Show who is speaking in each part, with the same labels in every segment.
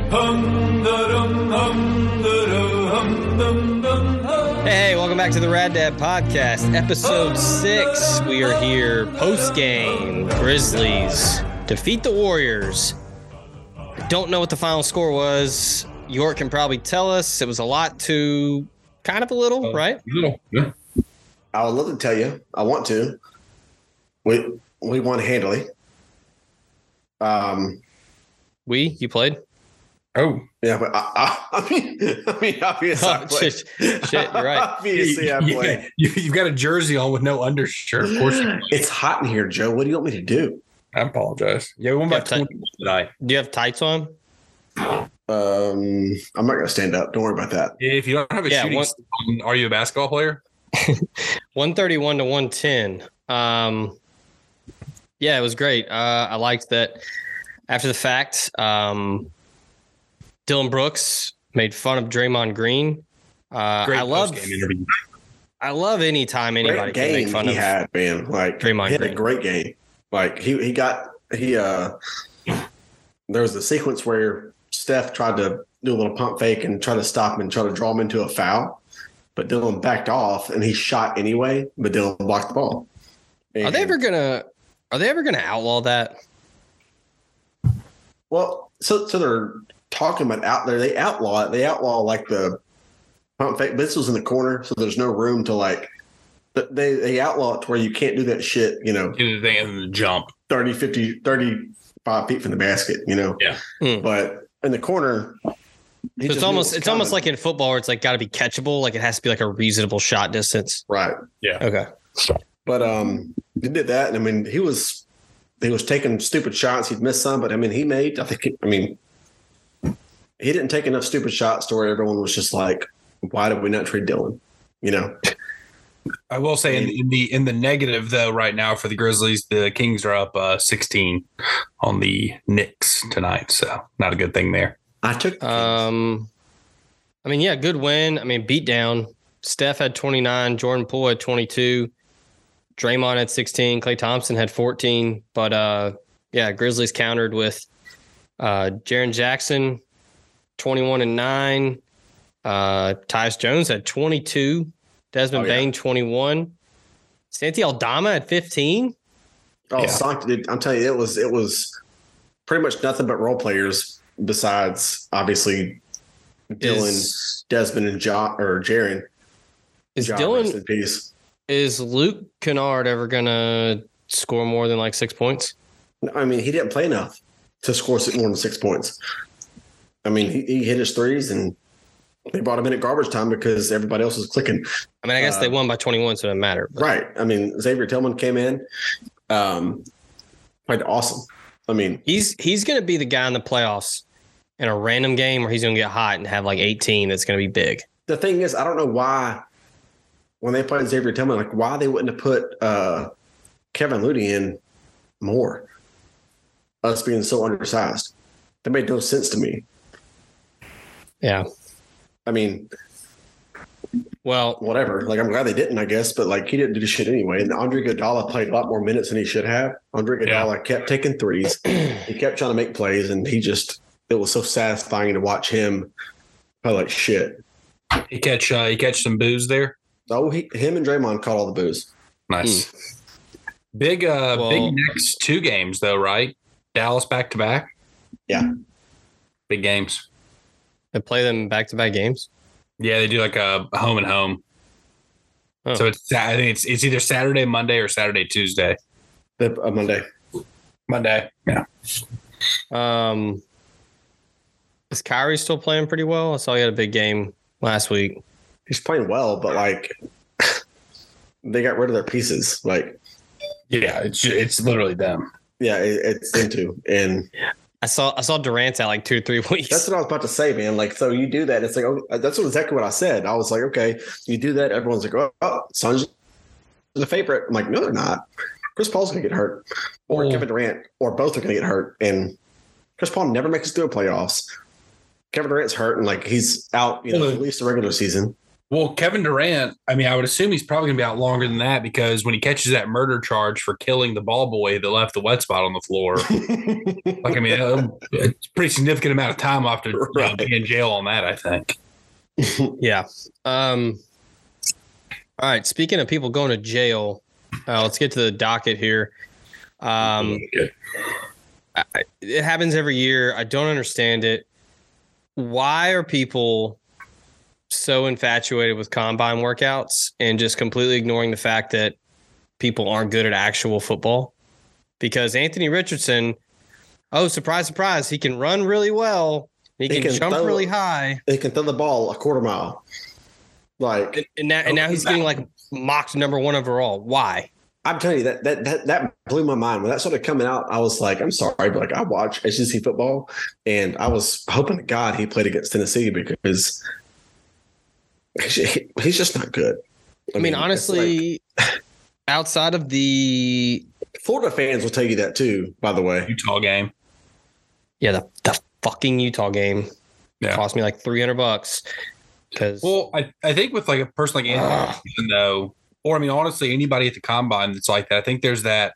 Speaker 1: Oh,
Speaker 2: Hey, welcome back to the Rad Dad Podcast, episode six. We are here post game. Grizzlies defeat the Warriors. I don't know what the final score was. York can probably tell us. It was a lot to kind of a little, right?
Speaker 1: Little, yeah.
Speaker 3: I would love to tell you. I want to. We we won handily. Um.
Speaker 2: We, you played?
Speaker 1: Oh,
Speaker 3: Yeah, but I, I, I mean, I mean, obviously, I played.
Speaker 2: shit, shit, you're right.
Speaker 3: obviously, I
Speaker 1: Yeah,
Speaker 3: played.
Speaker 1: You, have got a jersey on with no undershirt. Of course, you did.
Speaker 3: It's hot in here, Joe. What do you want me to do?
Speaker 1: I apologize. Yeah, we won by
Speaker 2: Yeah,
Speaker 1: twenty tonight.
Speaker 2: Do you have tights on?
Speaker 3: Um, I'm not going to stand up. Don't worry about that.
Speaker 1: If you don't have a
Speaker 2: Yeah,
Speaker 1: shooting,
Speaker 2: one-
Speaker 1: stick on, are you a basketball player?
Speaker 2: 131 to 110. Um, yeah, it was great. Uh, I liked that after the fact, um, Dylan Brooks made fun of Draymond Green. Uh, I love
Speaker 1: post-game interview.
Speaker 2: I love any time anybody
Speaker 3: Great
Speaker 2: can make
Speaker 3: game
Speaker 2: fun
Speaker 3: he
Speaker 2: of.
Speaker 3: had, man. Like
Speaker 2: Draymond
Speaker 3: he had
Speaker 2: Green.
Speaker 3: a great game. Like he he got he uh. There was a sequence where Steph tried to do a little pump fake and try to stop him and try to draw him into a foul, but Dylan backed off and he shot anyway. But Dylan blocked the ball.
Speaker 2: Are they
Speaker 3: And-
Speaker 2: ever gonna Are they ever gonna outlaw that?
Speaker 3: Well, so so they're talking about out there. They outlaw it. They outlaw like the pump fake. But this was in the corner, so there's no room to like. but They they outlaw it to where you can't do that shit. You know,
Speaker 1: Either they and the jump.
Speaker 3: 30, 50, 35 feet from the basket. You know.
Speaker 1: Yeah.
Speaker 2: Hmm.
Speaker 3: But in the corner, he
Speaker 2: So
Speaker 3: just
Speaker 2: it's
Speaker 3: knew
Speaker 2: almost
Speaker 3: what was
Speaker 2: it's almost
Speaker 3: coming.
Speaker 2: like in football where it's like got to be catchable. Like it has to be like a reasonable shot distance.
Speaker 3: right.
Speaker 2: Okay.
Speaker 3: But um, he did that, and I mean, he was he was taking stupid shots. He'd missed some, but I mean, he made. I think. I mean, he didn't take enough stupid shots to where everyone was just like, "Why did we not trade Dylan?" You know,
Speaker 1: I will say in, in the in the negative though, right now for the Grizzlies, the Kings are up uh, sixteen on the Knicks tonight, so not a good thing there.
Speaker 3: I took.
Speaker 2: Um, I mean, yeah, good win. I mean, beat down. Steph had 29, Jordan Poole had 22, Draymond had 16, Clay Thompson had 14. But uh, yeah, Grizzlies countered with uh, Jaron Jackson, 21 and 9. Uh, Tyus Jones had 22, Desmond
Speaker 3: Oh, yeah.
Speaker 2: Bain, 21. Santi Aldama at 15.
Speaker 3: oh,
Speaker 1: yeah.
Speaker 3: Sonk, dude, I'm telling you, it was it was pretty much nothing but role players besides obviously Dylan,
Speaker 2: Is,
Speaker 3: Desmond, and Ja or Jaron.
Speaker 2: is
Speaker 3: Ja,
Speaker 2: Dylan,
Speaker 3: rest in peace.
Speaker 2: is Luke Kennard ever going to score more than like six points?
Speaker 3: I mean, he didn't play enough to score six- more than six points. I mean, he, he hit his threes and they brought him in at garbage time because everybody else was clicking.
Speaker 2: I mean, I guess
Speaker 3: Uh,
Speaker 2: they won by 21, so it doesn't matter. but-
Speaker 3: Right. I mean, Xavier Tillman came in, um, played awesome. I mean,
Speaker 2: He's he's going to be the guy in the playoffs in a random game where he's going to get hot and have like 18 that's going to be big.
Speaker 3: the thing is, I don't know why when they played Xavier Tillman, like why they wouldn't have put uh, Kevin Looney in more. Us being so undersized, that made no sense to me.
Speaker 2: Yeah.
Speaker 3: I mean,
Speaker 2: Well,
Speaker 3: whatever. Like I'm glad they didn't, I guess, but like he didn't do shit anyway. And Andre Godala played a lot more minutes than he should have. Andre
Speaker 1: Yeah.
Speaker 3: Godala kept taking threes. he kept trying to make plays, and he just it was so satisfying to watch him play like shit.
Speaker 1: You catch uh, you catch some booze there.
Speaker 3: So he, him and Draymond caught all the booze.
Speaker 1: Nice. Hmm. Big uh
Speaker 2: Well-
Speaker 1: big next two games though, right? Dallas back to back.
Speaker 3: Yeah.
Speaker 1: Big games.
Speaker 2: they play them back to back games.
Speaker 1: Yeah, they do like a home and home.
Speaker 2: Oh.
Speaker 1: So it's I think it's it's either Saturday, Monday, or Saturday, Tuesday.
Speaker 3: The, uh, Monday.
Speaker 1: Monday. Yeah.
Speaker 2: Um, is Kyrie still playing pretty well? I saw he had a big game last week.
Speaker 3: He's playing well, but like they got rid of their pieces. Like
Speaker 1: Yeah, it's ju- it's literally them.
Speaker 3: yeah, it, it's into and
Speaker 2: I saw I saw Durant's out like two or three weeks.
Speaker 3: That's what I was about to say, man. Like, so you do that. It's like, oh, that's what- exactly what I said. I was like, okay, you do that. Everyone's like, oh, oh Suns the favorite. I'm like, no, they're not. Chris Paul's going to get hurt, or
Speaker 1: Well-
Speaker 3: Kevin Durant, or both are going to get hurt. And Chris Paul never makes it through the playoffs. Kevin Durant's hurt, and like he's out, you know,
Speaker 1: Well,
Speaker 3: at least the regular season.
Speaker 1: Well, Kevin Durant, I mean, I would assume he's probably going to be out longer than that because when he catches that murder charge for killing the ball boy that left the wet spot on the floor, like, I mean, um, it's a pretty significant amount of time after you know,
Speaker 3: Right.
Speaker 1: being in jail on that, I think.
Speaker 2: Yeah. Um, all right. Speaking of people going to jail, uh, let's get to the docket here. Um, it happens every year. I don't understand it. Why are people so infatuated with combine workouts and just completely ignoring the fact that people aren't good at actual football? Because Anthony Richardson, oh, surprise, surprise, he can run really well. He,
Speaker 3: He
Speaker 2: can,
Speaker 3: can
Speaker 2: jump
Speaker 3: throw
Speaker 2: really
Speaker 3: it.
Speaker 2: high.
Speaker 3: They can throw the ball a quarter mile.
Speaker 2: And,
Speaker 3: Like
Speaker 2: and now, and now he's getting like mocked number one overall. Why?
Speaker 3: I'm telling you that that that that blew my mind when that started coming out. I was like, I'm sorry, but like I watch SEC football, and I was hoping to God he played against Tennessee because he's, he- he's just not good.
Speaker 2: I mean,
Speaker 3: it's like-
Speaker 2: honestly, outside of the
Speaker 3: Florida fans will tell you that too. By the way,
Speaker 1: Utah game.
Speaker 2: Yeah, the, the fucking Utah game
Speaker 1: Yeah.
Speaker 2: cost me like 300 bucks because
Speaker 1: Well, I, I think with like a person like
Speaker 3: Ah.
Speaker 1: Anthony Richardson, though, or I mean, honestly, anybody at the combine that's like that, I think there's that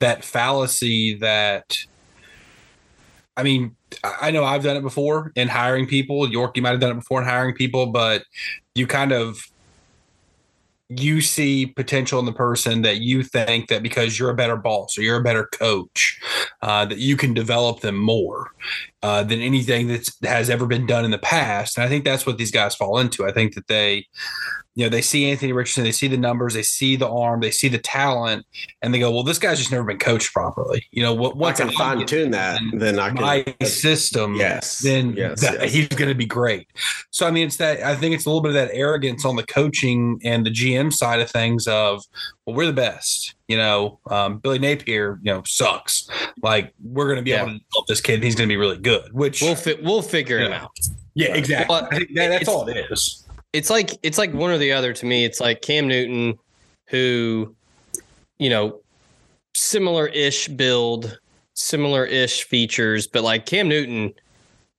Speaker 1: that fallacy that I mean, I I know I've done it before in hiring people. York, you might have done it before in hiring people, but you kind of you see potential in the person that you think that because you're a better boss or you're a better coach, uh, that you can develop them more uh, than anything that's that has ever been done in the past. And I think that's what these guys fall into. I think that they, you know, they see Anthony Richardson, they see the numbers, they see the arm, they see the talent, and they go, "Well, this guy's just never been coached properly." You know, what?
Speaker 3: I
Speaker 1: What's
Speaker 3: can fine tune that, then I
Speaker 1: my
Speaker 3: can.
Speaker 1: system,
Speaker 3: Yes.
Speaker 1: then
Speaker 3: Yes,
Speaker 1: that-
Speaker 3: yes.
Speaker 1: he's going to be great. So I mean, it's that I think it's a little bit of that arrogance on the coaching and the GM side of things. Of well, we're the best. You know, um, Billy Napier, you know, sucks. Like we're going to be
Speaker 2: Yeah.
Speaker 1: able to develop this kid. and He's going to be really good. Which
Speaker 2: we'll fi- we'll figure him out.
Speaker 1: yeah, exactly.
Speaker 2: Well,
Speaker 1: I think that, that's
Speaker 2: it's-
Speaker 1: all it is.
Speaker 2: It's like it's like one or the other to me. It's like Cam Newton, who, you know, similar ish build, similar ish features, but like Cam Newton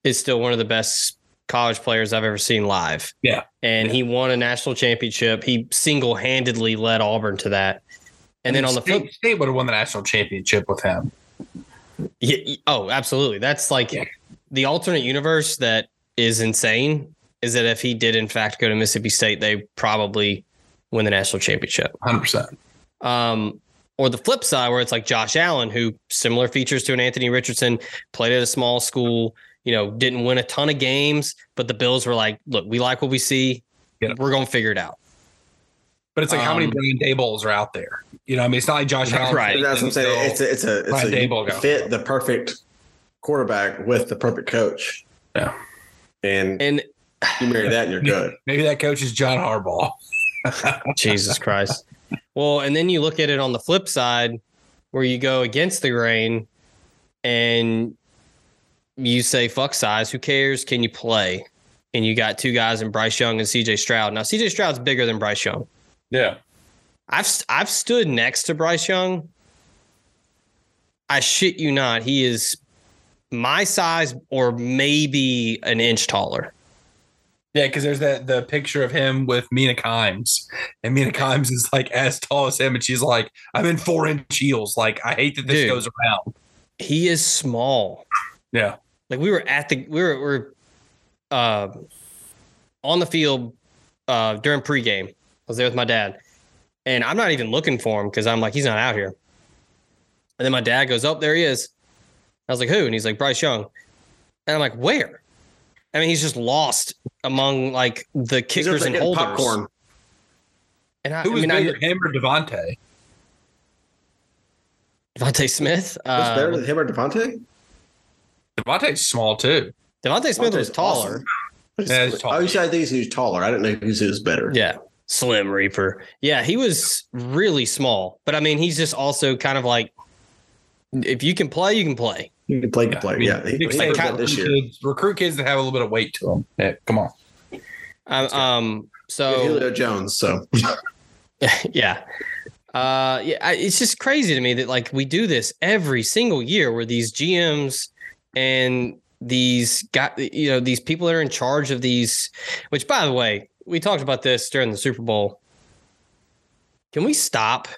Speaker 2: is still one of the best college players I've ever seen live.
Speaker 1: Yeah.
Speaker 2: and he won a national championship. He single handedly led Auburn to that. And then on the
Speaker 1: State,
Speaker 2: flip,
Speaker 1: State would have won the national championship with him.
Speaker 2: Yeah, y- oh, absolutely. That's like
Speaker 1: Yeah.
Speaker 2: the alternate universe that is insane is that if he did in fact go to Mississippi State, they probably win the national championship.
Speaker 1: Hundred percent.
Speaker 2: Um, or the flip side where it's like Josh Allen, who similar features to an Anthony Richardson, played at a small school, you know, didn't win a ton of games, but the Bills were like, look, we like what we see.
Speaker 1: Yeah.
Speaker 2: We're gonna figure it out.
Speaker 1: But it's like how many
Speaker 2: Um,
Speaker 1: Brian Dayballs are out there? You know, I mean, it's not like Josh Allen.
Speaker 2: Right.
Speaker 3: That's what I'm saying. It's a, it's a, it's
Speaker 1: Brian
Speaker 3: a you
Speaker 1: Daboll got
Speaker 3: fit the perfect quarterback with the perfect coach.
Speaker 1: Yeah.
Speaker 3: And
Speaker 2: And
Speaker 3: you marry that and you're good.
Speaker 1: Maybe that coach is John Harbaugh.
Speaker 2: Jesus Christ. Well, and then you look at it on the flip side where you go against the grain and you say, fuck size, who cares? Can you play? And you got two guys in Bryce Young and CJ Stroud. Now, CJ Stroud's bigger than Bryce Young.
Speaker 1: Yeah.
Speaker 2: I've st- I've stood next to Bryce Young. I shit you not, he is my size or maybe an inch taller.
Speaker 1: Yeah, because there's that the picture of him with Mina Kimes, and Mina Kimes is like as tall as him, and she's like, "I'm in four inch heels." Like, I hate that this
Speaker 2: Dude.
Speaker 1: goes around.
Speaker 2: He is small.
Speaker 1: Yeah,
Speaker 2: like we were at the we were, we were uh, on the field uh, during pregame. I was there with my dad, and I'm not even looking for him because I'm like he's not out here. And then my dad goes, "Oh, there he is." I was like, "Who?" And he's like, "Bryce Young." And I'm like, "Where?" I mean, he's just lost among like the
Speaker 3: He's up
Speaker 2: kickers
Speaker 3: there
Speaker 2: and
Speaker 3: getting
Speaker 2: holders.
Speaker 3: popcorn.
Speaker 2: And I,
Speaker 1: who
Speaker 2: I
Speaker 1: was
Speaker 2: mean, I,
Speaker 1: bigger, him or Devontae?
Speaker 2: Devontae Smith.
Speaker 3: Who's
Speaker 2: Uh,
Speaker 3: better than him or Devontae?
Speaker 1: Devontae's small too.
Speaker 2: Devontae Smith was
Speaker 3: Devontae's
Speaker 2: taller.
Speaker 3: awesome.
Speaker 1: Yeah, he's
Speaker 3: Oh,
Speaker 1: taller.
Speaker 3: you said I think he's taller. I didn't know who's who's better.
Speaker 2: Yeah. Slim Reaper. Yeah, he was really small. But I mean, he's just also kind of like if you can play, you can play.
Speaker 3: You can play, you can
Speaker 1: I
Speaker 3: play.
Speaker 1: mean,
Speaker 3: Yeah, he,
Speaker 1: you
Speaker 3: he
Speaker 1: can say
Speaker 3: proved
Speaker 2: Kyle-
Speaker 3: that this year.
Speaker 1: recruit kids- recruit kids that have a little bit of weight to them. Yeah, come on.
Speaker 2: Um, um so
Speaker 3: Julio Jones. So
Speaker 2: yeah. Uh yeah, I, it's just crazy to me that like we do this every single year where these GMs and these got you know these people that are in charge of these which by the way we talked about this during the Super Bowl. Can we stop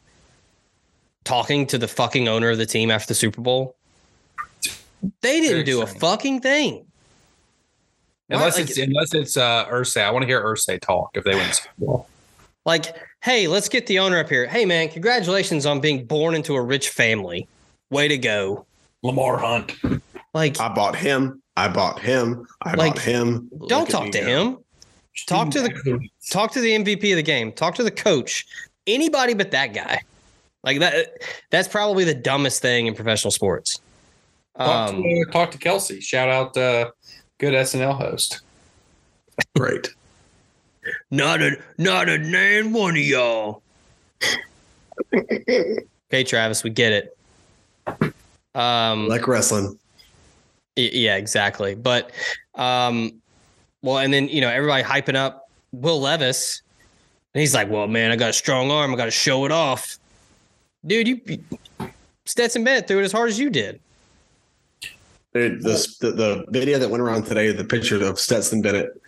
Speaker 2: talking to the fucking owner of the team after the Super Bowl? They didn't do a
Speaker 1: insane.
Speaker 2: fucking thing. Why-
Speaker 1: Unless
Speaker 2: like-
Speaker 1: it's unless it's uh Ursay. I want to hear Ursay talk if they win the Super Bowl.
Speaker 2: Like, hey, let's get the owner up here. Hey, man, congratulations on being born into a rich family. Way to go.
Speaker 1: Lamar Hunt.
Speaker 2: Like,
Speaker 3: I bought him. I bought him. I
Speaker 2: Like,
Speaker 3: bought him.
Speaker 2: don't
Speaker 3: Look at
Speaker 2: talk
Speaker 3: me
Speaker 2: to
Speaker 3: go.
Speaker 2: him. Talk to
Speaker 1: the
Speaker 2: Talk to the MVP of the game. Talk to the coach. Anybody but that guy. Like that. That's probably the dumbest thing in professional sports.
Speaker 1: talk,
Speaker 2: Um,
Speaker 1: to, talk to Kelsey. Shout out uh good SNL host.
Speaker 3: Great.
Speaker 2: not a not a name one of y'all. okay, Travis, we get it. Um,
Speaker 3: Like wrestling.
Speaker 2: Y- Yeah, exactly. But um well and then you know everybody hyping up Will Levis and he's like, "Well, man, I got a strong arm. I got to show it off." Dude, you Stetson Bennett threw it as hard as you did.
Speaker 3: Dude, this the, the video that went around today, the picture of Stetson Bennett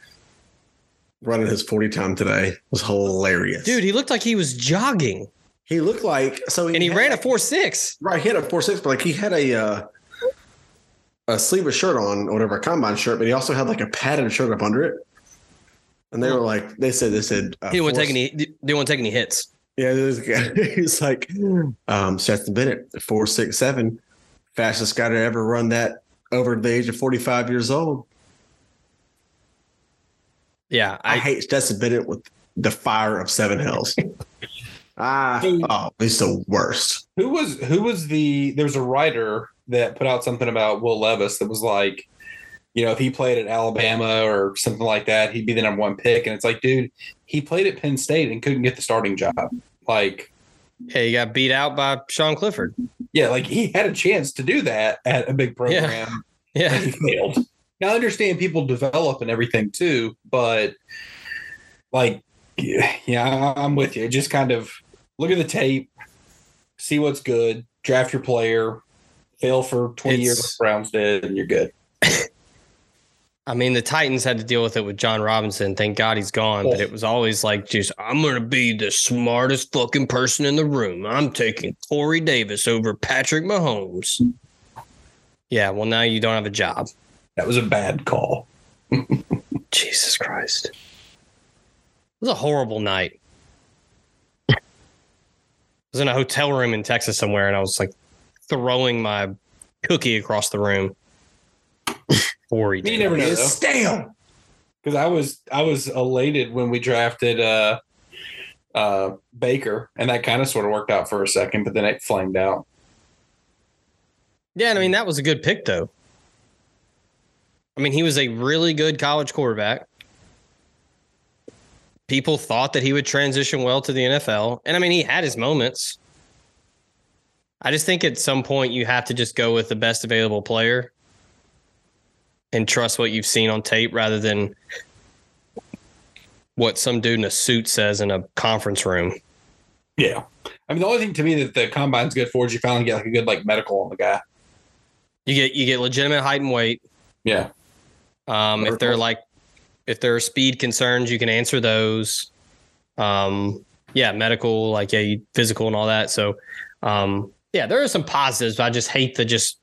Speaker 3: running his 40 time today was hilarious.
Speaker 2: Dude, he looked like he was jogging
Speaker 3: he looked like so
Speaker 2: and he
Speaker 3: had
Speaker 2: ran a
Speaker 3: like-
Speaker 2: 4-6.
Speaker 3: right, he had a four six, but like he had a uh a sleeveless shirt on, or whatever, a combine shirt, but he also had like a padded shirt up under it. And they were like, they said, they said, uh,
Speaker 2: He didn't want to
Speaker 3: force-
Speaker 2: take any he didn't want to take any hits.
Speaker 3: Yeah, this guy, he's like, um, Stetson Bennett, four six seven, fastest guy to ever run that over the age of forty five years old.
Speaker 2: Yeah,
Speaker 3: I,
Speaker 2: I,
Speaker 3: hate Stetson Bennett with the fire of seven hells. ah, oh, he's the worst.
Speaker 1: Who was who was the there was a writer that put out something about Will Levis that was like, you know, if he played at Alabama or something like that, he'd be the number one pick. And it's like, dude, he played at Penn State and couldn't get the starting job. Like,
Speaker 2: yeah, he got beat out by Sean Clifford.
Speaker 1: yeah, like he had a chance to do that at a big program.
Speaker 2: Yeah.
Speaker 1: he failed. Now I understand people develop and everything too, but like, yeah, yeah, I- I'm with you. Just kind of look at the tape, see what's good, draft your player, fail for 20 years
Speaker 2: It's-
Speaker 1: like Browns did, and you're good.
Speaker 2: I mean, the Titans had to deal with it with John Robinson. Thank God he's gone. But it was always like, just, I'm going to be the smartest fucking person in the room. I'm taking Corey Davis over Patrick Mahomes. Yeah, well, now you don't have a job.
Speaker 1: That was a bad call.
Speaker 2: Jesus Christ. It was a horrible night. I was in a hotel room in Texas somewhere, and I was like throwing my cookie across the room. Corey
Speaker 1: You
Speaker 2: Davis.
Speaker 1: never know.
Speaker 3: It's
Speaker 1: stale. Because I was I was elated when we drafted uh, uh, Baker, and that kind of sort of worked out for a second, but then it flamed out.
Speaker 2: Yeah, and I mean that was a good pick though. I mean, he was a really good college quarterback. People thought that he would transition well to the NFL, and I mean he had his moments. I just think at some point you have to just go with the best available player and trust what you've seen on tape rather than what some dude in a suit says in a conference room.
Speaker 1: Yeah. I mean, the only thing to me that the combine's good for is you finally get like a good like medical on the guy.
Speaker 2: You get you get legitimate height and weight.
Speaker 1: Yeah.
Speaker 2: Um, if they're
Speaker 3: Vertical.
Speaker 2: like, if there are speed concerns, you can answer those. Um, yeah, medical, like yeah, you- physical and all that. So, um, yeah, there are some positives, but I just hate the just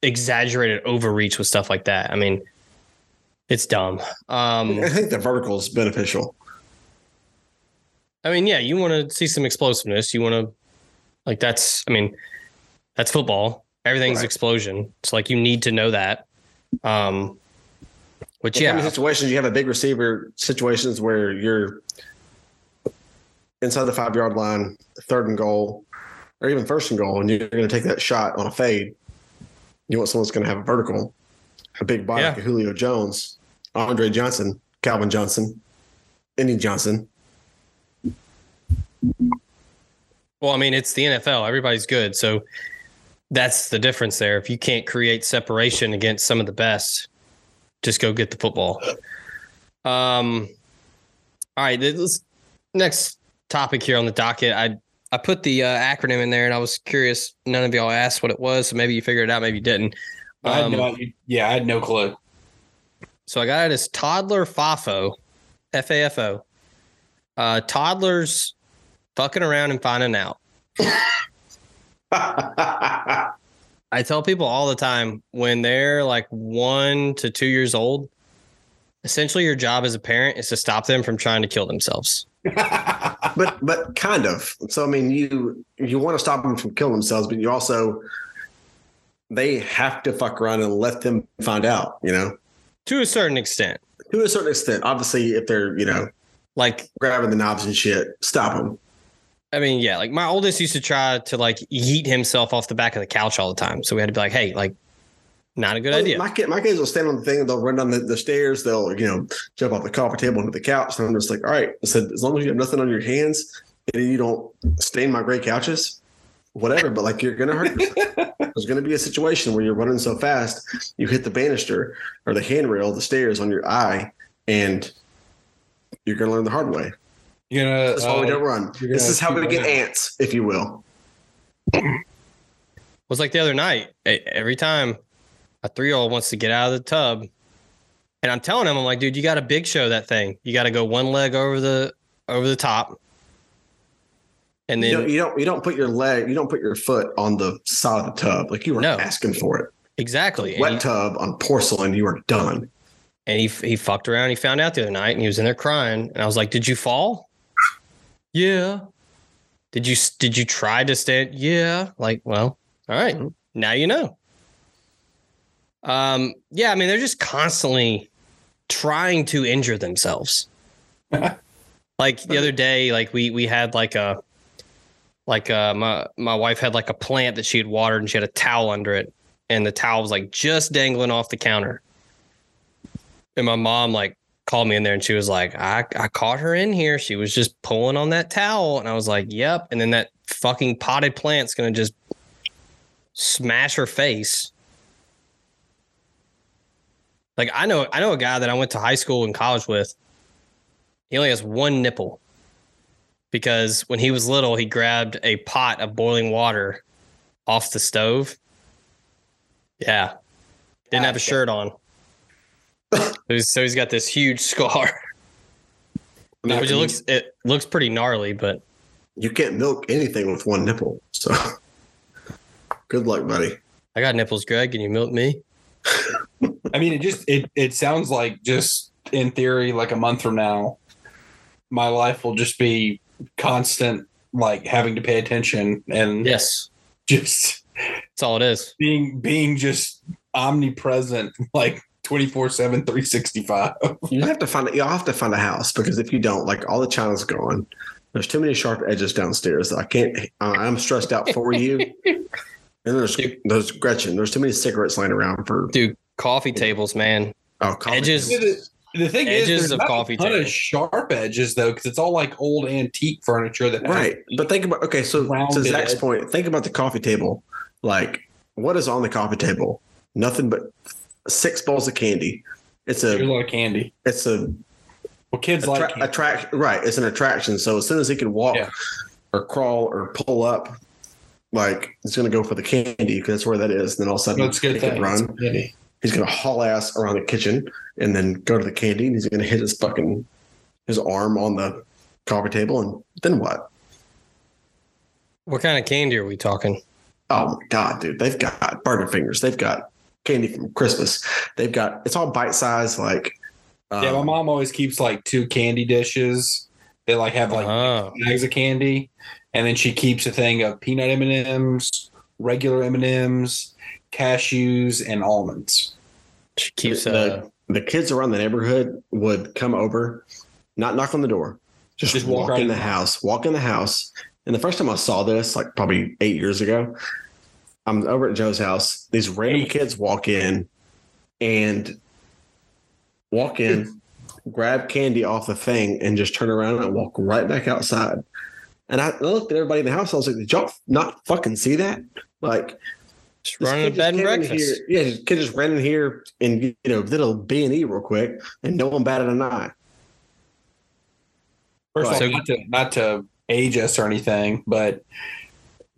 Speaker 2: exaggerated overreach with stuff like that. I mean, it's dumb. Um,
Speaker 3: I think the vertical is beneficial.
Speaker 2: I mean, yeah, you want to see some explosiveness. You want to, like, that's, I mean, that's football. Everything's
Speaker 3: Right.
Speaker 2: explosion. It's like you need to know that. Um, which,
Speaker 3: Yeah. How many
Speaker 2: yeah,
Speaker 3: situations you have a big receiver situations where you're inside the five yard line, third and goal, or even first and goal, and you're going to take that shot on a fade. You want someone that's going to have a vertical, a big body
Speaker 2: Yeah.
Speaker 3: like Julio Jones, Andre Johnson, Calvin Johnson, Indy Johnson.
Speaker 2: Well, I mean, it's the NFL. Everybody's good. So that's the difference there. If you can't create separation against some of the best, just go get the football. Um, all right. th- Let's, next topic here on the docket. I, I put the uh, acronym in there and I was curious. None of y'all asked what it was. So maybe you figured it out. Maybe you didn't.
Speaker 1: I had
Speaker 2: Um,
Speaker 1: no, yeah, I had no clue.
Speaker 2: so I got it as toddler FAFO, FAFO. Uh, toddlers fucking around and finding out. I tell people all the time when they're like one to two years old, essentially your job as a parent is to stop them from trying to kill themselves.
Speaker 3: but but kind of. So I mean, you you want to stop them from killing themselves, but you also they have to fuck around and let them find out. You know,
Speaker 2: To a certain extent.
Speaker 3: to a certain extent. Obviously, if they're you know
Speaker 2: Like
Speaker 3: grabbing the knobs and shit, stop them.
Speaker 2: I mean, yeah, like my oldest used to try to like yeet himself off the back of the couch all the time. So we had to be like, hey, like, not a good idea.
Speaker 3: Oh, My kid, my kids will stand on the thing. They'll run down the, the stairs. They'll you know jump off the coffee table into the couch. And I'm just like, all right. I said, as long as you have nothing on your hands and you don't stain my gray couches, whatever. But like, you're gonna hurt. yourself. There's gonna be a situation where you're running so fast, you hit the banister or the handrail, the stairs on your eye, and you're gonna learn the hard way.
Speaker 1: You know,
Speaker 3: That's why we
Speaker 1: uh,
Speaker 3: don't run.
Speaker 1: you're
Speaker 3: This
Speaker 1: gonna
Speaker 3: is how we
Speaker 1: keep
Speaker 3: get
Speaker 1: running.
Speaker 3: ants, if you will.
Speaker 2: was like the other night. e- Every time a three year old wants to get out of the tub, and I'm telling him, I'm like, dude, you got to big show that thing. You got to go one leg over the over the top, and
Speaker 3: you, don't,
Speaker 2: then
Speaker 3: you don't you don't put your leg, you don't put your foot on the side of the tub. Like you were
Speaker 2: No.
Speaker 3: asking for it.
Speaker 2: exactly.
Speaker 3: wet
Speaker 2: And he,
Speaker 3: tub on porcelain, you are done.
Speaker 2: and he he fucked around. He found out the other night, and he was in there crying. And I was like, did you fall? Yeah. Did you s- did you try to stand? Yeah. Like, well, all right. Now you know. Um. Yeah. I mean, they're just constantly trying to injure themselves. like the other day, like we we had like a like uh my my wife had like a plant that she had watered and she had a towel under it and the towel was like just dangling off the counter. And my mom like called me in there and she was like, I, I caught her in here. She was just pulling on that towel. And I was like, Yep. And then that fucking potted plant's gonna just smash her face. Like I know I know a guy that I went to high school and college with. He only has one nipple. Because when he was little, he grabbed a pot of boiling water off the stove. Yeah. Didn't have a shirt on. So he's- so he's got this huge scar.
Speaker 3: I mean,
Speaker 2: Which it
Speaker 3: you,
Speaker 2: looks it looks pretty gnarly, but
Speaker 3: you can't milk anything with one nipple. So good luck, buddy.
Speaker 2: I got nipples, Greg. Can you milk me?
Speaker 1: I mean, it just it it sounds like just in theory, like a month from now, my life will just be constant, like having to pay attention and
Speaker 2: Yes.
Speaker 1: just
Speaker 2: That's all it is.
Speaker 1: being being just omnipresent, like 24 7 365
Speaker 3: You have to find you'll have to find a house because if you don't, like all the china's gone. There's too many sharp edges downstairs that I can't. Uh, I'm stressed out for you. And there's there's Gretchen. There's too many cigarettes laying around for
Speaker 2: Dude, coffee tables, man.
Speaker 3: oh, coffee.
Speaker 2: Edges.
Speaker 1: the, the thing is
Speaker 2: Edges
Speaker 1: there's
Speaker 2: of
Speaker 1: not
Speaker 2: coffee
Speaker 1: a ton of
Speaker 2: table.
Speaker 1: sharp edges though because it's all like old antique furniture that has-
Speaker 3: Right, but think about okay. So to
Speaker 1: Rounded
Speaker 3: Zach's
Speaker 1: edge.
Speaker 3: point, think about the coffee table. Like, what is on the coffee table? Nothing but six bowls of candy. It's
Speaker 1: there's a
Speaker 3: a
Speaker 1: lot of candy
Speaker 3: it's a
Speaker 1: well kids like
Speaker 3: attra-
Speaker 1: candy.
Speaker 3: attraction. Right, it's an attraction. So as soon as he can walk
Speaker 1: Yeah.
Speaker 3: or crawl or pull up, like he's gonna go for the candy because that's where that is. And then all of a sudden
Speaker 1: that's a good
Speaker 3: he can
Speaker 1: thing It's
Speaker 3: run.
Speaker 1: candy.
Speaker 3: He's gonna haul ass around the kitchen and then go to the candy and he's gonna hit his fucking his arm on the coffee table and then what?
Speaker 2: What kind of candy are we talking?
Speaker 3: Oh my god, dude! They've got burger fingers. They've got candy from Christmas. They've got it's all bite sized. Like, um,
Speaker 1: yeah my mom always keeps like two candy dishes they like have like
Speaker 2: oh.
Speaker 1: bags of candy, and then she keeps a thing of peanut M and M's, regular M and M's, cashews, and almonds.
Speaker 2: She
Speaker 3: the,
Speaker 2: keeps uh,
Speaker 3: the kids around the neighborhood would come over, not knock on the door, just,
Speaker 1: Just walk
Speaker 3: walk,
Speaker 1: right
Speaker 3: in the
Speaker 1: in.
Speaker 3: house. Walk in the house. And the first time I saw this, like probably eight years ago, I'm over at Joe's house. These random
Speaker 1: Eight.
Speaker 3: kids walk in and walk in, grab candy off the thing, and just turn around and walk right back outside. And I I looked at everybody in the house. I was like, "Did y'all not fucking see that?" Like,
Speaker 2: just
Speaker 3: this
Speaker 2: running a
Speaker 3: kid just
Speaker 2: bed and
Speaker 3: came in
Speaker 2: breakfast.
Speaker 3: Here, yeah, this kid just ran in here and you know did a B and E real quick, and no one batted an eye.
Speaker 1: First
Speaker 2: Right.
Speaker 1: of all, not to, not to age us or anything, but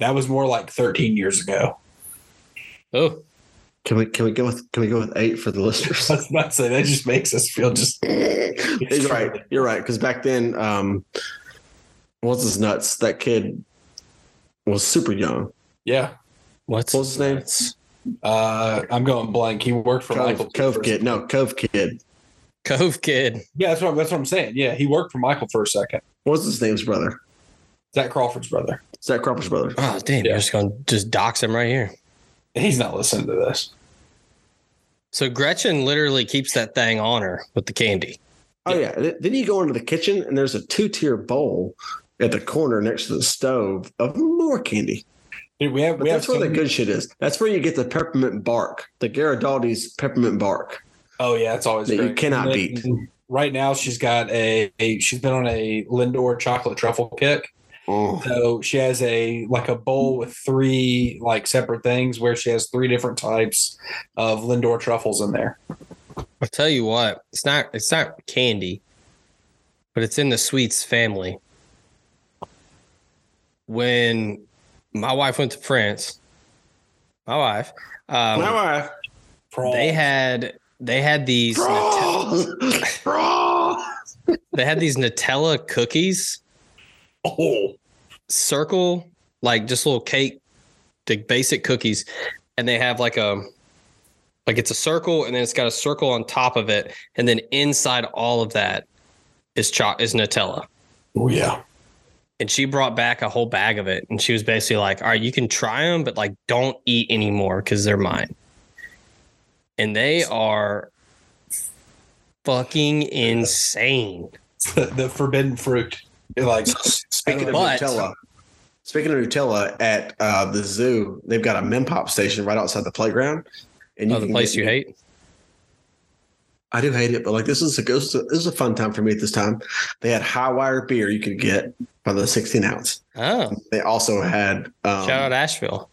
Speaker 1: that was more like 13 years ago.
Speaker 2: Oh,
Speaker 3: Can we can we go with can we go with eight for the listeners?
Speaker 1: That's not say that just makes us feel just.
Speaker 3: He's right. You're right. Because back then, um, what's his nuts? That kid was super young.
Speaker 1: Yeah.
Speaker 2: What's
Speaker 3: What's his name?
Speaker 1: Uh, I'm going blank. He worked for Michael
Speaker 3: Cove, Cove
Speaker 1: first.
Speaker 3: kid. No, Cove kid.
Speaker 2: Cove Kid?
Speaker 1: Yeah, that's what that's what I'm saying. Yeah, he worked for Michael for a second.
Speaker 3: What's his name's brother?
Speaker 1: Zach Crawford's brother.
Speaker 3: Zach Cropper's brother.
Speaker 2: Oh damn!
Speaker 1: Yeah.
Speaker 2: You're just gonna just dox him right here.
Speaker 1: He's not listening to this.
Speaker 2: So Gretchen literally keeps that thing on her with the candy.
Speaker 3: Oh yeah. Th- Then you go into the kitchen and there's a two tier bowl at the corner next to the stove of more candy.
Speaker 1: Dude, we have
Speaker 3: But
Speaker 1: we have
Speaker 3: that's where
Speaker 1: so
Speaker 3: the
Speaker 1: many-
Speaker 3: good shit is. That's where you get the peppermint bark, the Garibaldi's peppermint bark.
Speaker 1: Oh yeah, it's always
Speaker 3: that you
Speaker 1: great.
Speaker 3: cannot
Speaker 1: And
Speaker 3: beat.
Speaker 1: Right now, she's got a, a she's been on a Lindor chocolate truffle kick.
Speaker 3: Oh,
Speaker 1: So she has a like a bowl with three like separate things where she has three different types of Lindor truffles in there.
Speaker 2: I'll tell you what, it's not it's not candy, but it's in the sweets family. When my wife went to France, my wife, um,
Speaker 3: my wife.
Speaker 2: they had they had these Nute-
Speaker 3: Brawls. Brawls.
Speaker 2: they had these Nutella cookies,
Speaker 1: oh,
Speaker 2: circle like just little cake, like basic cookies, and they have like a like it's a circle and then it's got a circle on top of it, and then inside all of that is cho- is Nutella.
Speaker 1: oh yeah.
Speaker 2: and she brought back a whole bag of it and she was basically like all right you can try them but like don't eat anymore because they're mine and they are fucking insane
Speaker 1: It's the, the forbidden fruit. You're like
Speaker 3: Speaking of
Speaker 2: But-
Speaker 3: Nutella, speaking of Nutella, at uh, the zoo they've got a Mempop station right outside the playground. And
Speaker 2: oh, the
Speaker 3: can
Speaker 2: place
Speaker 3: get-
Speaker 2: you hate
Speaker 3: I do hate it, but like this is a this is a fun time for me at this time. They had high wire beer you could get by the 16 ounce.
Speaker 2: oh
Speaker 3: They also had um,
Speaker 2: shout out asheville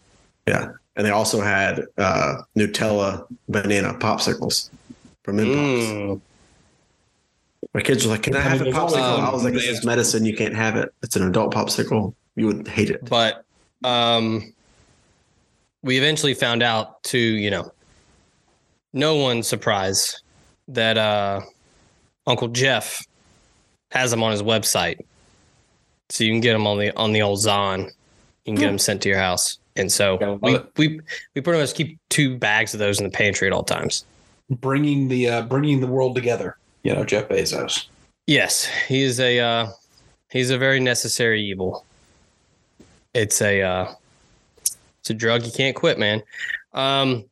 Speaker 3: and they also had uh, Nutella banana popsicles from Mempop.
Speaker 2: Mm.
Speaker 3: My kids were like, "Can I have a
Speaker 1: There's
Speaker 3: popsicle?"
Speaker 1: only-
Speaker 3: I was like, "This is medicine. You can't have it. It's an adult popsicle. You would hate it."
Speaker 2: but um we eventually found out to you know no one's surprise that uh uncle jeff has them on his website so you can get them on the on the old zon you can get them sent to your house and
Speaker 1: Gotta
Speaker 2: so
Speaker 1: love
Speaker 2: we,
Speaker 1: it.
Speaker 2: we we pretty much keep two bags of those in the pantry at all times
Speaker 1: bringing the uh, bringing the world together. You know, Jeff Bezos.
Speaker 2: yes he is a uh he's a very necessary evil it's a uh it's a drug you can't quit man um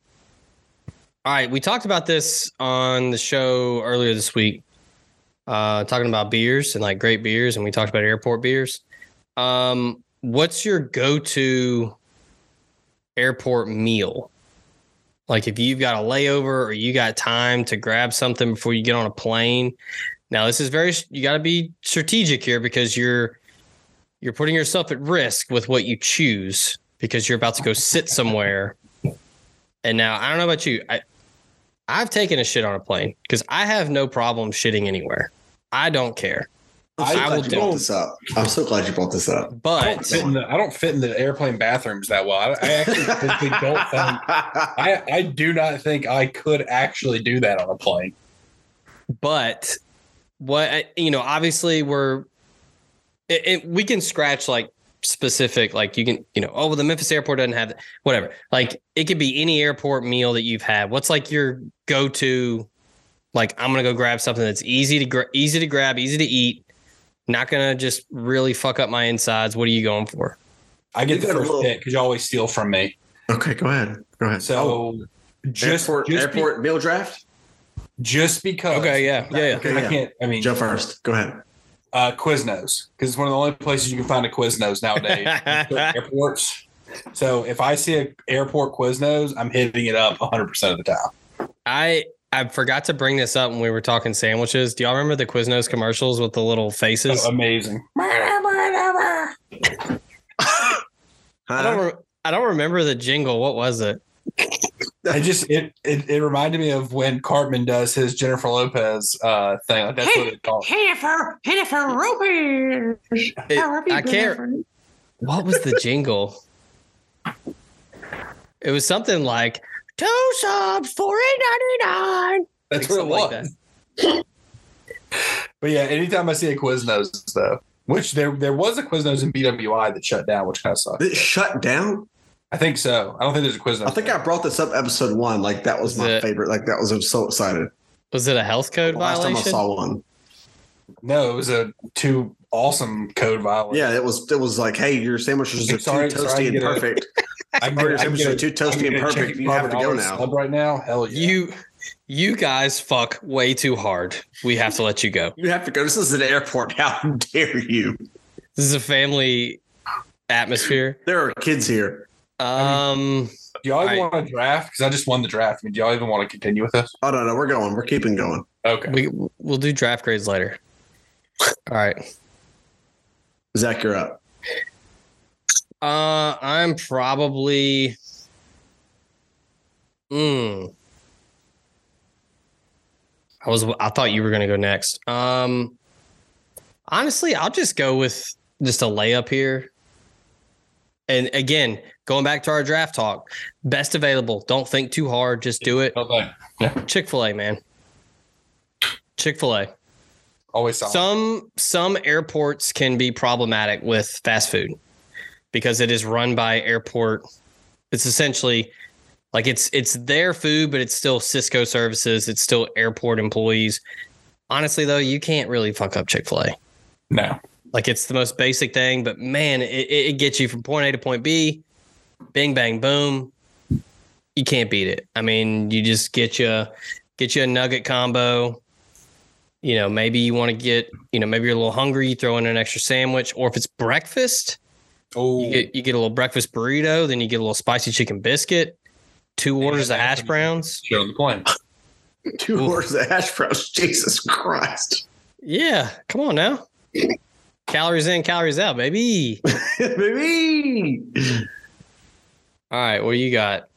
Speaker 2: all right we talked about this on the show earlier this week uh talking about beers and like great beers and we talked about airport beers um what's your go-to airport meal like if you've got a layover or you got time to grab something before you get on a plane now this is very you got to be strategic here because you're you're putting yourself at risk with what you choose because you're about to go sit somewhere. And now I don't know about you. I I've taken a shit on a plane because I have no problem shitting anywhere. I don't care.
Speaker 3: I'm so
Speaker 2: I
Speaker 3: glad
Speaker 2: will
Speaker 3: you
Speaker 2: do-
Speaker 3: brought this up. I'm so glad you brought this up.
Speaker 1: I don't,
Speaker 2: But
Speaker 1: fit in the, I don't fit in the airplane bathrooms that well. I, I actually physically don't think I, I do not think I could actually do that on a plane.
Speaker 2: but what you know obviously we're it, it, we can scratch like specific like you can you know oh well, the memphis airport doesn't have that whatever like it could be any airport meal that you've had what's like your go-to like i'm gonna go grab something that's easy to gra- easy to grab easy to eat not gonna just really fuck up my insides what are you going for
Speaker 1: I get
Speaker 3: You
Speaker 1: the
Speaker 3: got a
Speaker 1: first
Speaker 3: little-
Speaker 1: pick because you always steal from me.
Speaker 3: okay, go ahead. Go ahead. Oh,
Speaker 1: So just
Speaker 3: airport
Speaker 1: just, be-
Speaker 3: airport meal draft.
Speaker 1: just because.
Speaker 2: yeah
Speaker 3: Okay,
Speaker 1: I
Speaker 3: yeah.
Speaker 1: can't. I mean,
Speaker 3: Joe first. Go ahead.
Speaker 1: uh, Quiznos because it's one of the only places you can find a Quiznos nowadays. airports. So if I see a airport Quiznos, I'm hitting it up 100 percent of the time.
Speaker 2: i i forgot to bring this up when we were talking sandwiches do y'all remember the quiznos commercials with the little faces
Speaker 1: So amazing.
Speaker 2: i
Speaker 3: Uh-huh.
Speaker 2: don't re- i don't remember the jingle what was it
Speaker 1: I just it, it it reminded me of when Cartman does his Jennifer Lopez uh thing. Like, that's what it called.
Speaker 4: Jennifer, Jennifer Ruby.
Speaker 2: It- I can't. What was the jingle? It was something like Two subs for eight ninety nine.
Speaker 1: That's what it was. But yeah, anytime I see a Quiznos though, which there there was a Quiznos in BWI that shut down, which kind of sucks.
Speaker 3: It shut down.
Speaker 1: I think so. I don't think there's a Quiznos.
Speaker 3: I think I brought this up episode one. Like that was my
Speaker 2: Yeah.
Speaker 3: favorite. Like that was I'm so excited.
Speaker 2: Was it a health code
Speaker 3: The last time I
Speaker 2: violation?
Speaker 3: saw one.
Speaker 1: no, it was a two awesome code violation.
Speaker 3: Yeah, it was. It was like, hey, your sandwiches are too
Speaker 1: Sorry,
Speaker 3: toasty
Speaker 1: sorry,
Speaker 3: and
Speaker 1: get it.
Speaker 3: perfect.
Speaker 1: I can get,
Speaker 3: Or
Speaker 1: I
Speaker 3: your
Speaker 1: can
Speaker 3: sandwiches are
Speaker 1: get a,
Speaker 3: too
Speaker 1: I can
Speaker 3: toasty
Speaker 1: get
Speaker 3: and
Speaker 1: a
Speaker 3: perfect.
Speaker 1: chicken
Speaker 3: You have to go
Speaker 1: $5
Speaker 3: now.
Speaker 1: sub right now. Hell yeah.
Speaker 2: You you guys fuck way too hard. We have to let you go.
Speaker 3: You have to go. This is an airport. How dare you?
Speaker 2: This is a family atmosphere.
Speaker 3: There are kids here.
Speaker 2: Um
Speaker 1: do y'all even
Speaker 2: I-
Speaker 1: want to draft? Because I just won the draft. I mean, do y'all even want to continue with us?
Speaker 3: Oh no, no, we're going. We're keeping going.
Speaker 1: Okay.
Speaker 2: Um, we we'll do draft grades later. All right.
Speaker 3: Zach, you're up.
Speaker 2: Uh, I'm probably. Mm. I was. I thought you were gonna go next. Um, honestly, I'll just go with just a layup here. And again, going back to our draft talk, best available. Don't think too hard. Just do it.
Speaker 1: Okay.
Speaker 2: Chick Fil A, man. Chick Fil A.
Speaker 1: Always solid.
Speaker 2: Some some airports can be problematic with fast food because it is run by airport. It's essentially like it's it's their food, but it's still Cisco services. It's still airport employees. Honestly, though, you can't really fuck up Chick Fil A.
Speaker 1: no.
Speaker 2: Like it's the most basic thing, but man, it, it it gets you from point A to point B. Bing bang boom. You can't beat it. I mean, you just get you get you a nugget combo. You know, maybe you want to get, you know, maybe you're a little hungry, you throw in an extra sandwich, or if it's breakfast,
Speaker 1: Oh,
Speaker 2: you get you get a little breakfast burrito, then you get a little spicy chicken biscuit, two orders of hash browns.
Speaker 1: shit on the plane.
Speaker 3: Two orders of hash browns. Jesus Christ.
Speaker 2: Yeah, come on now. calories in, calories out, baby.
Speaker 3: Baby.
Speaker 2: All right, what do you got?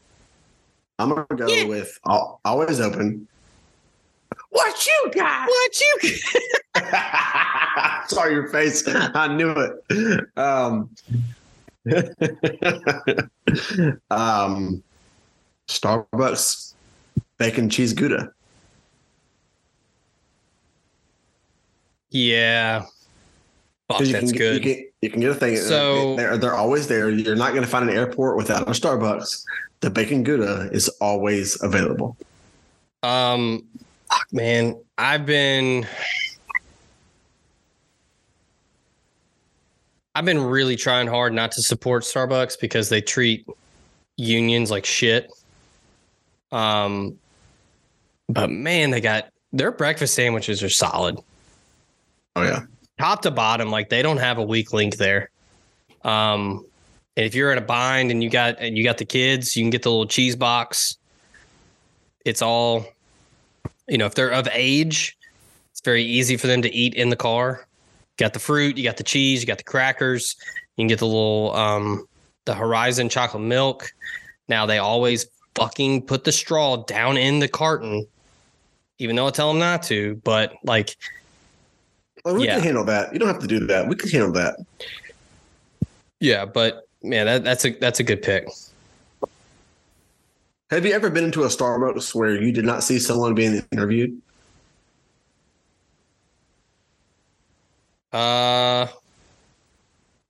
Speaker 3: I'm gonna go
Speaker 2: Yeah.
Speaker 3: with al- always open.
Speaker 4: What you got?
Speaker 2: What you
Speaker 3: Saw your face. I knew it. Um, um, Starbucks bacon cheese gouda.
Speaker 2: Yeah. Fuck,
Speaker 3: 'Cause you
Speaker 2: that's
Speaker 3: can,
Speaker 2: good.
Speaker 3: Get, you, can, you can get a thing.
Speaker 2: So-
Speaker 3: they're, they're always there. You're not going to find an airport without a Starbucks. The bacon gouda is always available.
Speaker 2: um, fuck, man, I've been, I've been really trying hard not to support Starbucks because they treat unions like shit. Um, but man, they got their breakfast sandwiches are solid.
Speaker 3: Oh yeah.
Speaker 2: top to bottom, like they don't have a weak link there. Um, and if you're in a bind and you got and you got the kids, you can get the little cheese box. It's all, you know, if they're of age, it's very easy for them to eat in the car. got the fruit, you got the cheese, you got the crackers. You can get the little um, the Horizon chocolate milk. Now they always fucking put the straw down in the carton, even though I tell them not to. But like
Speaker 3: Well, we
Speaker 2: Yeah.
Speaker 3: can handle that. You don't have to do that. We can handle that.
Speaker 2: Yeah, but man, that, that's a that's a good pick.
Speaker 3: Have you ever been into a Starbucks where you did not see someone being interviewed?
Speaker 2: Uh,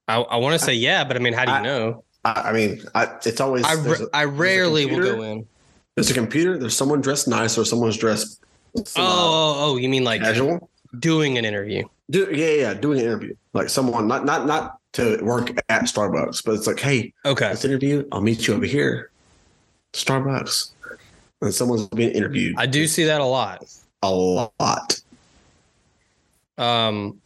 Speaker 2: I I want to say yeah, but I mean, how do you
Speaker 3: I-
Speaker 2: know?
Speaker 3: I, I mean, I, it's always
Speaker 2: I
Speaker 3: there's,
Speaker 2: ra-
Speaker 3: a,
Speaker 2: I rarely will
Speaker 3: computer?
Speaker 2: go in.
Speaker 3: there's a computer. There's someone dressed nice or someone's dressed
Speaker 2: Oh,
Speaker 3: semi-
Speaker 2: oh, oh, you mean like
Speaker 3: casual.
Speaker 2: doing an interview?
Speaker 3: Do, yeah, yeah, yeah, doing an interview like someone not not not to work at Starbucks, but it's like, hey,
Speaker 2: Okay,
Speaker 3: let's interview. I'll meet you over here, Starbucks, and someone's being interviewed
Speaker 2: I do see that a lot.
Speaker 3: a lot.
Speaker 2: Um,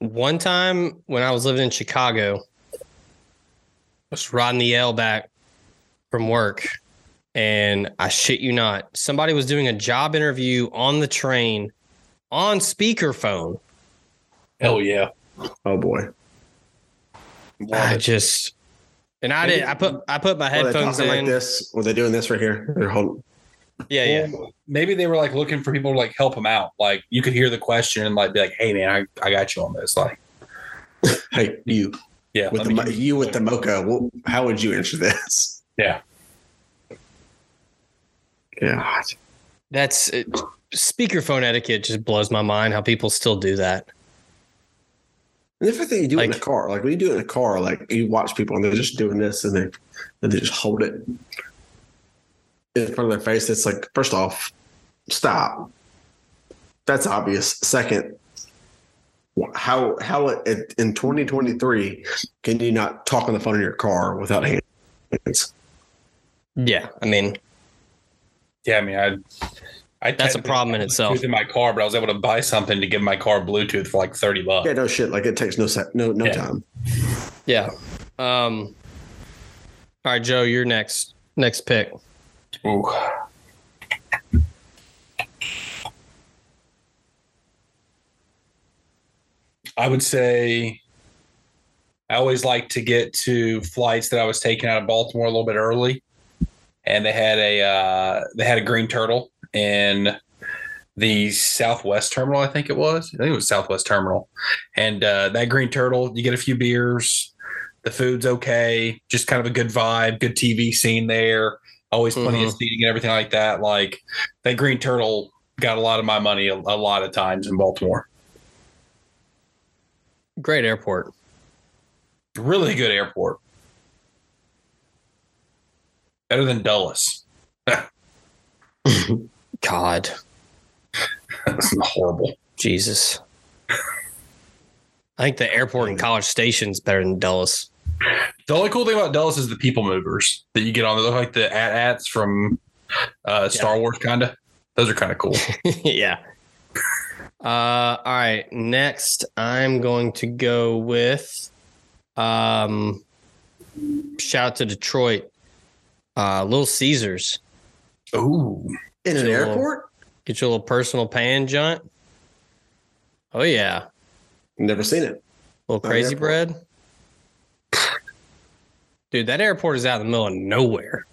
Speaker 2: one time when I was living in Chicago, I was riding the L back from work, and I shit you not, somebody was doing a job interview on the train on speakerphone.
Speaker 1: Hell yeah.
Speaker 3: Oh boy,
Speaker 2: I
Speaker 1: Love it.
Speaker 2: just and I
Speaker 3: Maybe-
Speaker 2: did. I put I put my
Speaker 3: Are they
Speaker 2: headphones
Speaker 3: talking
Speaker 2: in.
Speaker 3: like this? Were they doing this right here? They're holding.
Speaker 2: Yeah, yeah.
Speaker 1: Well, Maybe they were like looking for people to like help them out. Like you could hear the question and like be like, "Hey man, I, I got you on this." Like,
Speaker 3: Hey, you
Speaker 1: yeah,
Speaker 3: with
Speaker 1: let
Speaker 3: the
Speaker 1: me
Speaker 3: mo-
Speaker 1: get-
Speaker 3: you with the mocha. Well, how would you answer this?
Speaker 1: yeah.
Speaker 3: Yeah.
Speaker 2: That's it, speakerphone etiquette just blows my mind how people still do that.
Speaker 3: And if I think you do it in a
Speaker 2: Like-
Speaker 3: car, like when you do it in a car, like you watch people and they're just doing this and they and they just hold it in front of their face. It's like, first off, stop. That's obvious. Second, wh- how how it, in 2023 can you not talk on the phone in your car without hands?
Speaker 2: Yeah. I mean,
Speaker 1: Yeah, I mean, I, I
Speaker 2: That's a problem in itself.
Speaker 1: Bluetooth In my car, but I was able to buy something to give my car Bluetooth for like thirty bucks.
Speaker 3: Yeah, no shit. Like it takes no sec- no no
Speaker 1: Uh, Yeah.
Speaker 3: time.
Speaker 2: yeah. Um, all right, Joe, your next next pick.
Speaker 1: Ooh. I would say I always like to get to flights that I was taking out of Baltimore a little bit early, and they had a uh, they had a green turtle in the Southwest terminal. I think it was. I think it was Southwest terminal, and uh, that green turtle. You get a few beers. The food's okay. Just kind of a good vibe. Good TV scene there. Always plenty of seating and everything like that. Like that green turtle got a lot of my money a, a lot of times in Baltimore.
Speaker 2: Great airport.
Speaker 1: Really good airport. Better than Dulles.
Speaker 2: God,
Speaker 1: That's horrible.
Speaker 2: Jesus. I think the airport
Speaker 3: Mm.
Speaker 2: in College Station's better than Dulles.
Speaker 1: The only cool thing about Dulles is the people movers that you get on. They look like the at-ats from uh, Star Wars, kind of. Those are kind of cool.
Speaker 2: yeah. Uh, all right. Next, I'm going to go with um, shout out to Detroit, uh, Little Caesars.
Speaker 1: Ooh.
Speaker 3: In an
Speaker 2: Sure.
Speaker 3: airport?
Speaker 2: Get your little personal pan jaunt. Oh yeah,
Speaker 3: Never seen it.
Speaker 2: little
Speaker 3: An
Speaker 2: crazy
Speaker 3: airport.
Speaker 2: bread. Dude, that airport is out in the middle of nowhere.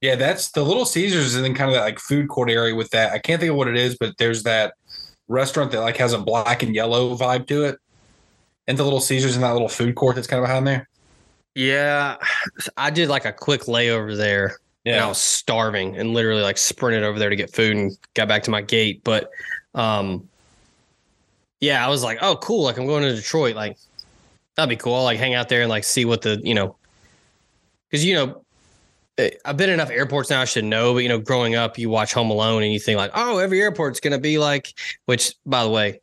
Speaker 1: Yeah, that's the Little Caesars and then kind of that like food court area with that. I can't think of what it is, but there's that restaurant that like has a black and yellow vibe to it. And the Little Caesars and that little food court that's kind of behind there.
Speaker 2: Yeah, I did like a quick layover there and I was starving and literally like sprinted over there to get food and got back to my gate. But um yeah, I was like, oh cool, like I'm going to Detroit. Like that'd be cool. I'll like hang out there and like see what the you know because you know eh, I've been in enough airports now I should know, but you know, growing up you watch Home Alone and you think like, oh, every airport's gonna be like which by the way,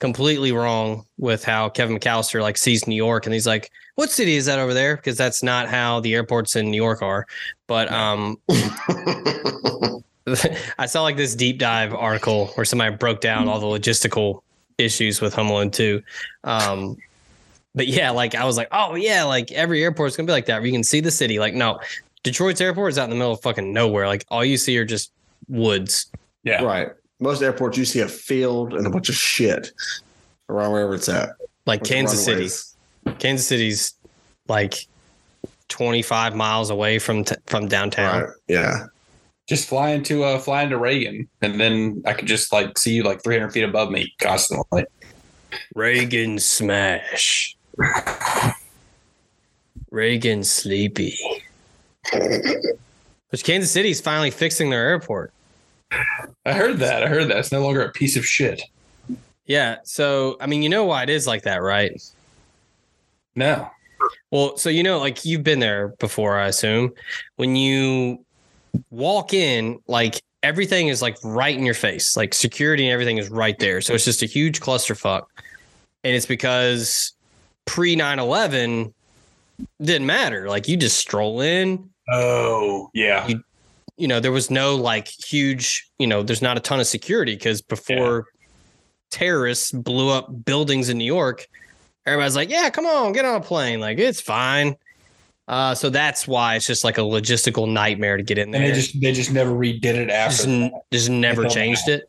Speaker 2: completely wrong with how Kevin McAllister like sees New York and he's like, What city is that over there? Because that's not how the airports in New York are. But um I saw like this deep dive article where somebody broke down all the logistical issues with Home Alone 2. Um, but yeah, like I was like, oh yeah, like every airport's gonna be like that where you can see the city. Like, no, Detroit's airport is out in the middle of fucking nowhere. Like all you see are just woods.
Speaker 1: Yeah.
Speaker 3: Right. Most airports, you see a field and a bunch of shit around wherever it's at.
Speaker 2: Like
Speaker 3: Bunch of
Speaker 2: Kansas City.
Speaker 3: runways.
Speaker 2: Kansas City's like 25 miles away from t- from downtown.
Speaker 3: Right. Yeah.
Speaker 1: Just fly into uh fly into Reagan and then I could just like see you like three hundred feet above me constantly.
Speaker 2: Reagan smash. Reagan sleepy. Which Kansas City's finally fixing their airport.
Speaker 1: I heard that. I heard that. It's no longer a piece of shit.
Speaker 2: Yeah. So I mean, you know why it is like that, right?
Speaker 1: No.
Speaker 2: Well, so you know, like you've been there before, I assume. When you walk in, like everything is like right in your face, like security and everything is right there. So it's just a huge clusterfuck. And it's because pre 9 11 didn't matter. Like you just stroll in,
Speaker 1: Oh yeah.
Speaker 2: you know, there was no like huge, you know, there's not a ton of security because before terrorists blew up buildings in New York, everybody's like, yeah, come on, get on a plane. Like, it's fine. Uh, so that's why it's just like a logistical nightmare to get in there.
Speaker 1: And they just they just never redid it
Speaker 2: just,
Speaker 1: after
Speaker 2: n- just never
Speaker 1: It's all
Speaker 2: changed it.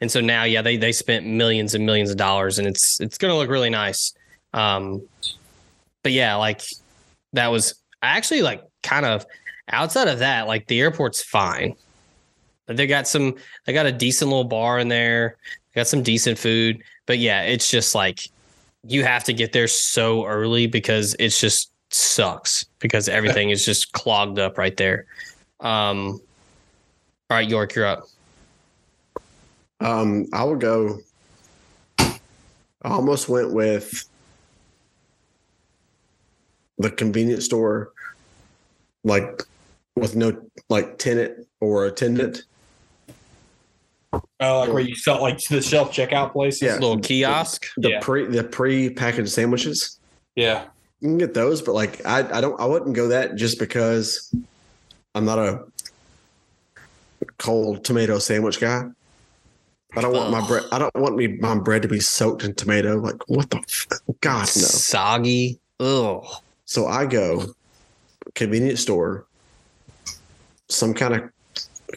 Speaker 2: And so now, yeah, they, they spent millions and millions of dollars and it's, it's going to look really nice. Um, but yeah, like that was I actually like kind of outside of that, like the airport's fine. But They got some, they got a decent little bar in there, they got some decent food. But yeah, it's just like you have to get there so early because it's just sucks because everything is just clogged up right there. Um, All right, York, you're up.
Speaker 3: Um, I would go. I almost went with the convenience store, like with no like tenant or attendant.
Speaker 1: Oh, like where you sell like the self checkout places.
Speaker 3: Yeah.
Speaker 2: Little kiosk.
Speaker 3: The
Speaker 1: Yeah.
Speaker 3: pre the pre packaged sandwiches.
Speaker 1: Yeah.
Speaker 3: you can get those, but like I, I don't I wouldn't go that just because I'm not a cold tomato sandwich guy. I don't want my bread.
Speaker 2: Oh.
Speaker 3: I don't want me my bread to be soaked in tomato. Like what the f- God no.
Speaker 2: Soggy. Ugh.
Speaker 3: So I go convenience store, some kind of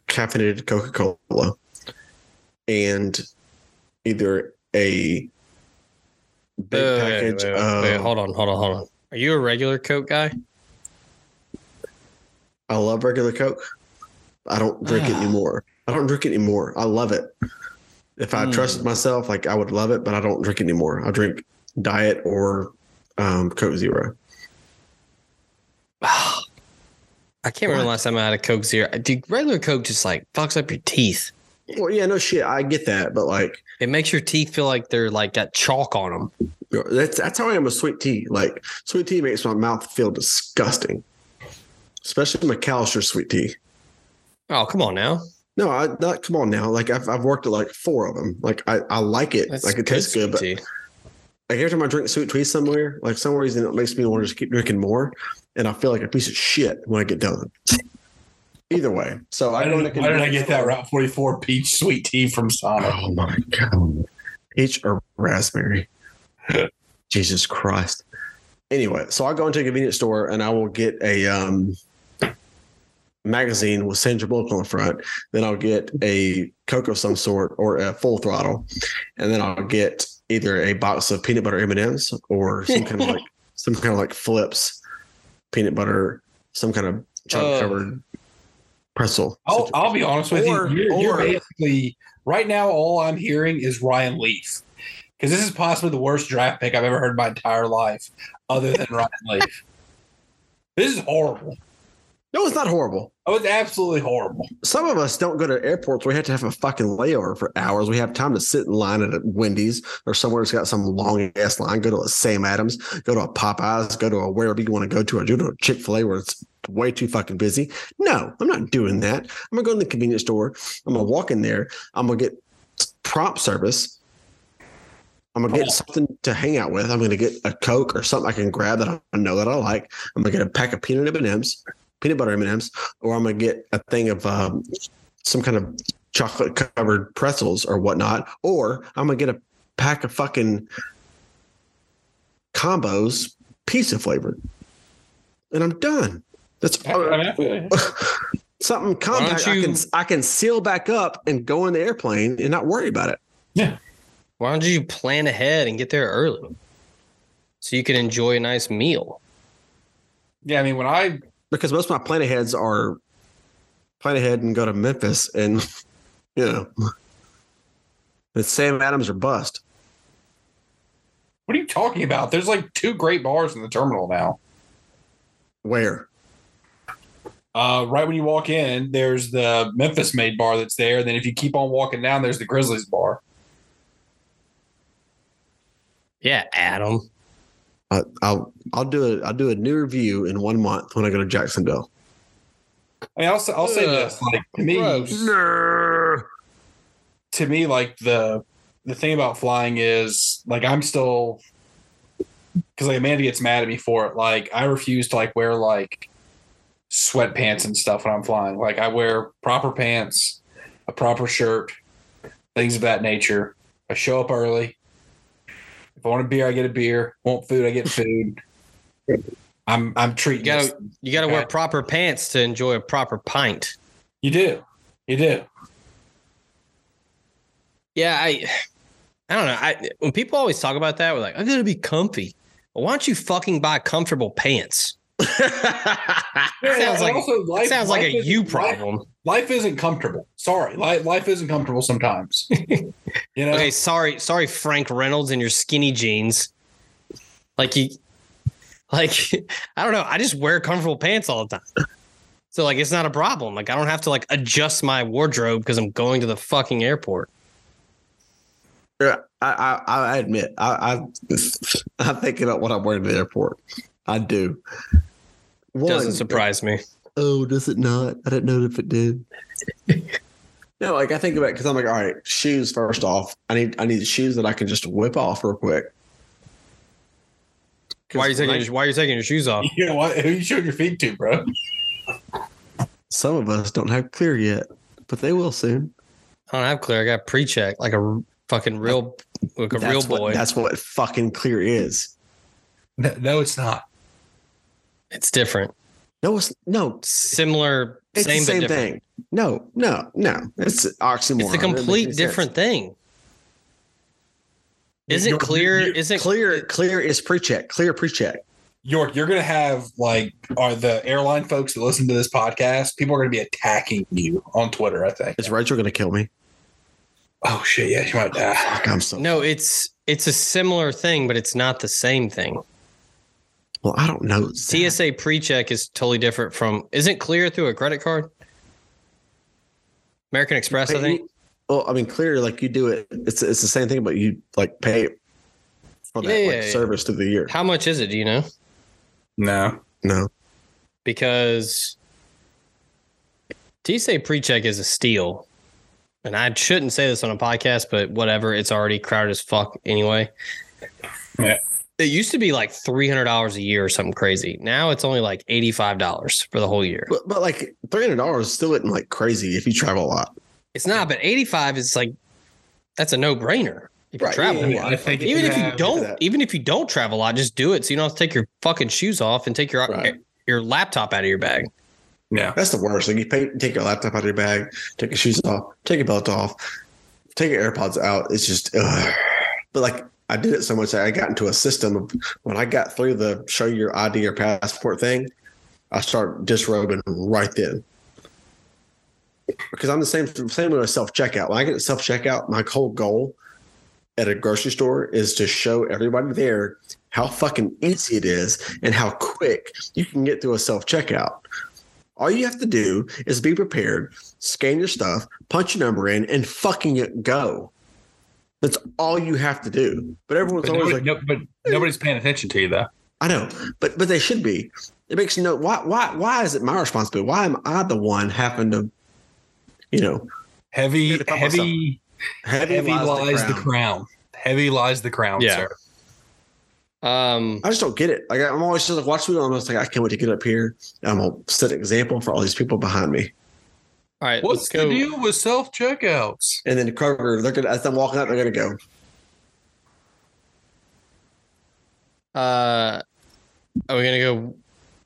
Speaker 3: caffeinated Coca Cola, and either a big
Speaker 2: Wait, wait,
Speaker 3: package
Speaker 2: wait,
Speaker 3: Um,
Speaker 2: wait,
Speaker 3: of
Speaker 2: wait, hold on, hold on, hold on. Are you a regular Coke guy?
Speaker 3: I love regular Coke. I don't drink it
Speaker 2: Ah.
Speaker 3: anymore. I don't drink it anymore. I love it. If I
Speaker 2: Hmm.
Speaker 3: trusted myself, like I would love it, but I don't drink it anymore. I drink diet or um, Coke Zero.
Speaker 2: I can't remember the last time I had a Coke Zero. Dude, regular Coke just like fucks up your teeth.
Speaker 3: Well, yeah, no shit. I get that, but like
Speaker 2: It makes your teeth feel like they're like got chalk on them.
Speaker 3: that's that's how I am with sweet tea. Like sweet tea makes my mouth feel disgusting, especially McAllister sweet tea.
Speaker 2: Oh, come on now.
Speaker 3: No, I not come on now. Like I've, I've worked at like four of them. Like I, I like it.
Speaker 2: That's
Speaker 3: like it tastes
Speaker 2: sweet
Speaker 3: good, but
Speaker 2: tea.
Speaker 3: like every time I drink sweet tea somewhere, like some reason it makes me want to just keep drinking more, and I feel like a piece of shit when I get done. Either way, so
Speaker 1: Why
Speaker 3: I go
Speaker 1: did,
Speaker 3: to
Speaker 1: why did I get
Speaker 3: convenience
Speaker 1: that
Speaker 3: store.
Speaker 1: Route 44 peach sweet tea from Sonic?
Speaker 3: Oh my god, peach or raspberry? Jesus Christ! Anyway, so I go into a convenience store and I will get a um, magazine with Sandra Bullock on the front. Then I'll get a Coke of some sort or a Full Throttle, and then I'll get either a box of peanut butter M and M's or some kind of like some kind of like flips, peanut butter, some kind of chocolate covered pretzel.
Speaker 1: I'll, I'll be honest with
Speaker 3: Or-
Speaker 1: you. You're, you're
Speaker 3: or-
Speaker 1: basically right now. All I'm hearing is Ryan Leaf because this is possibly the worst draft pick I've ever heard in my entire life, other than Ryan Leaf. This is horrible.
Speaker 3: no, it's not horrible.
Speaker 1: Oh, it's absolutely horrible.
Speaker 3: some of us don't go to airports. We have to have a fucking layover for hours. We have time to sit in line at a Wendy's or somewhere that's got some long ass line. Go to a Sam Adams, go to a Popeyes, go to a wherever you want to go to, or go to a Chick fil A where it's way too fucking busy. No, I'm not doing that. I'm going to go in the convenience store. I'm going to walk in there. I'm going to get prompt service. I'm going to get something to hang out with. I'm going to get a Coke or something I can grab that I know that I like. I'm going to get a pack of peanut M&Ms, peanut butter M&Ms or I'm gonna get a thing of um, some kind of chocolate covered pretzels or whatnot, or I'm gonna get a pack of fucking combos pizza flavored, and I'm done. That's something compact I can
Speaker 2: you-
Speaker 3: I can seal back up and go in the airplane and not worry about it.
Speaker 2: Why don't you plan ahead and get there early so you can enjoy a nice meal?
Speaker 1: yeah, I mean, when I
Speaker 3: Because most of my plan aheads are plan ahead and go to Memphis and you know it's Sam Adams or bust.
Speaker 1: what are you talking about? There's like two great bars in the terminal now.
Speaker 3: Where?
Speaker 1: Uh, right when you walk in, there's the Memphis made bar that's there. Then if you keep on walking down, there's the Grizzlies bar.
Speaker 2: Yeah, Adam.
Speaker 3: I, I'll I'll do a I'll do a new review in one month when I go to Jacksonville.
Speaker 1: I mean, I'll, say- I'll say
Speaker 2: Ugh,
Speaker 1: this: like to me,
Speaker 2: gross.
Speaker 1: to me like the the thing about flying is like I'm still because like Amanda gets mad at me for it. Like I refuse to like wear like sweatpants and stuff when I'm flying. Like I wear proper pants, a proper shirt, things of that nature. I show up early. If I want a beer, I get a beer. Want food, I get food. I'm I'm treating
Speaker 2: You gotta-
Speaker 1: this-
Speaker 2: You got to wear
Speaker 1: Okay.
Speaker 2: proper pants to enjoy a proper pint.
Speaker 1: you do. You do.
Speaker 2: Yeah, I, I don't know. I when people always talk about that, we're like, I gotta be comfy. Well, why don't you fucking buy comfortable pants? sounds
Speaker 1: And
Speaker 2: like
Speaker 1: also life-
Speaker 2: that sounds like
Speaker 1: life
Speaker 2: a
Speaker 1: is-
Speaker 2: you
Speaker 1: life-
Speaker 2: problem.
Speaker 1: life isn't comfortable. Sorry, life, life isn't comfortable sometimes. you know,
Speaker 2: Okay, sorry, sorry, Frank Reynolds and your skinny jeans. Like you, like I don't know. I just wear comfortable pants all the time. So like it's not a problem. Like I don't have to like adjust my wardrobe because I'm going to the fucking airport.
Speaker 3: I, I, I admit, I, I, I'm thinking about what I'm wearing to the airport. I do. One,
Speaker 2: Doesn't surprise me.
Speaker 3: Oh, does it not? I didn't know if it did. no, like I think about because I'm like, all right, shoes first off. I need I need shoes that I can just whip off real quick.
Speaker 2: Why are you taking your, why are you taking your shoes off?
Speaker 1: You know what? Who you showing your feet to, bro?
Speaker 3: Some of us don't have clear yet, but they will soon.
Speaker 2: I don't have clear. I got pre-check like a r- fucking real like a
Speaker 3: that's
Speaker 2: real
Speaker 3: what,
Speaker 2: boy.
Speaker 3: That's what fucking clear is.
Speaker 1: No, no, it's not.
Speaker 2: it's different.
Speaker 3: No, it's no,
Speaker 2: Similar
Speaker 3: it's
Speaker 2: same,
Speaker 3: the same
Speaker 2: but different.
Speaker 3: thing. No, no, no. It's an oxymoron.
Speaker 2: It's a
Speaker 3: It doesn't make
Speaker 2: complete
Speaker 3: any
Speaker 2: different
Speaker 3: sense.
Speaker 2: thing. Isn't
Speaker 1: You're-
Speaker 2: clear?
Speaker 1: you're-
Speaker 2: Isn't
Speaker 3: Clear, clear is pre-check. Clear pre-check.
Speaker 1: York, you're gonna have like are the airline folks that listen to this podcast, people are gonna be attacking you on Twitter, I think.
Speaker 3: Is Rachel gonna kill me?
Speaker 1: Oh shit, yeah, you might die.
Speaker 3: Fuck, I'm so
Speaker 2: No, it's it's a similar thing, but it's not the same thing.
Speaker 3: well. I don't know. Zach.
Speaker 2: TSA pre-check is totally different from isn't clear through a credit card. American Express, I
Speaker 3: But
Speaker 2: think.
Speaker 3: you- Well, I mean, clearly, like you do it, it's it's the same thing, but you like pay for that
Speaker 2: Yeah,
Speaker 3: like,
Speaker 2: yeah, yeah.
Speaker 3: service through the year.
Speaker 2: How much is it? Do you know?
Speaker 1: No.
Speaker 3: No,
Speaker 2: Because TSA pre-check is a steal, and I shouldn't say this on a podcast, but whatever. It's already crowded as fuck anyway.
Speaker 1: Yeah.
Speaker 2: It used to be like three hundred dollars a year or something crazy. Now it's only like eighty-five dollars for the whole year.
Speaker 3: but, but like three hundred dollars still isn't like crazy if you travel a lot.
Speaker 2: It's not, but 85 is like that's a no-brainer. If you
Speaker 3: Right,
Speaker 2: travel
Speaker 3: yeah,
Speaker 2: a
Speaker 3: yeah.
Speaker 2: lot.
Speaker 1: I think
Speaker 2: Even if you
Speaker 1: have-
Speaker 2: don't,
Speaker 3: that.
Speaker 2: even if you don't travel a lot, just do it so you don't have to take your fucking shoes off and take your
Speaker 3: Right.
Speaker 2: your laptop out of your bag.
Speaker 1: Yeah.
Speaker 3: That's the worst. Like you pay, take your laptop out of your bag, take your shoes off, take your belt off, take your AirPods out. It's just, ugh. but like I did it so much that I got into a system of when I got through the show your ID or passport thing, I started disrobing right then. Because I'm the same same with a self checkout. When I get to self checkout, my whole goal at a grocery store is to show everybody there how fucking easy it is and how quick you can get through a self checkout. All you have to do is be prepared, scan your stuff, punch your number in, and fucking it go. That's all you have to do. But everyone's
Speaker 1: But,
Speaker 3: always
Speaker 1: nobody-
Speaker 3: like,
Speaker 1: no- but nobody's paying attention to you though.
Speaker 3: I know, but but they should be. It makes no why why why is it my responsibility? Why am I the one having to, you know,
Speaker 1: Heavy
Speaker 3: Dude, if I'm
Speaker 1: heavy
Speaker 3: heavy,
Speaker 1: heavy lies, the, crown. Heavy lies the crown,
Speaker 2: Yeah.
Speaker 1: sir.
Speaker 2: Um,
Speaker 3: I just don't get it. Like I'm always just like watching it. I'm just like I can't wait to get up here. and I'm gonna set an example for all these people behind me.
Speaker 2: all right,
Speaker 1: What's
Speaker 2: let's go.
Speaker 1: the deal with self checkouts?
Speaker 3: And then Kroger, they're gonna as I'm walking out, they're gonna go.
Speaker 2: Uh, are we gonna go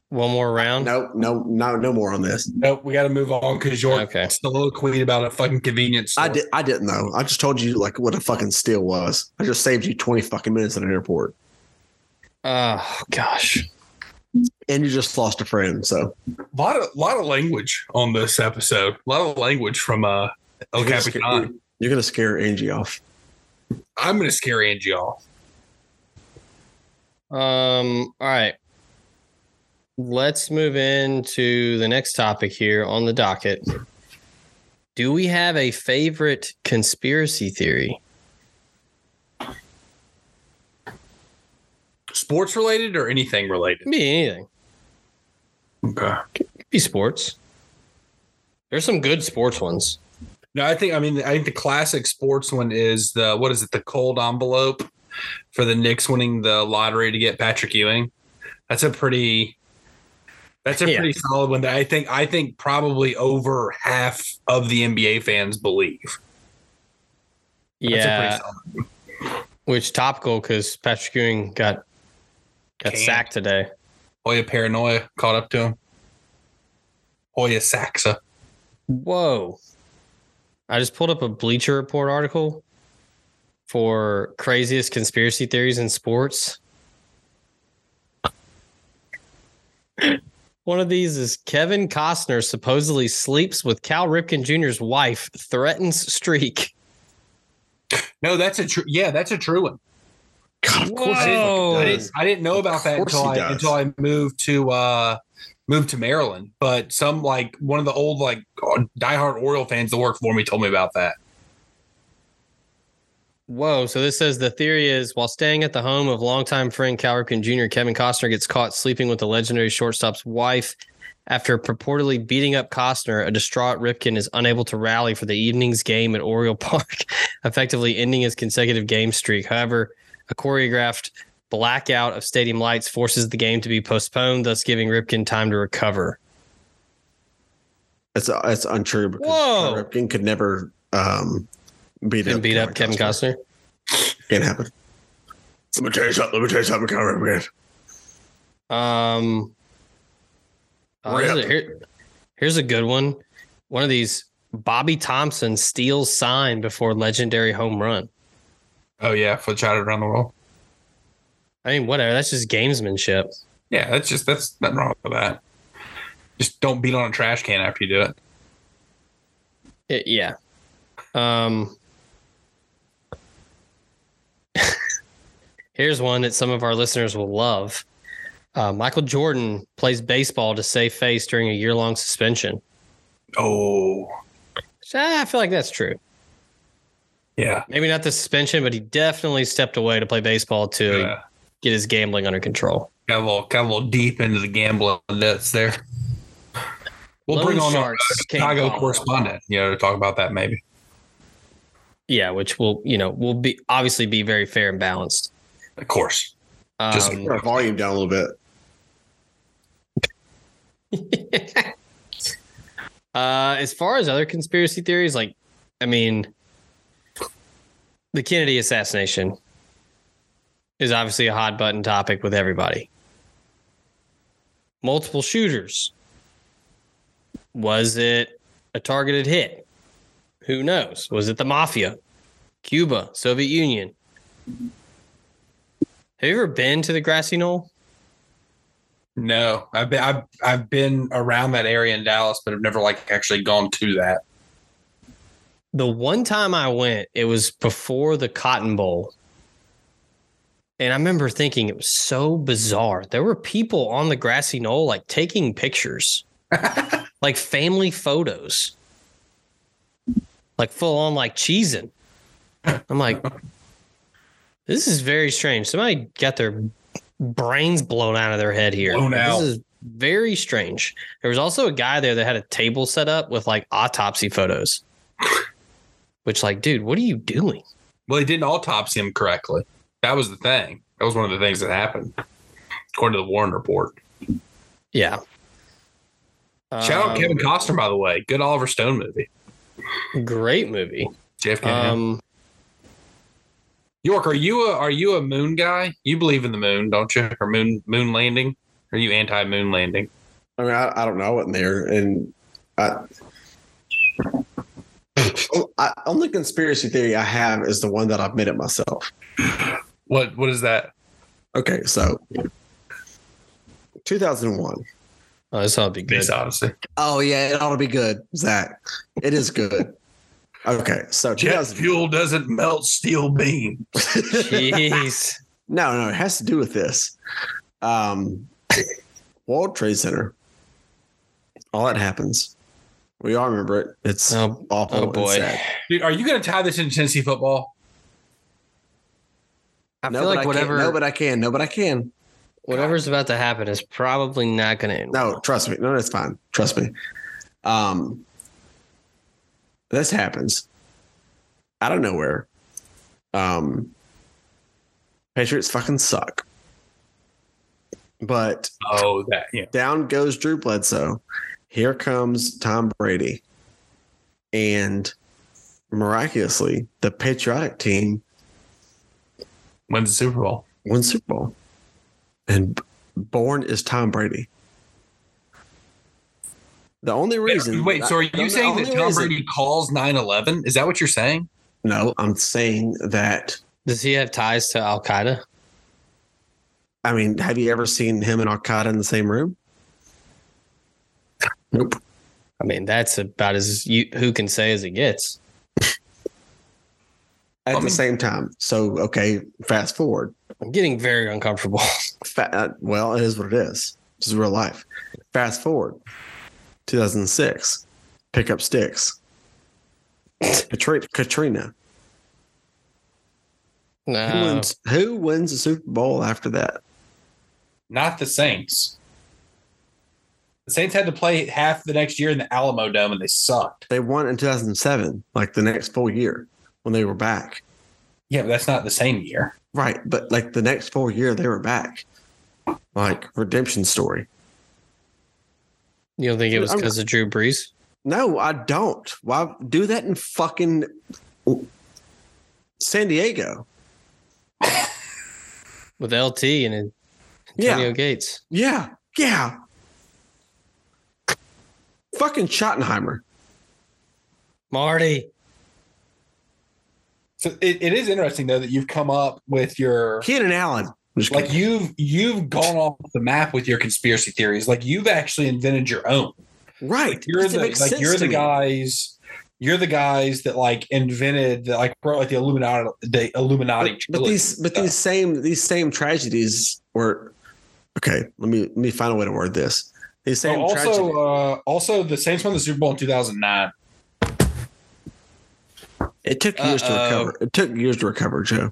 Speaker 2: one more round?
Speaker 3: No, no, no, no more on this.
Speaker 1: Nope, we got to move on because your
Speaker 2: Okay.
Speaker 1: soliloquy about a fucking convenience store.
Speaker 3: I did. I didn't know. I just told you like what a fucking steal was. I just saved you twenty fucking minutes at an airport,
Speaker 2: Oh gosh,
Speaker 3: and you just lost a friend. So
Speaker 1: A lot of, lot of language on this episode. A lot of language from uh, El
Speaker 3: you're gonna scare-
Speaker 1: Capitan.
Speaker 3: you're gonna scare Angie off.
Speaker 1: I'm going to scare Angie off.
Speaker 2: Um, all right. Let's move into the next topic here on the docket. Do we have a favorite conspiracy theory?
Speaker 1: Sports related or anything related?
Speaker 2: Could be anything.
Speaker 1: Okay.
Speaker 2: Could be sports. There's some good sports ones.
Speaker 1: No, I think I mean I think the classic sports one is the what is it the cold envelope for the Knicks winning the lottery to get Patrick Ewing. That's a pretty. That's a
Speaker 2: Yeah.
Speaker 1: pretty solid one that I think I think probably over half of the NBA fans believe. That's a pretty
Speaker 2: Yeah,
Speaker 1: solid one.
Speaker 2: which topical because Patrick Ewing got got
Speaker 1: Canned.
Speaker 2: sacked today.
Speaker 1: Hoya Paranoia caught up to him. Hoya Saxa.
Speaker 2: Whoa! I just pulled up a Bleacher Report article for craziest conspiracy theories in sports. One of these is Kevin Costner supposedly sleeps with Cal Ripken Jr.'s wife, threatens streak.
Speaker 1: No, that's a true. Yeah, that's a true one.
Speaker 3: God, of course. he
Speaker 2: Whoa.
Speaker 1: I
Speaker 3: fucking
Speaker 1: didn't, I didn't know about that
Speaker 3: course
Speaker 1: until
Speaker 3: he
Speaker 1: I
Speaker 3: does.
Speaker 1: until I moved to uh moved to Maryland. But some like one of the old like oh, diehard Oriole fans that work for me told me about that.
Speaker 2: Whoa. So this says the theory is while staying at the home of longtime friend Cal Ripken Jr., Kevin Costner gets caught sleeping with the legendary shortstop's wife. After purportedly beating up Costner, a distraught Ripken is unable to rally for the evening's game at Oriole Park, effectively ending his consecutive game streak. However, a choreographed blackout of stadium lights forces the game to be postponed, thus giving Ripken time to recover.
Speaker 3: That's that's untrue. Because
Speaker 2: Whoa.
Speaker 3: Cal Ripken could never um, beat
Speaker 2: And
Speaker 3: up
Speaker 2: beat up Kevin Costner.
Speaker 3: Can't happen. Let me tell you something. Let me tell you something, Cal Ripken.
Speaker 2: Um, uh, here's, a,
Speaker 3: Rip.
Speaker 2: here- here's a good one. One of these Bobby Thompson steals sign before legendary home run.
Speaker 1: Oh yeah, for the child around the world.
Speaker 2: I mean, whatever. That's just gamesmanship.
Speaker 1: Yeah, that's just that's nothing wrong with that. Just don't beat on a trash can after you do it.
Speaker 2: It- yeah. Um, here's one that some of our listeners will love. Uh, Michael Jordan plays baseball to save face during a year long suspension.
Speaker 1: Oh
Speaker 2: So, I feel like that's true.
Speaker 1: yeah.
Speaker 2: Maybe not the suspension, but he definitely stepped away to play baseball to
Speaker 1: Yeah.
Speaker 2: get his gambling under control.
Speaker 1: Got a little got a little deep into the gambling nuts there. We'll
Speaker 2: Loan
Speaker 1: bring on our
Speaker 2: sharks can't
Speaker 1: Chicago
Speaker 2: follow.
Speaker 1: correspondent, you know, to talk about that maybe.
Speaker 2: Yeah, which will you know will be obviously be very fair and balanced.
Speaker 1: Of course.
Speaker 2: Um,
Speaker 1: Just-
Speaker 3: Put our volume down a little bit.
Speaker 2: uh, as far as other conspiracy theories, like I mean, the Kennedy assassination is obviously a hot button topic with everybody. Multiple shooters. Was it a targeted hit? Who knows? Was it the mafia, Cuba, Soviet Union? Have you ever been to the grassy knoll?
Speaker 1: No, I've been I've, I've been around that area in Dallas, but I've never like actually gone to that.
Speaker 2: the one time I went, it was before the Cotton Bowl. And I remember thinking it was so bizarre. There were people on the grassy knoll like taking pictures, like family photos, like full on like cheesing. I'm like, this is very strange. Somebody got their brains blown out of their head here.
Speaker 1: Blown out.
Speaker 2: This is very strange. There was also a guy there that had a table set up with like autopsy photos which like dude what are you doing
Speaker 1: Well, they didn't autopsy him correctly. That was the thing. That was one of the things that happened, according to the Warren report.
Speaker 2: yeah
Speaker 1: Shout out
Speaker 2: Um,
Speaker 1: Kevin Costner, by the way. Good Oliver Stone movie.
Speaker 2: great movie
Speaker 1: JFK.
Speaker 2: um
Speaker 1: York, are you a are you a moon guy? You believe in the moon, don't you? Or moon moon landing? Are you anti moon landing?
Speaker 3: I mean, I, I don't know. I wasn't there, and I, oh, I only conspiracy theory I have is the one that I've made it myself.
Speaker 1: What what is that?
Speaker 3: Okay, so 2001.
Speaker 2: oh this ought to be good
Speaker 1: Space Odyssey.
Speaker 3: Oh yeah, it ought to be good, Zach. It is good. Okay, so
Speaker 1: Jet
Speaker 3: 2000.
Speaker 1: fuel doesn't melt steel beam.
Speaker 2: jeez
Speaker 3: No, no, it has to do with this. Um, World Trade Center. All that happens. We all remember it. It's
Speaker 2: oh,
Speaker 3: awful.
Speaker 2: oh
Speaker 3: and
Speaker 2: boy
Speaker 3: sad.
Speaker 1: Dude, are you gonna tie this into Tennessee football?
Speaker 2: i
Speaker 3: no,
Speaker 2: feel
Speaker 3: but
Speaker 2: like
Speaker 3: I
Speaker 2: whatever
Speaker 3: Can't, no, but I can. No, but I can.
Speaker 2: whatever's about to happen is probably not gonna end
Speaker 3: No, trust me. No, that's fine. Trust me. Um, this happens out of nowhere. Um, Patriots fucking suck. But
Speaker 1: Oh that yeah.
Speaker 3: down goes Drew Bledsoe. Here comes Tom Brady. And miraculously, the patriotic team
Speaker 1: Wins the Super Bowl.
Speaker 3: wins Super Bowl. And born is Tom Brady. The only reason.
Speaker 1: Wait, so are
Speaker 3: the
Speaker 1: you saying
Speaker 3: only
Speaker 1: that Tom
Speaker 3: reason-
Speaker 1: Brady calls 9-11? Is that what you're saying?
Speaker 3: No, I'm saying that.
Speaker 2: does he have ties to al-qaeda
Speaker 3: I mean, have you ever seen him and Al Qaeda in the same room? Nope.
Speaker 2: i mean that's about as you who can say as it gets
Speaker 3: At
Speaker 1: I
Speaker 3: the
Speaker 1: mean-
Speaker 3: same time. So, okay, fast forward.
Speaker 2: i'm getting very uncomfortable
Speaker 3: Fa- uh, well, it is what it is. This is real life. Fast forward, 2006, pick up sticks. Katrina, Katrina. Who,
Speaker 2: No.
Speaker 3: wins, who wins the Super Bowl after that?
Speaker 1: Not the Saints. The Saints had to play half the next year in the Alamo Dome, and they sucked.
Speaker 3: They won in 2007, like the next full year when they were back.
Speaker 1: Yeah, but that's not the same year.
Speaker 3: Right. But like the next full year, they were back. Like redemption story.
Speaker 2: You don't think it was
Speaker 3: I'm-
Speaker 2: because of Drew Brees?
Speaker 3: No, I don't. Why do that in fucking San Diego?
Speaker 2: With LT and Antonio Gates.
Speaker 3: Yeah. Yeah. Fucking Schottenheimer.
Speaker 2: Marty.
Speaker 1: So it, it is interesting though that you've come up with your
Speaker 3: Keenan Allen. I'm just
Speaker 1: like
Speaker 3: kidding.
Speaker 1: you've you've gone off the map with your conspiracy theories. Like you've actually invented your own.
Speaker 3: right.
Speaker 1: You're
Speaker 3: Because it
Speaker 1: the
Speaker 3: makes
Speaker 1: like
Speaker 3: sense
Speaker 1: you're
Speaker 3: to
Speaker 1: the
Speaker 3: me.
Speaker 1: guys. You're the guys that like invented the, like brought like the Illuminati the Illuminati.
Speaker 3: But, but
Speaker 1: trilogy
Speaker 3: these but
Speaker 1: stuff.
Speaker 3: these same these same tragedies were okay. Let me let me find a way to word this. These
Speaker 1: So
Speaker 3: same
Speaker 1: Oh, also
Speaker 3: tragedies.
Speaker 1: uh, also the Saints won the Super Bowl in 2009.
Speaker 3: It took years to
Speaker 1: uh-oh.
Speaker 3: recover. It took years to recover, Joe.
Speaker 1: uh,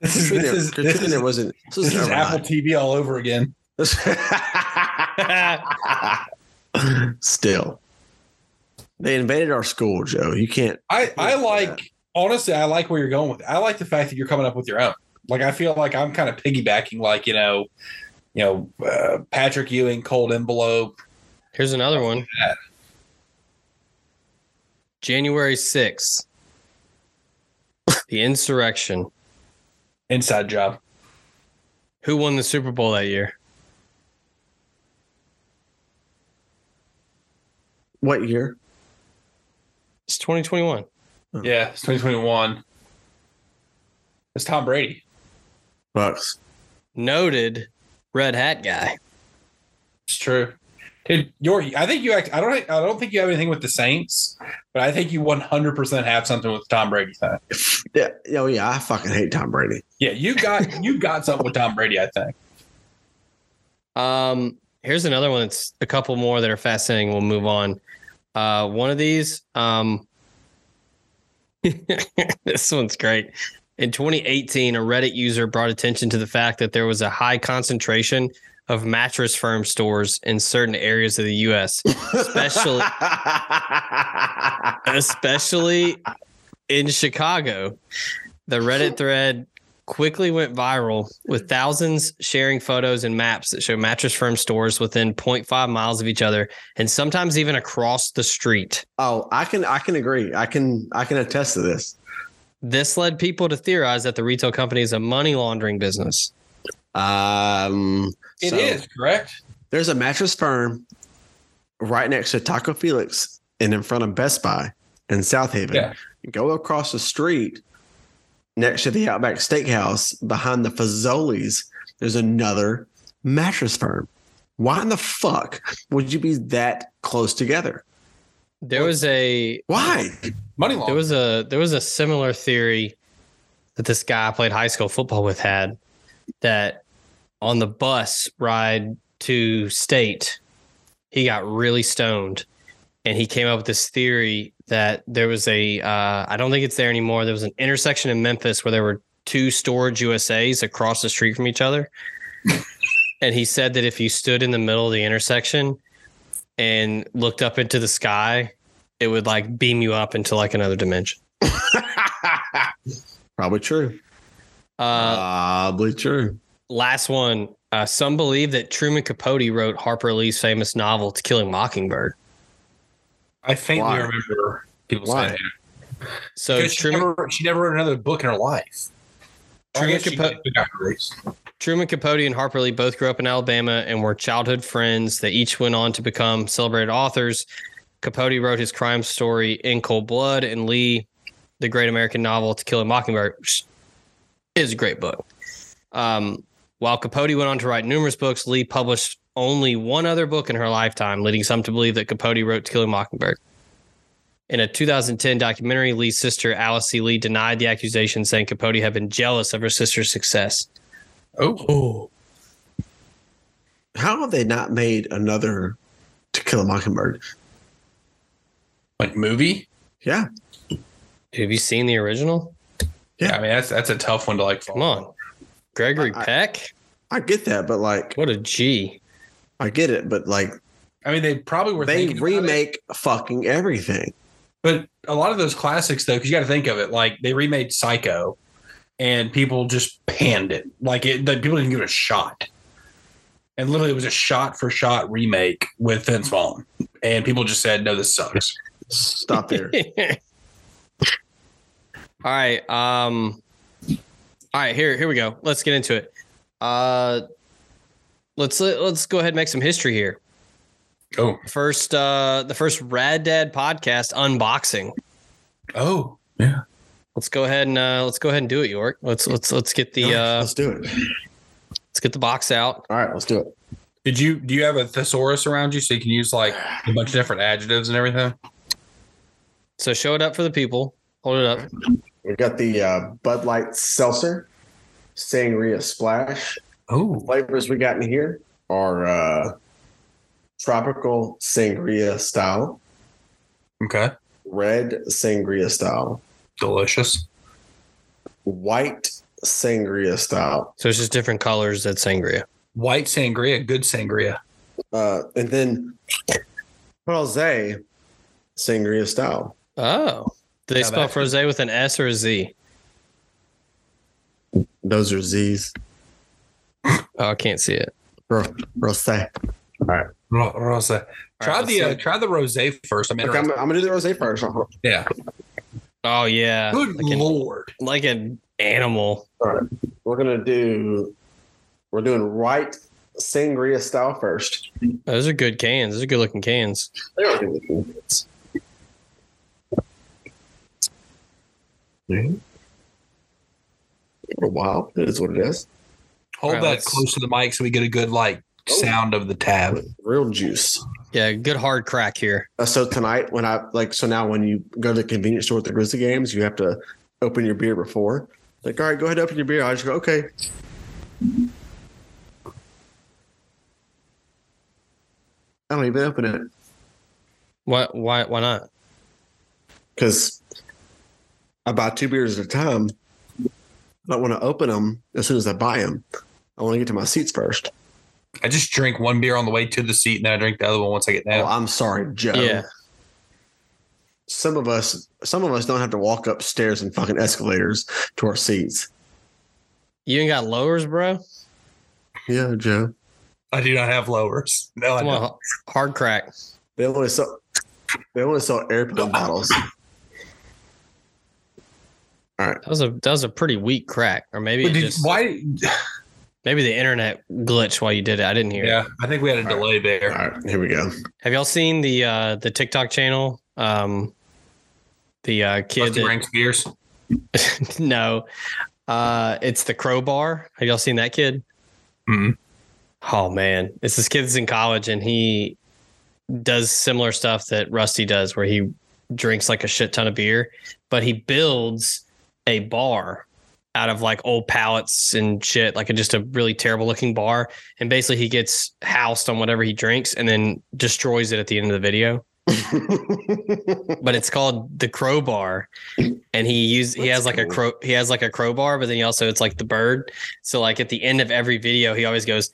Speaker 1: This is
Speaker 3: Katrina,
Speaker 1: this is this
Speaker 3: Katrina
Speaker 1: is,
Speaker 3: wasn't. This,
Speaker 1: this
Speaker 3: was
Speaker 1: is Apple TV all over again.
Speaker 3: Still, they invaded our school, Joe. You can't.
Speaker 1: I I like honestly I like where you're going with. It. I like the fact that you're coming up with your own. Like I feel like I'm kind of piggybacking, like you know, you know, uh, Patrick Ewing, cold envelope.
Speaker 2: Here's another one. January 6th. The insurrection.
Speaker 1: Inside job.
Speaker 2: Who won the Super Bowl that year?
Speaker 3: What year?
Speaker 2: It's 2021.
Speaker 1: Yeah, it's 2021. It's Tom Brady.
Speaker 3: Bucks.
Speaker 2: Noted red hat guy.
Speaker 1: It's true. Dude, you're, I think you act. I don't. I don't think you have anything with the Saints, but I think you 100 percent have something with Tom Brady. Thing.
Speaker 3: Yeah. Oh yeah. I fucking hate Tom Brady.
Speaker 1: Yeah, you got you got something with Tom Brady. I think.
Speaker 2: Um, here's another one that's a couple more that are fascinating. We'll move on. Uh, one of these. Um, this one's great. In 2018, a Reddit user brought attention to the fact that there was a high concentration of mattress firm stores in certain areas of the U.S. Especially- especially in Chicago. The Reddit thread quickly went viral with thousands sharing photos and maps that show mattress firm stores within 0.5 miles of each other and sometimes even across the street.
Speaker 3: Oh, I can. I can agree. I can. I can attest to this.
Speaker 2: This led people to theorize that the retail company is a money laundering business.
Speaker 3: Um.
Speaker 1: It is
Speaker 3: so-
Speaker 1: correct.
Speaker 3: There's a mattress firm right next to Taco Felix and in front of Best Buy in South Haven.
Speaker 1: Yeah.
Speaker 3: Go across the street next to the Outback Steakhouse behind the Fazoli's. There's another mattress firm. Why in the fuck would you be that close together?
Speaker 2: There was a
Speaker 3: Why?
Speaker 1: Money long.
Speaker 2: There was a there was a similar theory that this guy I played high school football with had that on the bus ride to state, he got really stoned, and he came up with this theory that there was a uh, I don't think it's there anymore. There was an intersection in Memphis where there were two storage USAs across the street from each other, and he said that if you stood in the middle of the intersection and looked up into the sky it would like beam you up into like another dimension.
Speaker 3: Probably true.
Speaker 2: Uh,
Speaker 3: Probably true.
Speaker 2: last one. Uh, some believe that Truman Capote wrote Harper Lee's famous novel *To Kill a Mockingbird*.
Speaker 1: I faintly
Speaker 3: Why?
Speaker 1: remember people
Speaker 3: Why?
Speaker 1: saying
Speaker 2: So
Speaker 1: Because she,
Speaker 2: Truman,
Speaker 1: never, she never wrote another book in her life. Or I
Speaker 2: Truman
Speaker 1: guess she
Speaker 2: Capote-
Speaker 1: did got released.
Speaker 2: Truman Capote and Harper Lee both grew up in Alabama and were childhood friends. They each went on to become celebrated authors. Capote wrote his crime story *In Cold Blood* and Lee, the great American novel *To Kill a Mockingbird*, which is a great book. Um, while Capote went on to write numerous books, Lee published only one other book in her lifetime, leading some to believe that Capote wrote *To Kill a Mockingbird*. In a 2010 documentary, Lee's sister Alice C. Lee denied the accusation, saying Capote had been jealous of her sister's success.
Speaker 1: Oh,
Speaker 3: How have they not made another To Kill a Mockingbird?
Speaker 1: Like movie.
Speaker 3: Yeah,
Speaker 2: Have you seen the original?
Speaker 3: Yeah.
Speaker 1: Yeah. I mean that's that's a tough one to like.
Speaker 2: Come on. Gregory
Speaker 3: I- I-
Speaker 2: Peck?
Speaker 3: I get that, but like
Speaker 2: What a G.
Speaker 3: I get it, but like
Speaker 1: I mean they probably were
Speaker 3: they
Speaker 1: thinking about it.
Speaker 3: remake fucking everything.
Speaker 1: But a lot of those classics, though, because you got to think of it, like they remade Psycho, and people just panned it. Like it, like, people didn't give it a shot, and literally it was a shot for shot remake with Vince Vaughn, and people just said, "No, this sucks."
Speaker 3: Stop there.
Speaker 2: all right. Um all right, here here we go. Let's get into it. Uh let's let's go ahead and make some history here.
Speaker 1: Oh,
Speaker 2: First uh the first Rad Dad podcast unboxing.
Speaker 1: oh, yeah.
Speaker 2: Let's go ahead and uh let's go ahead and do it, York. Let's let's let's get the uh
Speaker 3: let's do it.
Speaker 2: let's get the box out.
Speaker 3: All right, let's do it.
Speaker 1: Did you do you have a thesaurus around you so you can use like a bunch of different adjectives and everything?
Speaker 2: So show it up for the people. Hold it up.
Speaker 3: We got the uh, Bud Light Seltzer, Sangria Splash.
Speaker 1: Oh,
Speaker 3: Flavors we got in here are uh, tropical sangria style,
Speaker 1: okay,
Speaker 3: red sangria style,
Speaker 1: delicious.
Speaker 3: white sangria style,
Speaker 2: So it's just different colors that sangria.
Speaker 1: White sangria, good sangria.
Speaker 3: uh, and then rosé sangria style.
Speaker 2: Oh. Do they
Speaker 1: Yeah,
Speaker 2: spell
Speaker 1: that-
Speaker 2: rose with an S or a Z?
Speaker 3: Those are Z's.
Speaker 2: Oh, I can't see it.
Speaker 3: Ro- Rosé.
Speaker 1: Ro- Rosa,
Speaker 2: All
Speaker 1: try
Speaker 2: right,
Speaker 1: the uh,
Speaker 2: let's
Speaker 1: try the rosé first. I'm
Speaker 3: Okay,
Speaker 1: interested.
Speaker 3: I'm, I'm gonna do the rosé first. Uh-huh. All
Speaker 1: yeah.
Speaker 2: Oh yeah.
Speaker 1: Good
Speaker 2: Like an,
Speaker 1: lord.
Speaker 2: like an animal.
Speaker 3: right, we're gonna do. We're doing white sangria style first.
Speaker 2: Those are good cans. Those are good looking cans.
Speaker 3: Mhm. For a while, it is what it is.
Speaker 1: Hold
Speaker 2: Alright,
Speaker 1: that
Speaker 2: let's-
Speaker 1: close to the mic so we get a good like
Speaker 3: Oh.
Speaker 1: sound of the tab.
Speaker 3: Real juice.
Speaker 2: Yeah, good hard crack here.
Speaker 3: Uh, so tonight, when I like, so now when you go to the convenience store at the Grizzly games, you have to open your beer before. Like, all right, go ahead, open your beer. I just go, okay. I don't even open it
Speaker 2: Why why why not?
Speaker 3: because I buy two beers at a time. I don't want to open them as soon as I buy them. I want to get to my seats first.
Speaker 1: I just drink one beer on the way to the seat and then I drink the other one once I get down.
Speaker 3: Oh, I'm sorry, Joe.
Speaker 2: Yeah.
Speaker 3: Some of us, some of us don't have to walk upstairs and fucking escalators to our seats.
Speaker 2: You ain't got lowers, bro?
Speaker 3: Yeah, Joe.
Speaker 1: I do not have lowers. No, I
Speaker 2: Come
Speaker 1: don't.
Speaker 2: on, h- hard crack.
Speaker 3: They only sell, they only sell airplane bottles.
Speaker 2: That was a that was a pretty weak crack. Or maybe
Speaker 1: But
Speaker 2: it
Speaker 1: did-
Speaker 2: just,
Speaker 1: why?
Speaker 2: maybe the internet glitched while you did it. I didn't hear it.
Speaker 1: Yeah, I think we had a delay
Speaker 3: All
Speaker 1: there.
Speaker 3: right, here we go.
Speaker 2: Have y'all seen the uh the TikTok channel? Um the uh kid
Speaker 1: Rusty
Speaker 2: that-
Speaker 1: Ranks beers.
Speaker 2: no. Uh it's the crowbar. Have y'all seen that kid?
Speaker 1: Mhm.
Speaker 2: Oh man. It's this kid that's in college and he does similar stuff that Rusty does where he drinks like a shit ton of beer, but he builds a bar out of like old pallets and shit, like a, just a really terrible looking bar. And basically he gets housed on whatever he drinks and then destroys it at the end of the video. but it's called the crowbar and he use he
Speaker 3: That's
Speaker 2: has like a
Speaker 3: cool.
Speaker 2: crow he has like a crowbar but then he also it's like the bird so like at the end of every video he always goes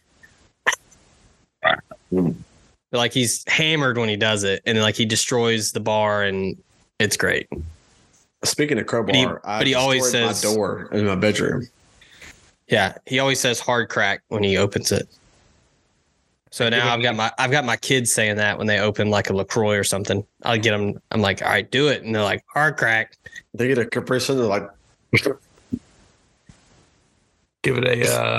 Speaker 2: like he's hammered when he does it and like he destroys the bar and it's great
Speaker 3: Speaking of crowbar,
Speaker 2: But he-
Speaker 3: I
Speaker 2: but he always
Speaker 3: destroyed my
Speaker 2: says-
Speaker 3: door in my bedroom.
Speaker 2: yeah he always says hard crack when he opens it so now I've got my I've got my kids saying that when they open like a Lacroix or something, I'll get them. I'm like, all right, do it, and they're like, hard crack.
Speaker 3: They get a Capri Sun. They're like,
Speaker 1: Give it a. Uh,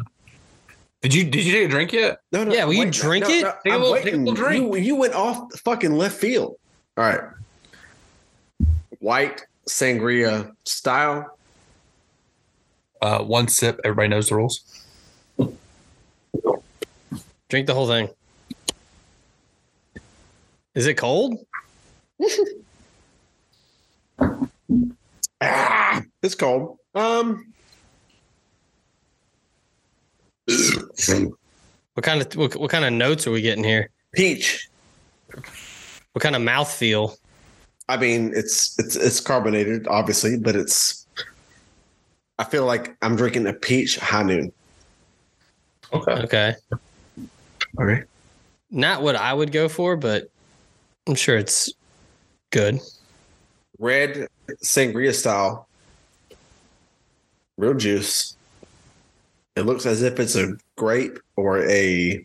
Speaker 1: did you did you take a drink yet?
Speaker 3: no, no.
Speaker 2: Yeah, will you
Speaker 3: wait,
Speaker 2: drink it?
Speaker 1: Take a
Speaker 3: I'm
Speaker 1: little- take a
Speaker 3: waiting.
Speaker 1: little drink.
Speaker 3: You, you went off the fucking left field. All right. White sangria style.
Speaker 1: Uh, one sip. Everybody knows the rules.
Speaker 2: Drink the whole thing. Is it cold?
Speaker 3: Ah, it's cold. Um,
Speaker 2: What kind of what, what kind of notes are we getting here?
Speaker 3: Peach.
Speaker 2: What kind of mouth feel?
Speaker 3: I mean, it's it's it's carbonated, obviously, but it's. I feel like I'm drinking a peach high noon. Oh.
Speaker 1: Okay.
Speaker 2: Okay,
Speaker 1: Okay.
Speaker 2: not what I would go for, but I'm sure it's good.
Speaker 3: red sangria style real juice it looks as if it's a grape or a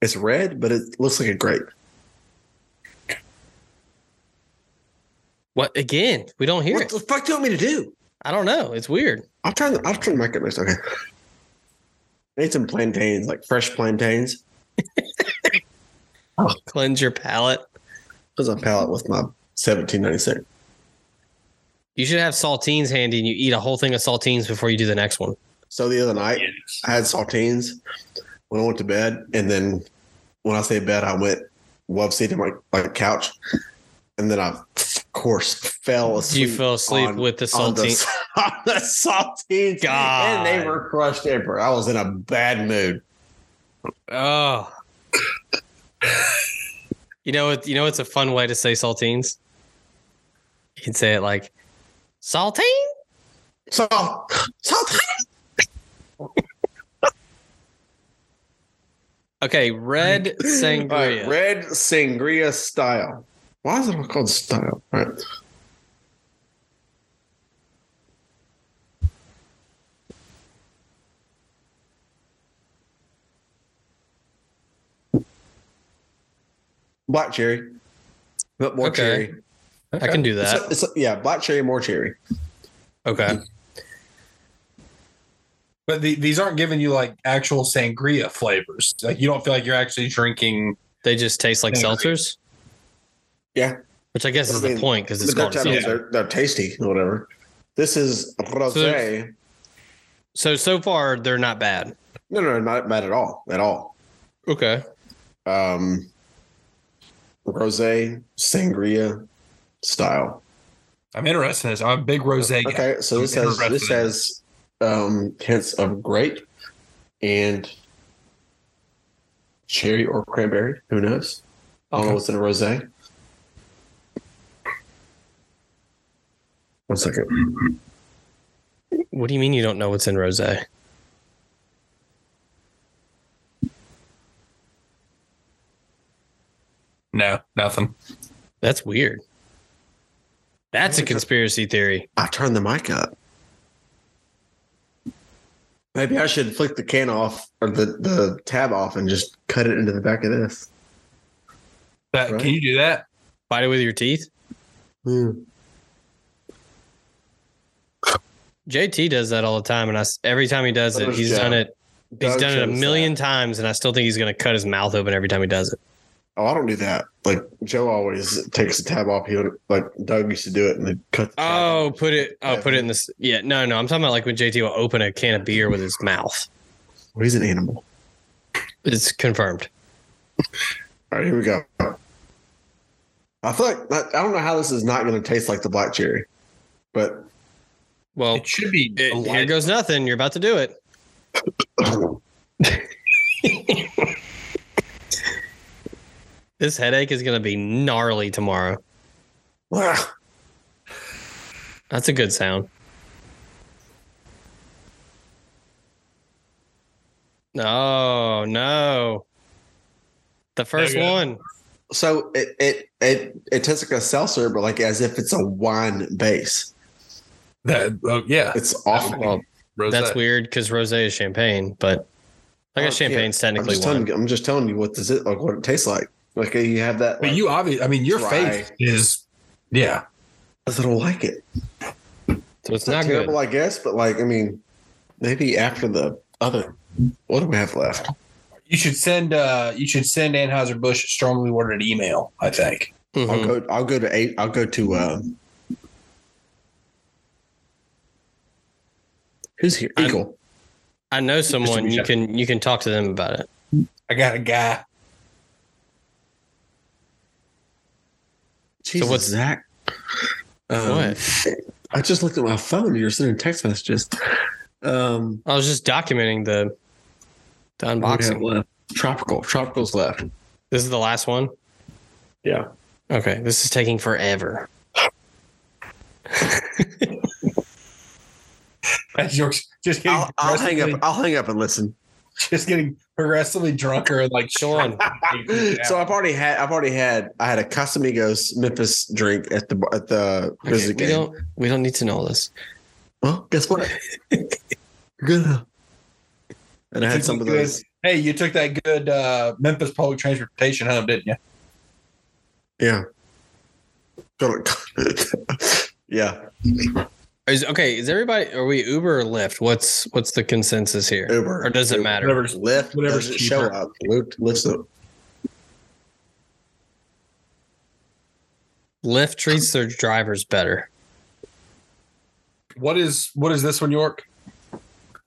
Speaker 3: it's red but it looks like a grape
Speaker 2: What again? We don't hear
Speaker 3: what
Speaker 2: it.
Speaker 3: the fuck do you want me to do
Speaker 2: I don't know. It's weird.
Speaker 3: i'll turn i'll turn my goodness okay I need some plantains like fresh plantains
Speaker 2: Cleanse your palate.
Speaker 3: there's a palate with my 1796
Speaker 2: You should have saltines handy, and you eat a whole thing of saltines before you do the next one.
Speaker 3: so the other night
Speaker 1: Yes.
Speaker 3: I had saltines when I went to bed, and then when I say bed, I went love seat to my like couch, and then I, of course, fell asleep.
Speaker 2: You fell asleep
Speaker 3: on-
Speaker 2: with the
Speaker 3: on the-
Speaker 2: saltine.
Speaker 3: on the saltines,
Speaker 2: God.
Speaker 3: and they were crushed emperor. I was in a bad mood.
Speaker 2: Oh. you know what? You know it's a fun way to say saltines. You can say it like saltine.
Speaker 3: So saltines.
Speaker 2: Okay, red
Speaker 3: All right,
Speaker 2: sangria.
Speaker 3: red sangria style. Why is it called style? All right. Black cherry, but more
Speaker 2: Okay.
Speaker 3: cherry.
Speaker 2: I can do
Speaker 3: It's
Speaker 2: that.
Speaker 3: a- it's a- yeah, black cherry, more cherry.
Speaker 2: Okay.
Speaker 1: But the, these aren't giving you like actual sangria flavors. Like you don't feel like you're actually drinking.
Speaker 2: They just taste like
Speaker 1: Sangria.
Speaker 2: seltzers.
Speaker 3: Yeah.
Speaker 2: Which I guess is
Speaker 3: I
Speaker 2: the
Speaker 3: mean,
Speaker 2: point because it's
Speaker 3: But they're,
Speaker 2: called a seltzer.
Speaker 3: totally- they're, they're tasty, or whatever. This is rosé.
Speaker 2: there's- So so far they're not bad.
Speaker 3: no, no, not bad at all, at all.
Speaker 2: Okay.
Speaker 3: um, rose sangria style.
Speaker 1: I'm interested in this. I'm a big rosé guy.
Speaker 3: Okay, so this
Speaker 1: I'm
Speaker 3: has this
Speaker 1: interested in
Speaker 3: has um, hints of grape and cherry or cranberry. Who knows? I don't know what's in a rose. One second.
Speaker 2: What do you mean you don't know what's in rosé?
Speaker 1: No, nothing.
Speaker 2: That's weird. That's a conspiracy theory.
Speaker 3: I turned the mic up. Maybe I should flick the can off or the, the tab off and just cut it into the back of this.
Speaker 1: That,
Speaker 3: Right.
Speaker 1: Can you do that?
Speaker 2: Bite it with your teeth.
Speaker 3: Hmm.
Speaker 2: JT does that all the time, and I s- every time he does
Speaker 3: So
Speaker 2: it,
Speaker 3: does
Speaker 2: he's
Speaker 3: Joe.
Speaker 2: done it. He's
Speaker 3: Doug
Speaker 2: done it a
Speaker 3: shows
Speaker 2: million times, and I still think he's going to cut his mouth open every time he does it.
Speaker 3: that. Oh, I don't do that. Like Joe always takes the tab off. He would like Doug used to do it and then cut. The tab off.
Speaker 2: Oh, put it. Oh,
Speaker 3: Yeah.
Speaker 2: put it in this. Yeah, no, no. I'm talking about like when JT will open a can of beer with his mouth.
Speaker 3: Well, he's an animal.
Speaker 2: It's confirmed.
Speaker 3: All right, here we go. I feel like I I don't know how this is not going to taste like the black cherry, but
Speaker 2: Well,
Speaker 1: Oh, It should be.
Speaker 2: it-
Speaker 1: a light-
Speaker 2: here goes nothing. You're about to do it. This headache is going to be gnarly tomorrow.
Speaker 3: Ah,
Speaker 2: That's a good sound. No, no. The first
Speaker 1: go.
Speaker 2: one.
Speaker 3: so it it it it tastes like a seltzer, but like as if it's a wine base.
Speaker 1: That, oh, yeah.
Speaker 3: It's awful.
Speaker 2: Well,
Speaker 1: Rosé.
Speaker 2: That's weird because rosé is champagne, but I
Speaker 3: Oh, yeah.
Speaker 2: guess champagne's
Speaker 3: I'm
Speaker 2: technically
Speaker 3: just
Speaker 2: wine.
Speaker 3: telling you. I'm just telling you what does it like what it tastes like. Like you have that.
Speaker 1: But
Speaker 3: like,
Speaker 1: you obviously, I mean, your
Speaker 3: Dry.
Speaker 1: face is, yeah.
Speaker 3: I don't like it.
Speaker 2: So it's not good.
Speaker 3: terrible, I guess, but like, I mean, maybe after the other, what do we have left?
Speaker 1: You should send, uh you should send Anheuser Busch a strongly worded email. I think.
Speaker 2: Mhm.
Speaker 3: I'll go. I'll go to eight. I'll go to. Um, who's here?
Speaker 2: I'm-
Speaker 3: Eagle.
Speaker 2: I know someone. You
Speaker 1: Distribution.
Speaker 2: can you can talk to them about it.
Speaker 1: I got a guy.
Speaker 3: Jesus,
Speaker 2: what's-
Speaker 3: Zach? Um,
Speaker 2: What?
Speaker 3: I just looked at my phone. You're sending text messages. Um,
Speaker 2: I was just documenting the
Speaker 3: Oh,
Speaker 2: The
Speaker 5: What do we
Speaker 2: unboxing.
Speaker 5: have left? Tropical. Tropical's left.
Speaker 2: This is the last one.
Speaker 3: Yeah.
Speaker 2: Okay. This is taking forever.
Speaker 1: That's jokes. Just getting
Speaker 5: I'll- I'll hang
Speaker 1: progressively-
Speaker 5: up.
Speaker 3: I'll hang up and listen.
Speaker 1: Just getting progressively drunker and like
Speaker 2: Sean.
Speaker 3: So I've already had I've already had I had a Casamigos Memphis drink at the at the
Speaker 2: Okay,
Speaker 3: Grizzlies
Speaker 2: we
Speaker 3: game.
Speaker 2: don't. We don't need to know this.
Speaker 3: Well, guess what? You're good. And I had some of those.
Speaker 1: Hey, you took that good uh, Memphis public transportation home, didn't you?
Speaker 3: Yeah. Go to- yeah.
Speaker 2: Is okay? Is everybody? Are we Uber or Lyft? What's What's the consensus here?
Speaker 3: Uber.
Speaker 2: Or does it
Speaker 3: Uber.
Speaker 2: matter?
Speaker 1: Whatever's
Speaker 3: Lyft.
Speaker 1: Whatever's
Speaker 3: Whatever's show
Speaker 1: cheaper.
Speaker 3: up. Lyft. Lyft's up.
Speaker 2: Lyft treats their drivers better.
Speaker 1: What is what is this one, York?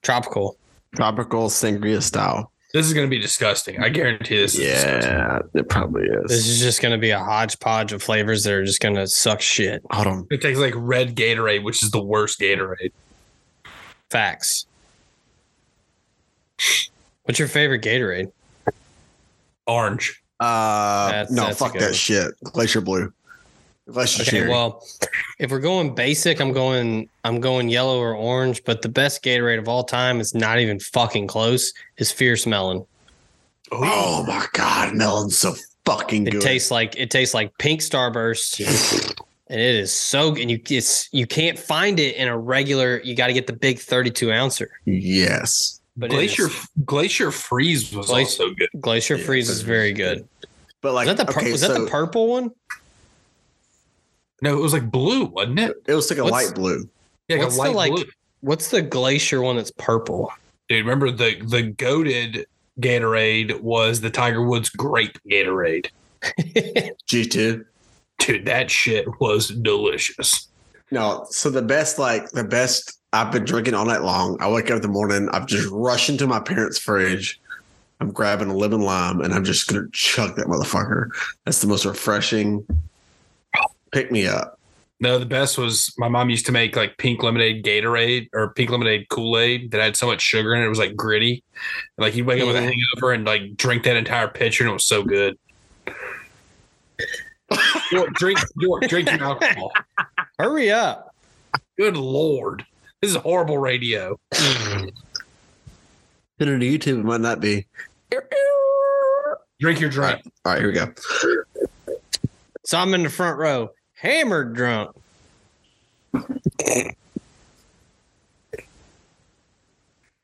Speaker 2: Tropical.
Speaker 3: Tropical sangria style.
Speaker 1: This is going to be disgusting. I guarantee this. Is disgusting.
Speaker 3: Yeah, it probably is.
Speaker 2: This is just going to be a hodgepodge of flavors that are just going to suck shit.
Speaker 3: Hold on.
Speaker 1: It takes like red Gatorade, which is the worst Gatorade.
Speaker 2: Facts. What's your favorite Gatorade?
Speaker 1: Orange.
Speaker 3: Uh,
Speaker 2: That's-
Speaker 3: no,
Speaker 2: that's a
Speaker 3: fuck
Speaker 2: good
Speaker 3: that
Speaker 2: one.
Speaker 3: shit. Glacier blue. Glacier
Speaker 2: Okay,
Speaker 3: cherry.
Speaker 2: well, if we're going basic, I'm going I'm going yellow or orange, but the best Gatorade of all time is not even fucking close. Is Fierce Melon.
Speaker 3: oh my god, melon's so fucking
Speaker 2: It
Speaker 3: good.
Speaker 2: tastes like it tastes like pink Starburst. And it is so good. And you it's you can't find it in a regular. You got to get the big thirty-two ouncer.
Speaker 3: yes,
Speaker 2: But it
Speaker 1: Glacier
Speaker 2: is-
Speaker 1: Glacier Freeze was
Speaker 2: Glacier-
Speaker 1: also good.
Speaker 2: Glacier
Speaker 3: Yeah,
Speaker 2: Freeze is
Speaker 3: that's-
Speaker 2: very good.
Speaker 3: but like
Speaker 2: was that the pur-
Speaker 3: okay,
Speaker 2: was
Speaker 3: so
Speaker 2: that the purple one?
Speaker 1: No, it was like blue, wasn't it?
Speaker 3: it was like a
Speaker 2: what's-
Speaker 3: light blue.
Speaker 1: Yeah, like
Speaker 2: What's
Speaker 1: a
Speaker 2: the,
Speaker 1: light
Speaker 2: like-
Speaker 1: blue.
Speaker 2: What's the glacier one that's purple?
Speaker 1: Dude, remember the the goaded Gatorade was the Tiger Woods grape Gatorade.
Speaker 3: G two.
Speaker 1: Dude, that shit was delicious.
Speaker 3: No, so the best, like the best I've been drinking all night long. I wake up in the morning, I'm just rushing to my parents' fridge. I'm grabbing a lemon lime and I'm just gonna chug that motherfucker. That's the most refreshing pick me up.
Speaker 1: No, the best was my mom used to make like pink lemonade Gatorade or pink lemonade Kool Aid that had so much sugar in it. It was like gritty. And, like you'd wake up with a
Speaker 2: Mhm.
Speaker 1: hangover and like drink that entire pitcher, and it was so good. York, drink, York, drink your alcohol.
Speaker 2: Hurry up.
Speaker 1: Good lord, this is horrible radio.
Speaker 3: Put it on YouTube, it might not be.
Speaker 1: Drink your drink.
Speaker 3: All right, here we go.
Speaker 2: So I'm in the front row, hammered drunk.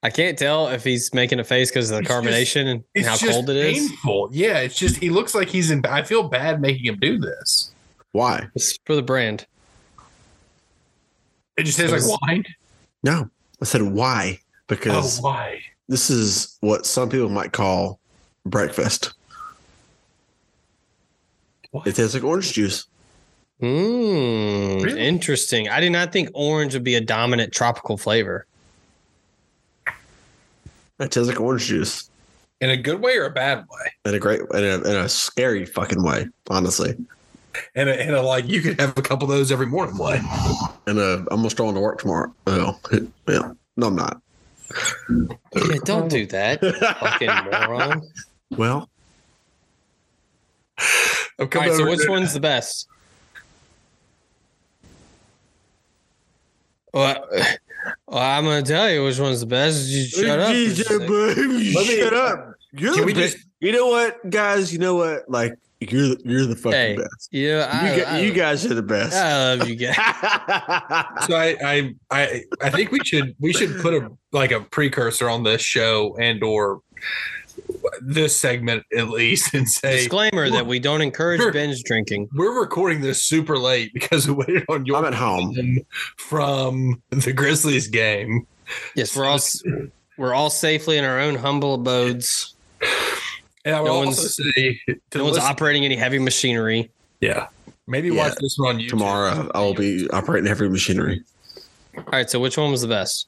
Speaker 2: I can't tell if he's making a face because of the
Speaker 1: It's just-
Speaker 2: carbonation and how cold it is.
Speaker 1: Painful. Yeah, it's just he looks like he's in. I feel bad making him do this.
Speaker 3: Why?
Speaker 2: It's for the brand.
Speaker 1: It just tastes like wine.
Speaker 3: No. I said why?
Speaker 1: Oh,
Speaker 3: Because
Speaker 1: why?
Speaker 3: this is what some people might call breakfast.
Speaker 1: What?
Speaker 3: It tastes like orange juice.
Speaker 2: Mmm.
Speaker 1: Really?
Speaker 2: Interesting. I did not think orange would be a dominant tropical flavor.
Speaker 3: It tastes like orange juice.
Speaker 1: In a good way or a bad way?
Speaker 3: in a great in a, in a scary fucking way honestly
Speaker 1: And a, and a, like you could have a couple of those every morning. Way.
Speaker 3: and uh, i'm almost going to work tomorrow oh yeah no i'm not
Speaker 2: Yeah, don't do that. Fucking moron.
Speaker 3: well
Speaker 1: I'm
Speaker 2: All
Speaker 1: coming
Speaker 2: right, so
Speaker 1: over
Speaker 2: which
Speaker 1: to-
Speaker 2: one's the best? Well, well, I'm gonna tell you which one's the best. You shut up. for a sec.
Speaker 3: Let me-
Speaker 1: shut
Speaker 3: You're
Speaker 1: Can
Speaker 3: the
Speaker 1: we
Speaker 3: best.
Speaker 1: just-
Speaker 3: you know what guys you know what like you're the, you're the fucking
Speaker 2: Hey,
Speaker 3: best
Speaker 2: Yeah, I,
Speaker 3: you,
Speaker 2: I,
Speaker 3: gu- you guys are the best
Speaker 2: I love you guys.
Speaker 1: So I, I I I think we should we should put a like a precursor on this show and or this segment at least and say
Speaker 2: Disclaimer that we don't encourage
Speaker 1: Sure.
Speaker 2: binge drinking.
Speaker 1: we're recording this super late because we waited on
Speaker 3: i'm
Speaker 1: your
Speaker 3: at home
Speaker 1: from the Grizzlies game.
Speaker 2: Yes, we're all s- we're all safely in our own humble abodes.
Speaker 1: And I will
Speaker 2: No
Speaker 1: also
Speaker 2: one's-
Speaker 1: say to
Speaker 2: No one's
Speaker 1: listen-
Speaker 2: operating any heavy machinery.
Speaker 1: yeah. Maybe
Speaker 3: Yeah.
Speaker 1: watch this one on YouTube
Speaker 3: tomorrow i'll be operating heavy machinery
Speaker 2: All right, so which one was the best?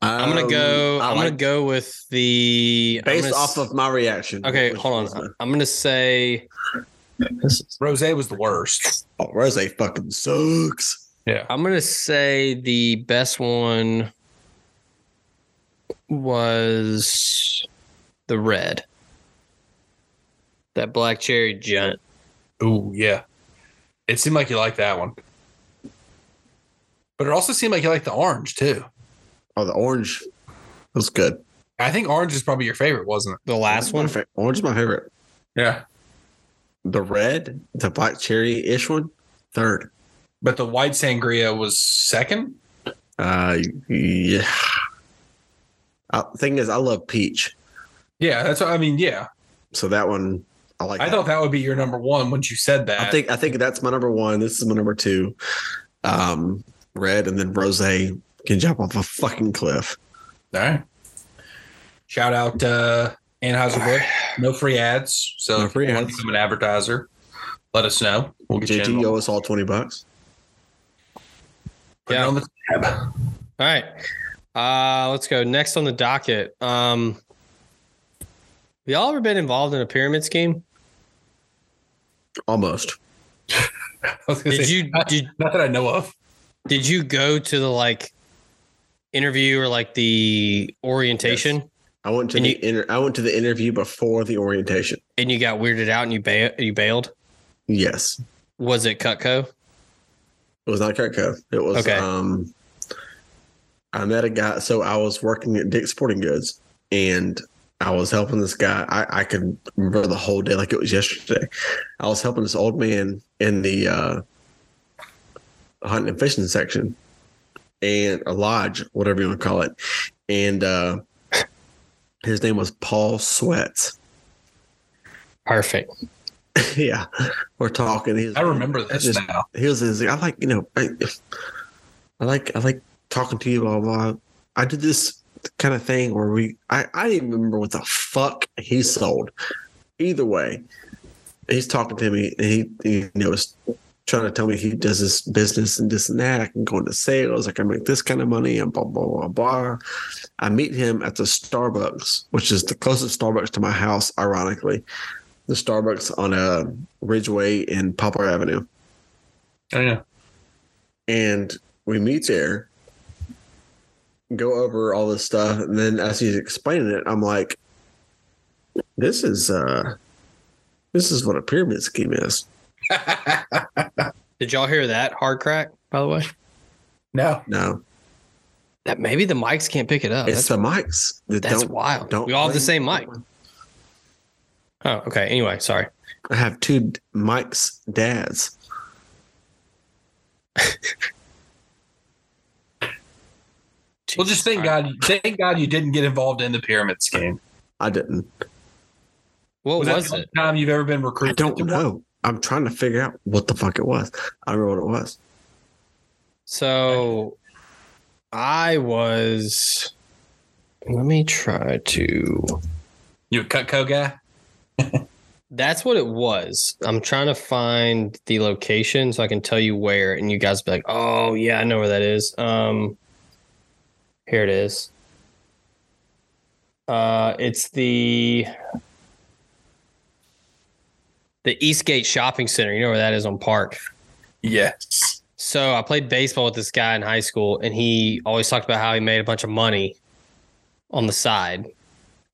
Speaker 2: I'm gonna
Speaker 3: Um,
Speaker 2: go.
Speaker 3: I
Speaker 2: I'm
Speaker 3: like-
Speaker 2: gonna go with the I'm
Speaker 3: based
Speaker 2: gonna
Speaker 3: off
Speaker 2: s-
Speaker 3: of my reaction
Speaker 2: Okay, hold on. I'm gonna say.
Speaker 1: Rose was the worst.
Speaker 3: oh, rose fucking sucks
Speaker 2: I'm gonna say the best one was the red. That black cherry giant.
Speaker 1: Ooh, yeah. It seemed like you liked that one. But it also seemed like you liked the orange too.
Speaker 3: Oh, the orange was good.
Speaker 1: I think orange is probably your favorite, wasn't
Speaker 2: The last
Speaker 3: My
Speaker 2: one.
Speaker 3: fa- orange is my favorite.
Speaker 1: it? Yeah.
Speaker 3: The red, the black cherry ish one, third.
Speaker 1: But the white sangria was second.
Speaker 3: Uh, yeah. Uh, thing is, I love peach,
Speaker 1: Yeah, that's what I mean. Yeah.
Speaker 3: so that one I like.
Speaker 1: I
Speaker 3: that.
Speaker 1: thought that would be your number one once you said that.
Speaker 3: I think I think that's my number one. This is my number two. Um, red and then rose can jump off a fucking cliff.
Speaker 1: All right. Shout out uh, Anheuser Busch. No free ads. So
Speaker 3: No
Speaker 1: if
Speaker 3: free
Speaker 1: you want to
Speaker 3: ads.
Speaker 1: become an advertiser, let us know. We'll get
Speaker 3: JT,
Speaker 1: you
Speaker 3: you
Speaker 1: in.
Speaker 3: owe us all twenty bucks.
Speaker 1: Put it
Speaker 2: Yeah.
Speaker 1: on the tab.
Speaker 2: All right. Uh, let's go next on the docket. Um, y'all ever been involved in a pyramid scheme?
Speaker 3: Almost.
Speaker 1: I was gonna
Speaker 2: Did
Speaker 1: say,
Speaker 2: you
Speaker 1: not,
Speaker 2: did
Speaker 1: not that I know of.
Speaker 2: Did you go to the like interview or like the orientation
Speaker 3: I went to
Speaker 2: And
Speaker 3: the
Speaker 2: you-
Speaker 3: inter- I went to the interview before the orientation.
Speaker 2: and you got weirded out and you bail you bailed?
Speaker 3: Yes,
Speaker 2: Was it Cutco?
Speaker 3: it was not Cutco. It was
Speaker 2: Okay.
Speaker 3: um. I met a guy. So I was working at Dick's Sporting Goods, and I was helping this guy. I I could remember the whole day like it was yesterday. I was helping this old man in the uh, hunting and fishing section, and a lodge, whatever you want to call it, and uh, his name was Paul Sweats.
Speaker 2: Perfect.
Speaker 3: yeah, we're talking. He's,
Speaker 1: I remember this
Speaker 3: Just-
Speaker 1: now.
Speaker 3: he was, he's like, I like, you know, I, I like, I like talking to you, blah, blah. I did this kind of thing where we, I, I didn't remember what the fuck he sold. Either way, he's talking to me and he, he you know, was trying to tell me he does this business and this and that. I can go into sales. I can make this kind of money and blah, blah, blah, blah. I meet him at the Starbucks, which is the closest Starbucks to my house, ironically. The Starbucks on uh, Ridgeway and Poplar Avenue
Speaker 1: I know.
Speaker 3: and we meet there, go over all this stuff, and then as he's explaining it, I'm like, "This is uh, this is what a pyramid scheme is."
Speaker 2: Did y'all hear that hard crack? By the way,
Speaker 1: no.
Speaker 3: No,
Speaker 2: that maybe the mics can't pick it up.
Speaker 3: it's
Speaker 2: Oh, that's
Speaker 3: the mics that
Speaker 2: that's
Speaker 3: don't.
Speaker 2: wild.
Speaker 3: don't
Speaker 2: we all have the
Speaker 3: bring-
Speaker 2: same mic. Oh, okay. Anyway, sorry.
Speaker 3: I have two mics, dads.
Speaker 1: Well, just thank
Speaker 2: All right.
Speaker 1: God. Thank God you didn't get involved in the pyramid scheme.
Speaker 3: I didn't.
Speaker 2: What
Speaker 1: that
Speaker 2: was,
Speaker 1: the only
Speaker 2: it?
Speaker 1: time you've ever been
Speaker 3: I
Speaker 1: recruited?
Speaker 3: don't know. I'm trying to figure out what the fuck it was. I don't remember what it was.
Speaker 2: So, I was. Let me try to.
Speaker 1: You a Cutco guy?
Speaker 2: That's what it was. I'm trying to find the location so I can tell you where, and you guys be like, "Oh yeah, I know where that is." Um, here it is. Uh, it's the the Eastgate Shopping Center. You know where that is on Park.
Speaker 1: Yes.
Speaker 2: So I played baseball with this guy in high school, and he always talked about how he made a bunch of money on the side,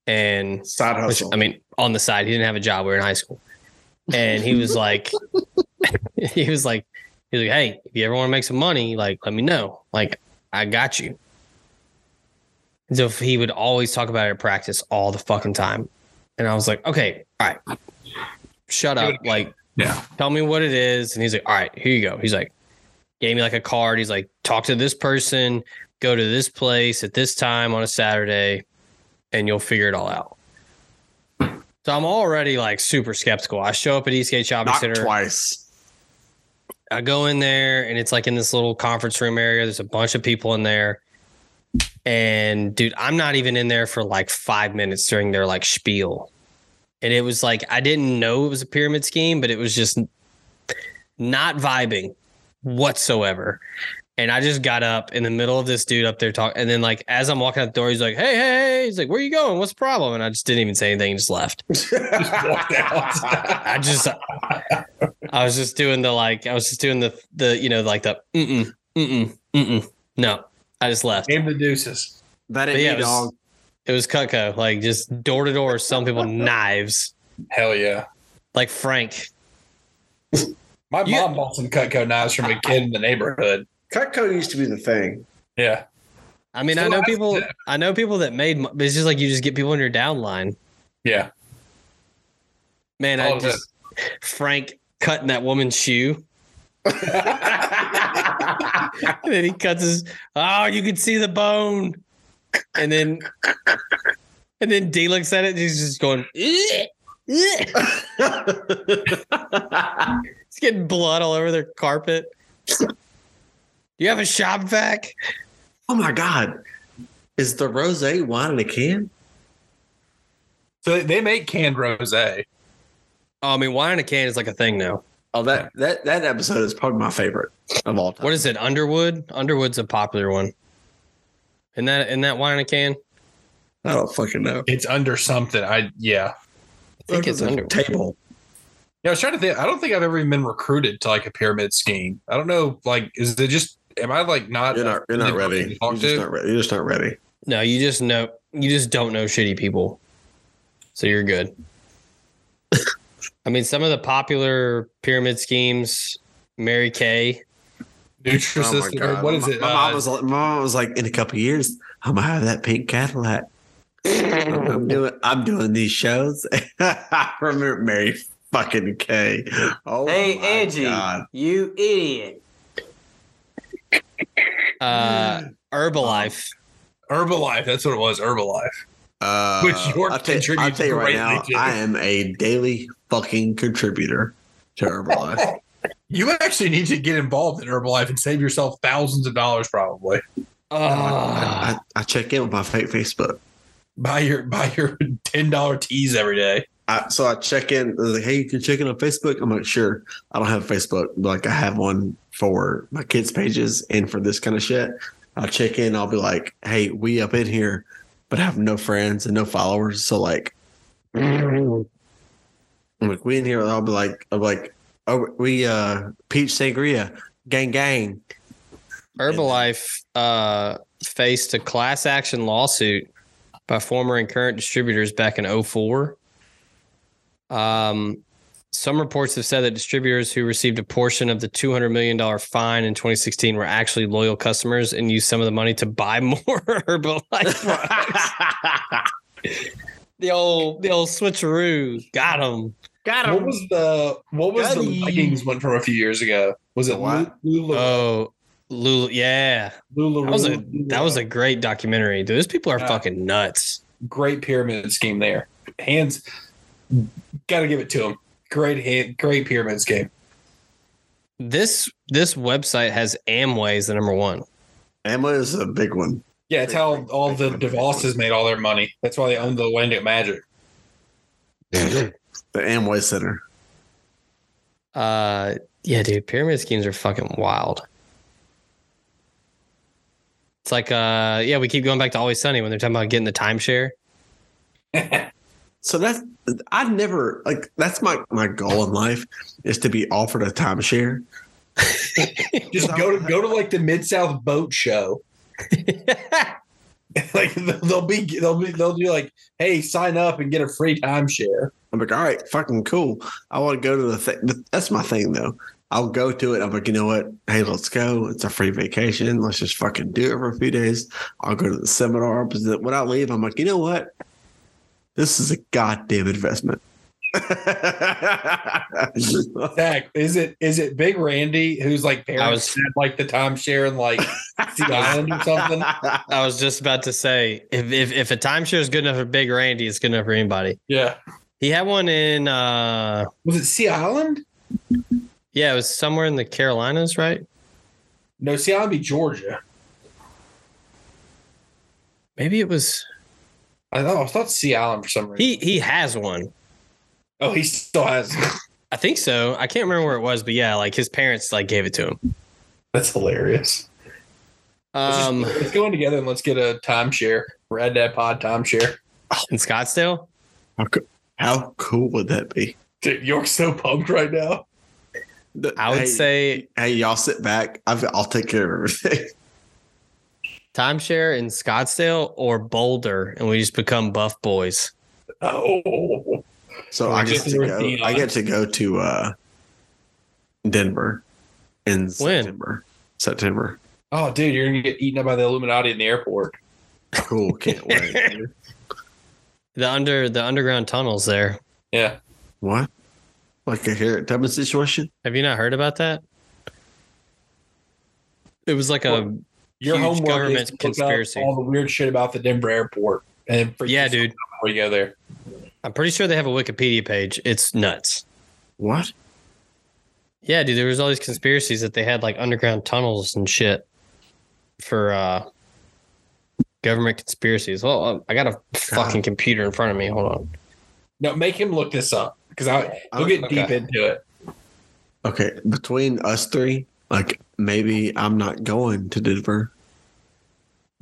Speaker 2: and
Speaker 6: Side
Speaker 2: which,
Speaker 6: hustle.
Speaker 2: I mean, on the side, he didn't have a job. We were in high school, and he was like, he was like, he was like, hey, if you ever want to make some money, like, let me know. Like, I got you. And so he would always talk about it at practice all the fucking time, and I was like, okay, all right, shut up, like,
Speaker 1: Yeah.
Speaker 2: tell me what it is, and he's like, all right, here you go. He's like, gave me like a card. He's like, talk to this person, go to this place at this time on a Saturday, and you'll figure it all out. So I'm already like super skeptical. I show up at Eastgate Shopping
Speaker 3: Not
Speaker 2: Center.
Speaker 3: twice.
Speaker 2: I go in there and it's like in this little conference room area. There's a bunch of people in there. And dude, I'm not even in there for like five minutes during their like spiel. And it was like, I didn't know it was a pyramid scheme, but it was just not vibing whatsoever. And I just got up in the middle of this dude up there talking. And then, like, as I'm walking out the door, he's like, Hey, hey, hey. He's like, Where you going? What's the problem? And I just didn't even say anything and just left. I just, I was just doing the like, I was just doing the the you know like the mm mm mm mm mm no. I just left.
Speaker 1: Game the deuces.
Speaker 3: That
Speaker 2: But
Speaker 3: ain't
Speaker 2: yeah,
Speaker 3: me,
Speaker 2: it was-
Speaker 3: dog.
Speaker 2: It was Cutco, like just door to door, some people knives,
Speaker 1: Hell yeah.
Speaker 2: like Frank.
Speaker 1: My
Speaker 2: You-
Speaker 1: mom bought some Cutco knives from a kid in the neighborhood.
Speaker 7: Cutco used to be the thing.
Speaker 1: Yeah.
Speaker 2: I mean, I
Speaker 1: Still
Speaker 2: know
Speaker 1: has
Speaker 2: people.
Speaker 1: that.
Speaker 2: I know people that made. mo- But it's just like you just get people in your downline.
Speaker 1: Yeah.
Speaker 2: Man,
Speaker 1: All
Speaker 2: I
Speaker 1: of
Speaker 2: just Frank cutting that woman's shoe, and then he cuts his. Oh, you can see the bone, and then, and then D looks at it. And he's just going. "Ugh, ugh."
Speaker 3: Oh
Speaker 2: It's getting blood all over their carpet. you have a shop vac?
Speaker 3: Oh my God. Is the rose wine in a can?
Speaker 1: So they make canned rose.
Speaker 2: Oh, I mean, wine in a can is like a thing now.
Speaker 3: Oh, that that that episode is probably my favorite of all time.
Speaker 2: What is it? Underwood? Underwood's a popular one. And that and that wine in a can?
Speaker 3: I don't fucking know.
Speaker 1: It's under something. I yeah.
Speaker 2: I think it's Underwood.
Speaker 3: table.
Speaker 1: Yeah, I was trying to think. I don't think I've ever even been recruited to like a pyramid scheme. I don't know. Like, is it just? Am I like not?
Speaker 3: You're not you're not ready. You're
Speaker 1: Talk
Speaker 3: just
Speaker 1: to?
Speaker 3: not ready. You're just not ready.
Speaker 2: No, you just know you just don't know shitty people. So you're good. I mean, some of the popular pyramid schemes, Mary Kay.
Speaker 1: Nutrisystem. or what is
Speaker 3: Oh my,
Speaker 1: it?
Speaker 3: My mom
Speaker 1: Uh,
Speaker 3: was like, my mom was like, in a couple of years, I'm gonna have that pink Cadillac. I'm, I'm doing I'm doing these shows. I remember Mary fucking K. Oh
Speaker 4: Hey,
Speaker 3: my
Speaker 4: Angie,
Speaker 3: God.
Speaker 4: you idiot.
Speaker 2: Uh Herbalife.
Speaker 1: Herbalife. That's what it was. Herbalife.
Speaker 3: Uh,
Speaker 1: Which York
Speaker 3: I'll tell-
Speaker 1: contributes
Speaker 3: I'll tell you right
Speaker 1: greatly
Speaker 3: now,
Speaker 1: to.
Speaker 3: I am a daily fucking contributor to Herbalife.
Speaker 1: You actually need to get involved in Herbalife and save yourself thousands of dollars, probably.
Speaker 2: Ah.
Speaker 3: I, I check in with my fake Facebook.
Speaker 1: Buy your buy your ten dollar teas every day.
Speaker 3: I, so I check in. they're Like, hey, you can check in on Facebook. I'm like, sure. I don't have Facebook. but, Like, I have one for my kids' pages and for this kind of shit. I'll check in. I'll be like, hey, we up in here, but have no friends and no followers. So like, I'm like, we in here. I'll be like, I'm like, oh, we uh, peach sangria, gang, gang.
Speaker 2: Herbalife uh, faced a class action lawsuit by former and current distributors back in 04. Um, some reports have said that distributors who received a portion of the $200 million fine in 2016 were actually loyal customers and used some of the money to buy more Herbalife products. the old the old switcheroo got them.
Speaker 4: Got
Speaker 1: What was the What was
Speaker 4: Gotti.
Speaker 1: the Vikings one from a few years ago? Was it
Speaker 3: What? Uh,
Speaker 1: Lula?
Speaker 2: Oh, Lulu, yeah, that was a that was a great documentary. Dude, those people are
Speaker 1: Yeah.
Speaker 2: fucking nuts.
Speaker 1: great pyramid scheme there. Hands, got to give it to him. Great hand, great pyramid scheme.
Speaker 2: This this website has Amway as the number one.
Speaker 3: Emma is a big one.
Speaker 1: Yeah, it's how all the DeVosses made all their money. That's why they owned the Orlando Magic.
Speaker 3: The Amway Center.
Speaker 2: Uh, yeah, dude, pyramid schemes are fucking wild. It's like, uh, yeah, we keep going back to Always Sunny when they're talking about getting the timeshare.
Speaker 3: So that's I never like that's my my goal in life is to be offered a timeshare.
Speaker 1: Just go to go to like the Mid South Boat Show. Like they'll be they'll be they'll do like, hey, sign up and get a free timeshare.
Speaker 3: I'm like, all right, fucking cool. I want to go to the thing. That's my thing though. I'll go to it. I'm like, you know what? Hey, let's go. It's a free vacation. Let's just fucking do it for a few days. I'll go to the seminar. But then when I leave, I'm like, you know what? This is a goddamn investment.
Speaker 1: Zach, is it is it Big Randy who's like parents
Speaker 2: I was-
Speaker 1: had, like the timeshare and like Sea Island or something?
Speaker 2: I was just about to say, if if, if a timeshare is good enough for Big Randy, it's good enough for anybody.
Speaker 1: Yeah,
Speaker 2: He had one in, uh,
Speaker 1: was it Sea Island?
Speaker 2: yeah, it was somewhere in the Carolinas, right?
Speaker 1: No, Sea Island be Georgia.
Speaker 2: Maybe it was.
Speaker 1: I thought I thought Sea Island for some reason.
Speaker 2: He he has one.
Speaker 1: oh, he still has.
Speaker 2: I think so. I can't remember where it was, but yeah, like his parents like gave it to him.
Speaker 1: That's hilarious.
Speaker 2: Um,
Speaker 1: let's, just, let's go in together and let's get a timeshare. Rad Dad Pod timeshare.
Speaker 2: in Scottsdale.
Speaker 3: How cool would that be?
Speaker 1: Dude, York's so pumped right now.
Speaker 3: The-
Speaker 2: I would
Speaker 3: hey,
Speaker 2: say
Speaker 3: hey, y'all sit back. I've, I'll take care of everything.
Speaker 2: timeshare in Scottsdale or Boulder, and we just become buff boys.
Speaker 1: Oh,
Speaker 3: So
Speaker 1: Or
Speaker 3: I get
Speaker 1: just
Speaker 3: to
Speaker 1: North
Speaker 3: go.
Speaker 1: Neon.
Speaker 3: I get to go to uh, Denver in September. September.
Speaker 1: oh, dude, you're gonna get eaten up by the Illuminati in the airport.
Speaker 3: Cool. Can't wait.
Speaker 2: The under the underground tunnels there.
Speaker 1: Yeah,
Speaker 3: what? Like a Harriet Tubman situation?
Speaker 2: Have you not heard about that? It was like a
Speaker 1: your
Speaker 2: Huge
Speaker 1: homework
Speaker 2: government
Speaker 1: is to look up
Speaker 2: conspiracy.
Speaker 1: all the weird shit about the Denver airport, and freak
Speaker 2: yeah,
Speaker 1: yourself
Speaker 2: dude.
Speaker 1: out Before you go there,
Speaker 2: I'm pretty sure they have a Wikipedia page. It's nuts.
Speaker 3: What?
Speaker 2: Yeah, dude. There was all these conspiracies that they had like underground tunnels and shit for uh government conspiracies. Well, I got a fucking computer in front of me. Hold on.
Speaker 1: no, make him look this up because I we'll
Speaker 3: Okay.
Speaker 1: get deep into it.
Speaker 3: Okay. Between us three, like maybe I'm not going to Denver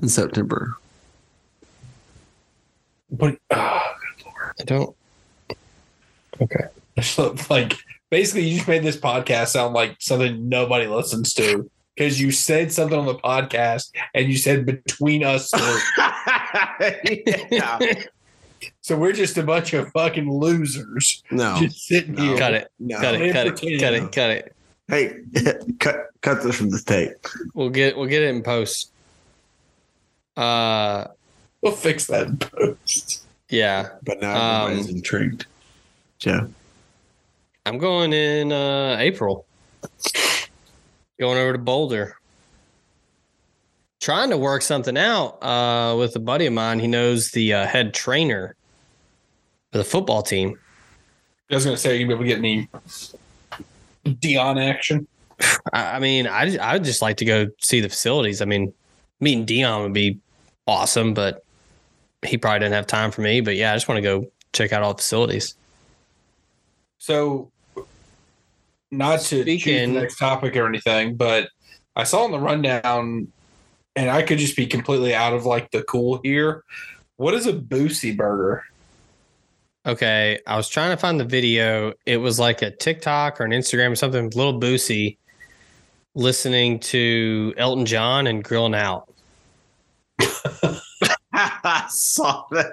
Speaker 3: in September.
Speaker 1: But ah,
Speaker 2: I don't.
Speaker 1: so, like, basically, you just made this podcast sound like something nobody listens to because you said something on the podcast and you said between us. three."
Speaker 3: Yeah.
Speaker 1: so we're just a bunch of fucking losers
Speaker 3: No.
Speaker 1: just sitting
Speaker 3: No.
Speaker 1: here.
Speaker 2: Cut it.
Speaker 3: No.
Speaker 2: Cut it. Cut it. Cut it. Cut it.
Speaker 3: Hey, cut cut this from the tape.
Speaker 2: We'll get we'll get it in post. Uh
Speaker 1: We'll fix that in post.
Speaker 2: yeah.
Speaker 3: But now
Speaker 2: Um,
Speaker 3: everybody's intrigued. Joe.
Speaker 2: I'm going in uh April. Going over to Boulder. Trying to work something out uh with a buddy of mine. He knows the uh, head trainer for the football team.
Speaker 1: I was gonna say, you gonna be able to get any Dion action?
Speaker 2: I, I mean, I I would just like to go see the facilities. I mean, meeting Dion would be awesome, but he probably didn't have time for me. But yeah, I just want to go check out all the facilities.
Speaker 1: So, not to choose
Speaker 2: Speaking-
Speaker 1: the next topic or anything, but I saw in the rundown, and I could just be completely out of like the cool here. What is a Boosie burger?
Speaker 2: Okay, I was trying to find the video. It was like a TikTok or an Instagram or something with Little Boosie listening to Elton John and grilling out.
Speaker 3: I saw that.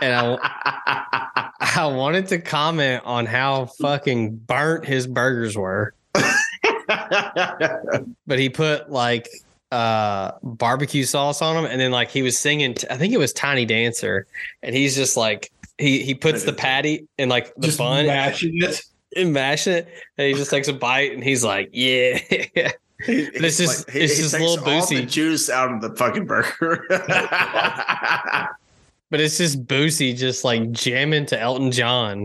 Speaker 2: And I, I wanted to comment on how fucking burnt his burgers were, but he put like uh barbecue sauce on them and then like he was singing t- I think it was Tiny Dancer and he's just like he he puts the patty in like the
Speaker 1: just
Speaker 2: bun
Speaker 1: mashing it.
Speaker 2: and mash it and he just takes a bite and he's like yeah it's just- it's just
Speaker 3: takes
Speaker 2: Lil
Speaker 3: all the
Speaker 2: Boosie.
Speaker 3: juice out of the fucking burger.
Speaker 2: But it's just Boosie just like jamming to Elton John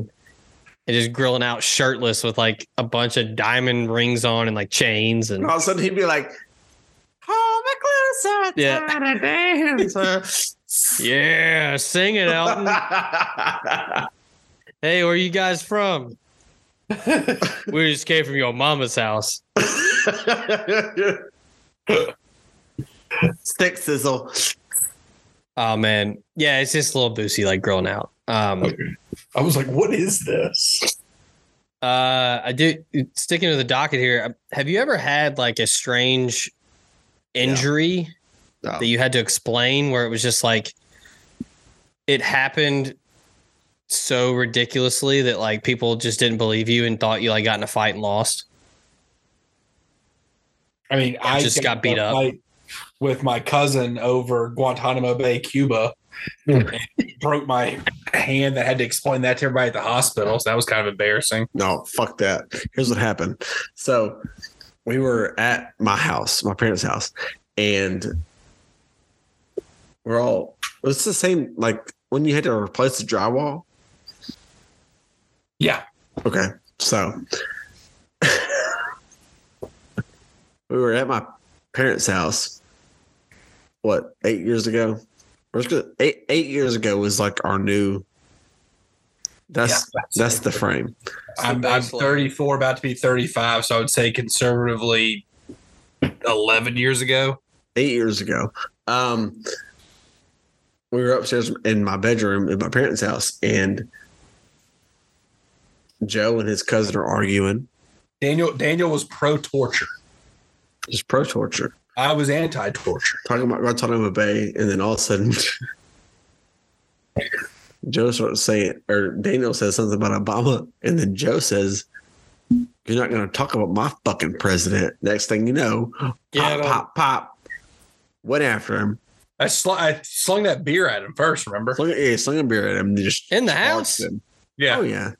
Speaker 2: and just grilling out shirtless with like a bunch of diamond rings on and like chains and
Speaker 3: and all of a sudden he'd be like, "Oh, my closer,
Speaker 2: Yeah.
Speaker 3: trying to dance."
Speaker 2: yeah, sing it, Elton. hey, where you guys from? we just came from your mama's house.
Speaker 3: Stick sizzle.
Speaker 2: Oh man, yeah, it's just little Boosie like grilling out. Um,
Speaker 1: I was like, what is this?
Speaker 2: Uh, I do sticking to the docket here. um, Have you ever had like a strange injury
Speaker 3: No.
Speaker 2: that you had to explain where it was just like it happened so ridiculously that like people just didn't believe you and thought you like got in a fight and lost?
Speaker 1: I mean, I
Speaker 2: Just got beat
Speaker 1: in a
Speaker 2: up.
Speaker 1: fight with my cousin over Guantanamo Bay, Cuba. and broke my hand. That had to explain that to everybody at the hospital. So that was kind of embarrassing.
Speaker 3: No, fuck that. Here's what happened. So we were at my house, my parents' house, and we're all it's the same like when you had to replace the drywall.
Speaker 1: Yeah.
Speaker 3: Okay. So we were at my parents' house what, eight years ago? Or it's good- Eight eight years ago was like our new that's
Speaker 1: Yeah,
Speaker 3: that's the frame.
Speaker 1: I'm,
Speaker 2: the
Speaker 1: I'm
Speaker 2: baseline.
Speaker 1: 34, about to be 35. So I would say conservatively 11 years ago.
Speaker 3: eight years ago. Um, we were upstairs in my bedroom at my parents' house, and Joe and his cousin are arguing.
Speaker 1: Daniel Daniel was pro torture.
Speaker 3: It's pro torture.
Speaker 1: I was anti torture.
Speaker 3: talking about Guantanamo Bay, and then all of a sudden, Joe starts saying, or Daniel says something about Obama, and then Joe says, "You're not going to talk about my fucking president." Next thing you know, pop,
Speaker 2: Yeah, I don't-
Speaker 3: pop, pop, went after him.
Speaker 1: I, sl- I slung that beer at him first, remember?
Speaker 3: Slung, yeah, slung a beer at him. and Just
Speaker 2: In the
Speaker 3: charged
Speaker 2: house?
Speaker 3: him.
Speaker 1: Yeah.
Speaker 3: Oh yeah,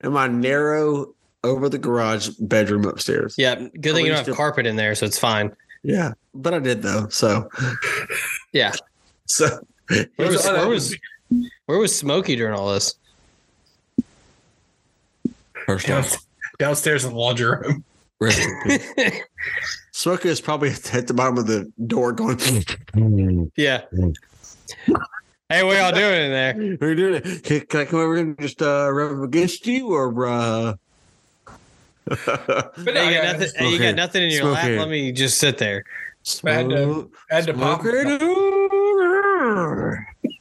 Speaker 3: in my narrow over the garage bedroom upstairs.
Speaker 2: Yeah, good thing you don't have carpet in there, so it's fine.
Speaker 3: Yeah, but I did though. So
Speaker 2: Yeah.
Speaker 3: so
Speaker 2: Where was
Speaker 1: There's other-
Speaker 2: where was, where was Smokey during all this?
Speaker 3: first off,
Speaker 1: downstairs, downstairs in the laundry room.
Speaker 3: rest in peace. Smoker is probably at the bottom of the door going,
Speaker 2: yeah. Hey, what y'all doing in there?
Speaker 3: We're doing it. Can, can I come over and just uh, rub up against you or uh
Speaker 2: uh,
Speaker 1: But
Speaker 2: Hey, you
Speaker 1: I,
Speaker 2: got nothing, hey, you got
Speaker 3: Smokey.
Speaker 2: nothing in your lap.
Speaker 3: Smokey.
Speaker 2: Let me just sit there.
Speaker 1: Bad
Speaker 3: smoke-
Speaker 1: I had to pop.
Speaker 3: smoker door.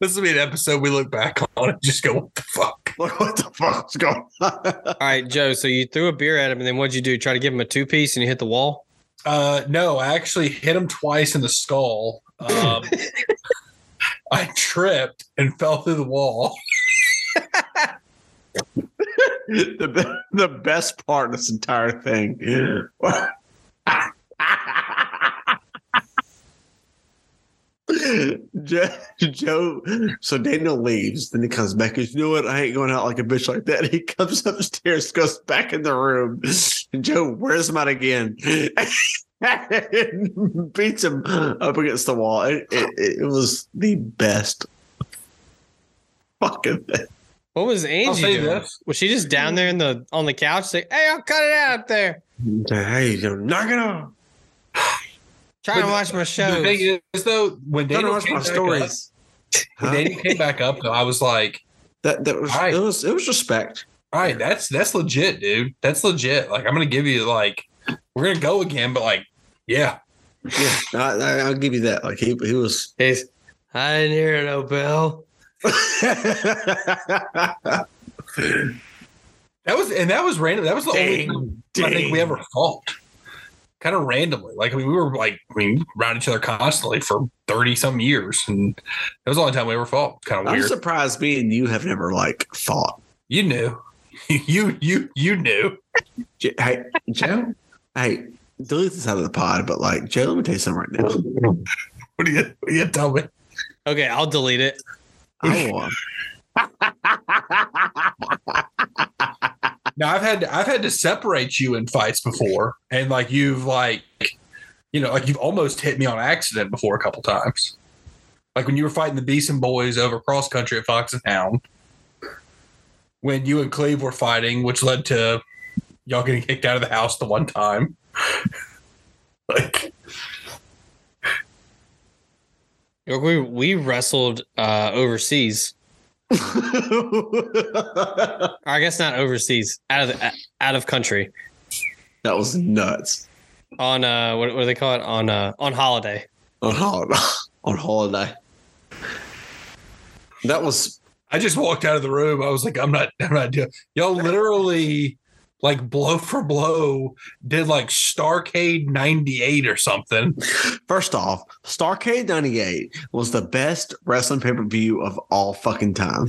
Speaker 1: This will be an episode we look back on and just go, what the fuck?
Speaker 3: Like, what the fuck's going on?
Speaker 2: All right, Joe. So you threw a beer at him, and then what'd you do? Try to give him a two piece, and you hit the wall.
Speaker 1: Uh, no, I actually hit him twice in the skull. Um, I tripped and fell through the wall.
Speaker 3: the, be- the best part of this entire thing. Joe, Joe, so Daniel leaves. Then he comes back. He goes, you know what? I ain't going out like a bitch like that. He comes upstairs, goes back in the room. Joe wears him out again and beats him up against the wall. It, it, it was the best fucking thing.
Speaker 2: What was
Speaker 1: I'll
Speaker 2: Angie
Speaker 1: say
Speaker 2: doing?
Speaker 1: this.
Speaker 2: Was she just down there in the on the couch? Say, hey, I'll cut it out up there.
Speaker 3: Hey, knock it off.
Speaker 2: Trying to
Speaker 1: But
Speaker 2: watch my
Speaker 1: The
Speaker 2: shows.
Speaker 1: thing is, though, when Daniel came back up, when
Speaker 3: Huh?
Speaker 1: Daniel came back up, though, I was like,
Speaker 3: That that was
Speaker 1: Right.
Speaker 3: it was it was respect.
Speaker 1: all right, that's that's legit, dude. That's legit. Like, I'm gonna give you like, we're gonna go again, but like, yeah,
Speaker 3: Yeah, I, I, I'll give you that. Like he he was.
Speaker 2: He's, I didn't hear no bell.
Speaker 1: that was and that was random. That was the only time I think we ever fought. Kind of randomly, like I mean, we were like I mean, around each other constantly for thirty some years, and that was the only time we ever fought. Kind of
Speaker 3: I'm
Speaker 1: weird.
Speaker 3: surprised me and you have never like fought.
Speaker 1: you knew, you you you knew.
Speaker 3: J- hey Joe, hey, delete this out of the pod. But like Joe, let me tell you something right now.
Speaker 1: What do you what do you tell me?
Speaker 2: Okay, I'll delete it.
Speaker 3: I won.
Speaker 1: Now I've had I've had to separate you in fights before, and like you've like, you know, like you've almost hit me on accident before a couple times. Like when you were fighting the Beeson boys over cross country at Fox and Hound. When you and Cleve were fighting, which led to y'all getting kicked out of the house the one time. like
Speaker 2: York, We we wrestled uh, overseas. Or I guess not overseas, out of the, out of country
Speaker 3: that was nuts
Speaker 2: on uh what, what do they call it on uh on holiday.
Speaker 3: on holiday. On holiday, that was
Speaker 1: I just walked out of the room. I was like, I'm not I'm not doing y'all literally like blow for blow did like Starcade ninety eight or something.
Speaker 3: First off, Starcade 98 was the best wrestling pay per view of all fucking time.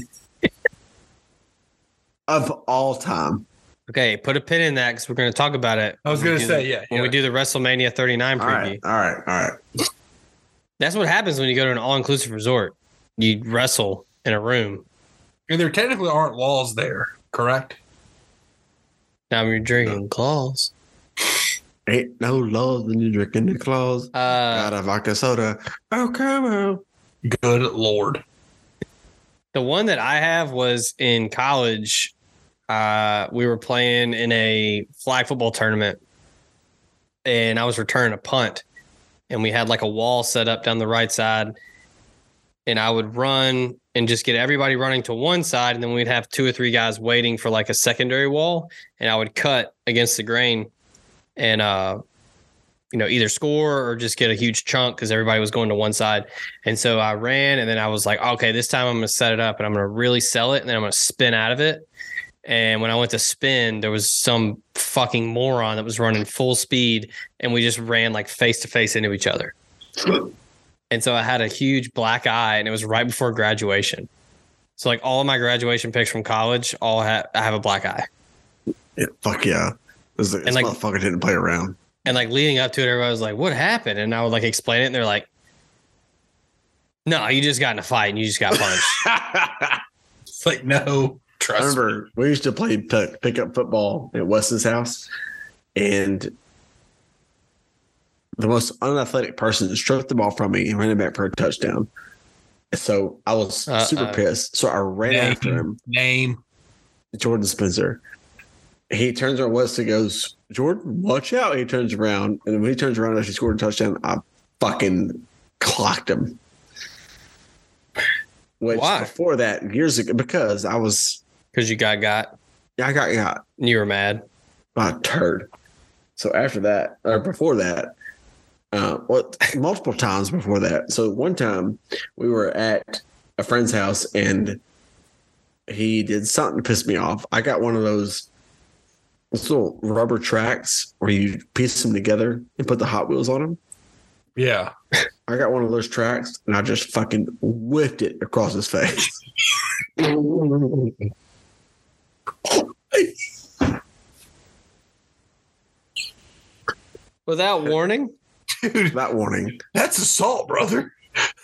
Speaker 3: of all time.
Speaker 2: Okay, put a pin in that because we're going to talk about it.
Speaker 1: I was
Speaker 2: when
Speaker 1: gonna
Speaker 2: we do
Speaker 1: say,
Speaker 2: the-
Speaker 1: yeah.
Speaker 2: when we
Speaker 1: yeah.
Speaker 2: do the WrestleMania 39 preview.
Speaker 3: All right. All right. All right.
Speaker 2: That's what happens when you go to an all inclusive resort. You wrestle in a room.
Speaker 1: And there technically aren't laws there, correct?
Speaker 2: Now you're drinking claws.
Speaker 3: Ain't no love when you're drinking the claws.
Speaker 2: Uh,
Speaker 3: Got a vodka soda. Oh, come on.
Speaker 1: Good lord.
Speaker 2: the one that I have was in college. Uh, we were playing in a flag football tournament, and I was returning a punt, and we had like a wall set up down the right side, and I would run and just get everybody running to one side, and then we'd have two or three guys waiting for like a secondary wall, and I would cut against the grain, and uh, you know either score or just get a huge chunk because everybody was going to one side. And so I ran, and then I was like, okay, this time I'm going to set it up and I'm going to really sell it. And then I'm going to spin out of it. And when I went to spin, there was some fucking moron that was running full speed, and we just ran like face to face into each other. And so I had a huge black eye, and it was right before graduation. So like all of my graduation pics from college, all ha- I have a black eye.
Speaker 3: Yeah, fuck yeah. This, this
Speaker 2: And, like-
Speaker 3: motherfucker didn't play around.
Speaker 2: And like leading up to it, everybody was like, "What happened?" And I would like explain it, and they're like, "No, you just got in a fight, and you just got punched."
Speaker 1: It's like no
Speaker 3: I
Speaker 1: trust. me.
Speaker 3: remember we used to play pick, pick up football at Wes's house, and the most unathletic person stripped the ball from me and ran it back for a touchdown. So I was super
Speaker 2: Uh-oh.
Speaker 3: pissed. So I ran
Speaker 1: Name.
Speaker 3: after him,
Speaker 1: Name.
Speaker 3: Jordan Spencer. He turns around, Wes and goes, Jordan, watch out. He turns around, and when he turns around, she scored a touchdown. I fucking clocked him. Which
Speaker 2: Why?
Speaker 3: before that, years ago, because I was,
Speaker 2: because you got got
Speaker 3: I got got
Speaker 2: and you were mad.
Speaker 3: by a turd. So after that, or before that, uh, well, multiple times before that. So one time we were at a friend's house and he did something to piss me off. I got one of those those little rubber tracks where you piece them together and put the Hot Wheels on them.
Speaker 1: Yeah.
Speaker 3: I got one of those tracks and I just fucking whipped it across his face.
Speaker 2: Without warning,
Speaker 1: Dude,
Speaker 3: That warning.
Speaker 1: that's assault, brother.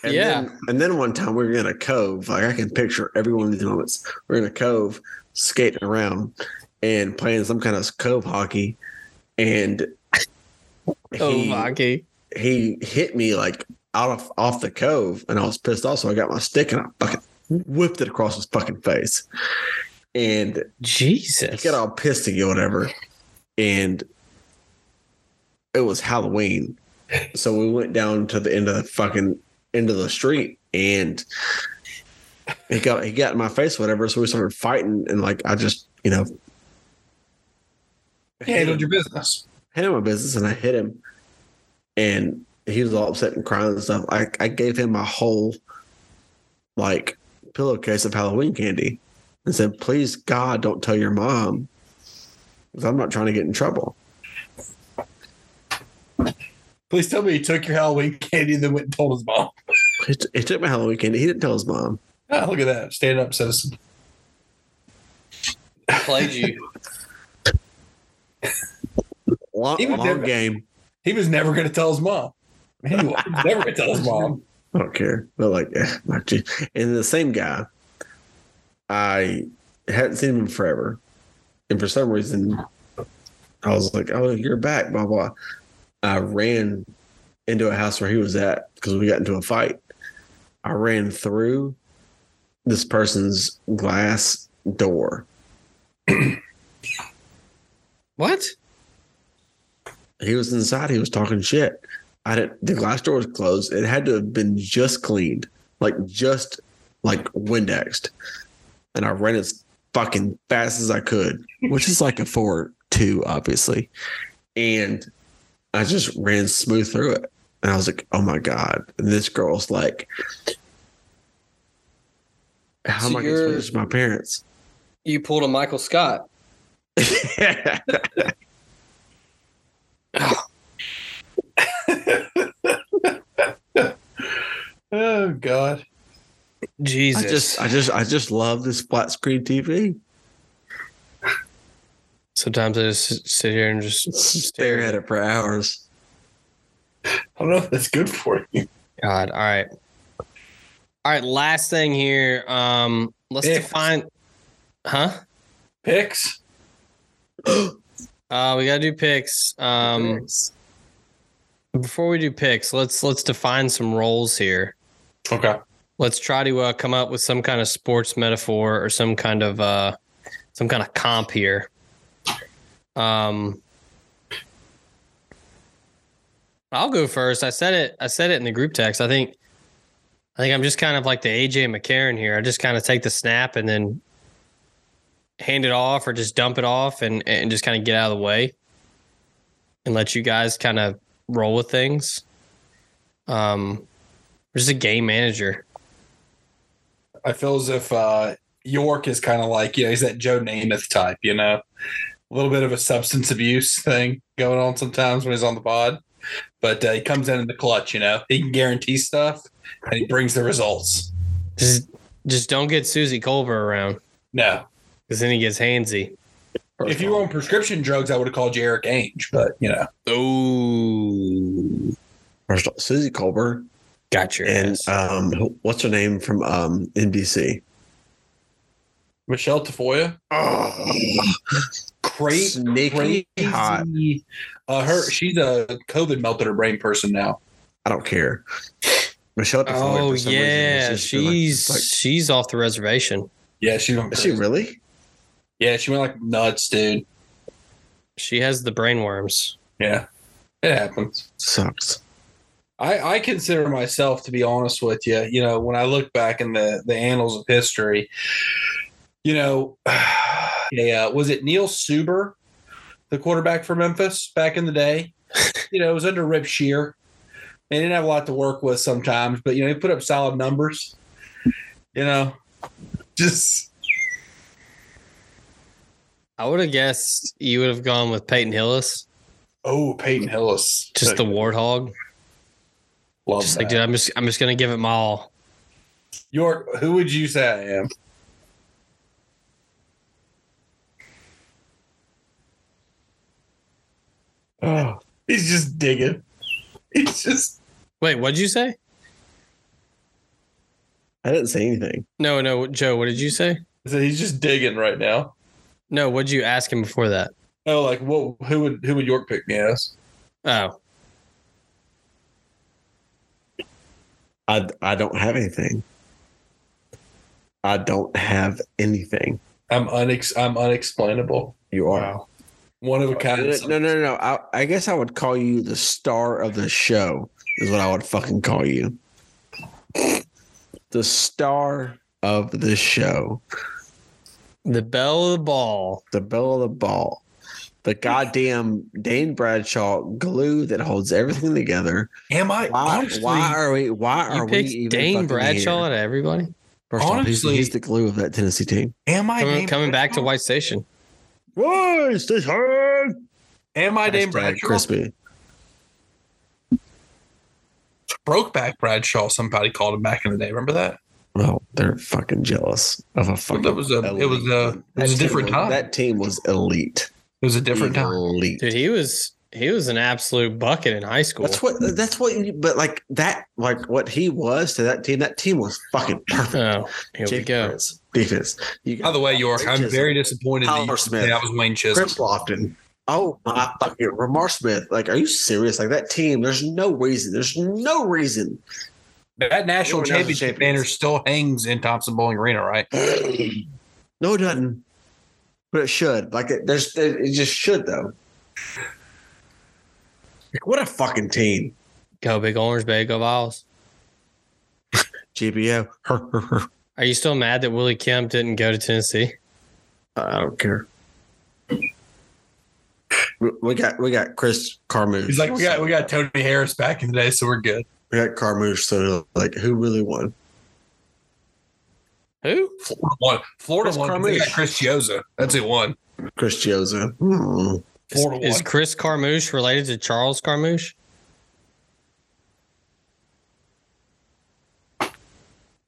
Speaker 3: And
Speaker 2: Yeah.
Speaker 3: Then, and then one time we were in a cove. Like I can picture every one of these moments. We're in a cove, skating around, and playing some kind of cove hockey. And
Speaker 2: oh
Speaker 3: he,
Speaker 2: Maki.
Speaker 3: he hit me like out of off the cove, and I was pissed off. So I got my stick and I fucking whipped it across his fucking face. And
Speaker 2: Jesus.
Speaker 3: he got all pissed at you, whatever. And it was Halloween. So we went down to the end of the fucking end of the street and he got he got in my face, whatever. So we started fighting and like I just, you know,
Speaker 1: Handled your business.
Speaker 3: hit him my business and I hit him. And he was all upset and crying and stuff. I, I gave him my whole like pillowcase of Halloween candy and said, please God, don't tell your mom. 'cause I'm not trying to get in trouble.
Speaker 1: Please tell me he took your Halloween candy and then went and told his mom.
Speaker 3: He, t- he took my Halloween candy. He didn't tell his mom.
Speaker 1: Ah, look at that. Stand up, citizen.
Speaker 2: played you.
Speaker 3: Long,
Speaker 1: He would
Speaker 3: long
Speaker 1: never-
Speaker 3: game.
Speaker 1: He was never going to tell his mom. He was never going to tell his mom.
Speaker 3: I don't care. But like, eh, my gee. and the same guy, I hadn't seen him in forever, and for some reason, I was like, "Oh, you're back!" Blah blah. I ran into a house where he was at because we got into a fight. I ran through this person's glass door.
Speaker 2: What?
Speaker 3: He was inside. He was talking shit. I didn't. The glass door was closed. It had to have been just cleaned, like just like Windexed. And I ran as fucking fast as I could, which is like a four two, obviously. And I just ran smooth through it. And I was like, "Oh my god!" And this girl's like, "How
Speaker 2: So
Speaker 3: am I going to
Speaker 2: you're-
Speaker 3: explain this to my parents?"
Speaker 2: You pulled a Michael Scott.
Speaker 1: Oh, God.
Speaker 2: Jesus.
Speaker 3: I just, I just, I just love this flat screen TV.
Speaker 2: Sometimes I just sit here and just
Speaker 3: stare at it for hours.
Speaker 1: I don't know if that's good for you.
Speaker 2: God. All right. All right. Last thing here. Um, let's
Speaker 1: Picks.
Speaker 2: define. Huh?
Speaker 1: Picks.
Speaker 2: Uh, we gotta do picks. Um, before we do picks, let's let's define some roles here.
Speaker 1: Okay.
Speaker 2: Let's try to uh, come up with some kind of sports metaphor or some kind of uh, some kind of comp here. Um, I'll go first. I said it. I said it in the group text. I think. I think I'm just kind of like the AJ McCarron here. I just kind of take the snap and then hand it off or just dump it off and and just kind of get out of the way and let you guys kind of roll with things. Um, just a game manager.
Speaker 1: I feel as if uh, York is kind of like, you know, he's that Joe Namath type, you know, a little bit of a substance abuse thing going on sometimes when he's on the pod. But uh, he comes in in the clutch, you know, he can guarantee stuff and he brings the results.
Speaker 2: Just, just don't get Susie Culver around
Speaker 1: No,
Speaker 2: because then he gets handsy.
Speaker 1: if you were on prescription drugs, I would have called you Eric Ainge, but you know,
Speaker 2: Oh,
Speaker 3: First off, Susie Colbert
Speaker 2: got your
Speaker 1: uh,
Speaker 3: and
Speaker 2: ass.
Speaker 3: um, who- what's her name from um, NBC?
Speaker 1: Michelle Tafoya,
Speaker 3: Oh,
Speaker 1: crazy,
Speaker 3: sneaky hot.
Speaker 1: crazy. Uh, her, she's a COVID melted her brain person now.
Speaker 3: I don't care. Michelle. DeFoy,
Speaker 2: Oh
Speaker 3: for some
Speaker 2: yeah,
Speaker 3: reason, has just been like-
Speaker 2: she's
Speaker 3: like-
Speaker 2: she's off the reservation.
Speaker 1: Yeah, she went.
Speaker 3: is she
Speaker 1: crazy.
Speaker 3: really?
Speaker 1: Yeah, she went like nuts, dude.
Speaker 2: She has the brain worms.
Speaker 1: Yeah, it happens.
Speaker 3: Sucks.
Speaker 1: I, I consider myself to be honest with you. You know, when I look back in the the annals of history, you know, yeah, was it Neil Suber, the quarterback for Memphis back in the day? you know, it was under Rip Shear. They didn't have a lot to work with sometimes, but you know, he put up solid numbers. You know, just
Speaker 2: I would have guessed you would have gone with Peyton Hillis,
Speaker 1: oh Peyton Hillis,
Speaker 2: just the warthog.
Speaker 1: love
Speaker 2: Just
Speaker 1: that.
Speaker 2: like, dude, I'm just I'm just gonna give it my all.
Speaker 1: York, who would you say I am? Oh, he's just digging. He's just
Speaker 2: Wait, what'd you say?
Speaker 3: I didn't say anything.
Speaker 2: No, no, Joe, what did you say?
Speaker 1: so he's just digging right now.
Speaker 2: No, what'd you ask him before that?
Speaker 1: Oh, like what? Who would who would York pick me as?
Speaker 2: Oh,
Speaker 3: I I don't have anything. I don't have anything.
Speaker 1: I'm unex I'm unexplainable.
Speaker 3: You are.
Speaker 1: One of a
Speaker 3: No,
Speaker 1: kind.
Speaker 3: no, no, no. I, I guess I would call you the star of the show. Is what I would fucking call you. The star of the show,
Speaker 2: the bell of the ball.
Speaker 3: the bell of the ball, the goddamn Dane Bradshaw glue that holds everything together.
Speaker 1: Am I
Speaker 3: Why,
Speaker 1: honestly?
Speaker 3: why are we? Why
Speaker 2: You
Speaker 3: are we
Speaker 2: picked
Speaker 3: even
Speaker 2: Dane
Speaker 3: fucking
Speaker 2: Bradshaw
Speaker 3: Here?
Speaker 2: out of everybody.
Speaker 3: First off, he's,
Speaker 1: Honestly-
Speaker 3: he's the glue of that Tennessee team.
Speaker 1: am I
Speaker 2: Coming,
Speaker 1: Dame
Speaker 2: coming back to
Speaker 1: Bradshaw?
Speaker 2: White Station.
Speaker 3: Why is this hard?
Speaker 1: Am I Dame
Speaker 3: Hashtag
Speaker 1: Bradshaw?
Speaker 3: Crispy.
Speaker 1: Brokeback Bradshaw. Somebody called him back in the day. Remember that?
Speaker 3: Well, they're fucking jealous of a fucking.
Speaker 1: that was a- it was a- it was a
Speaker 3: team
Speaker 1: different time.
Speaker 3: That team was elite.
Speaker 1: It was a different time.
Speaker 3: Elite.
Speaker 2: Dude, he was he was an absolute bucket in high school.
Speaker 3: That's what. That's what. You, but like that, like what he was to that team. That team was fucking perfect.
Speaker 2: Oh, here we
Speaker 3: Jake
Speaker 2: go.
Speaker 3: Prince, defense. You
Speaker 1: By
Speaker 3: got
Speaker 1: the way, York, I'm
Speaker 3: Chisholm.
Speaker 1: very disappointed that
Speaker 3: Tyler
Speaker 1: you
Speaker 3: Smith.
Speaker 1: that was Wayne Chisholm.
Speaker 3: Chris Lofton. Oh my fucking Ramar Smith. Like, are you serious? Like that team. There's no reason. There's no reason.
Speaker 1: That national
Speaker 3: They were national
Speaker 1: championship
Speaker 3: champions.
Speaker 1: banner still hangs in Thompson Bowling Arena, right?
Speaker 3: No, it doesn't. But it should. Like, it, there's. It, it just should though. Like, what a fucking team.
Speaker 2: Go big orange, bag go Vols.
Speaker 3: GBO.
Speaker 2: Are you still mad that Willie Kemp didn't go to Tennessee?
Speaker 3: I don't care. We- We got we got Chris Carmouche.
Speaker 1: He's like, we got we got Tony Harris back in the day, so we're good.
Speaker 3: we got Carmouche. So like, who really won?
Speaker 2: Who?
Speaker 1: Florida won. Florida
Speaker 3: Chris
Speaker 1: won. 'cause They
Speaker 3: Carmouche.
Speaker 1: got Chris Chioza. That's who won.
Speaker 3: Chris Gioza. Hmm.
Speaker 2: Is,
Speaker 1: Florida
Speaker 2: is
Speaker 1: won.
Speaker 2: Chris Carmouche related to Charles Carmouche?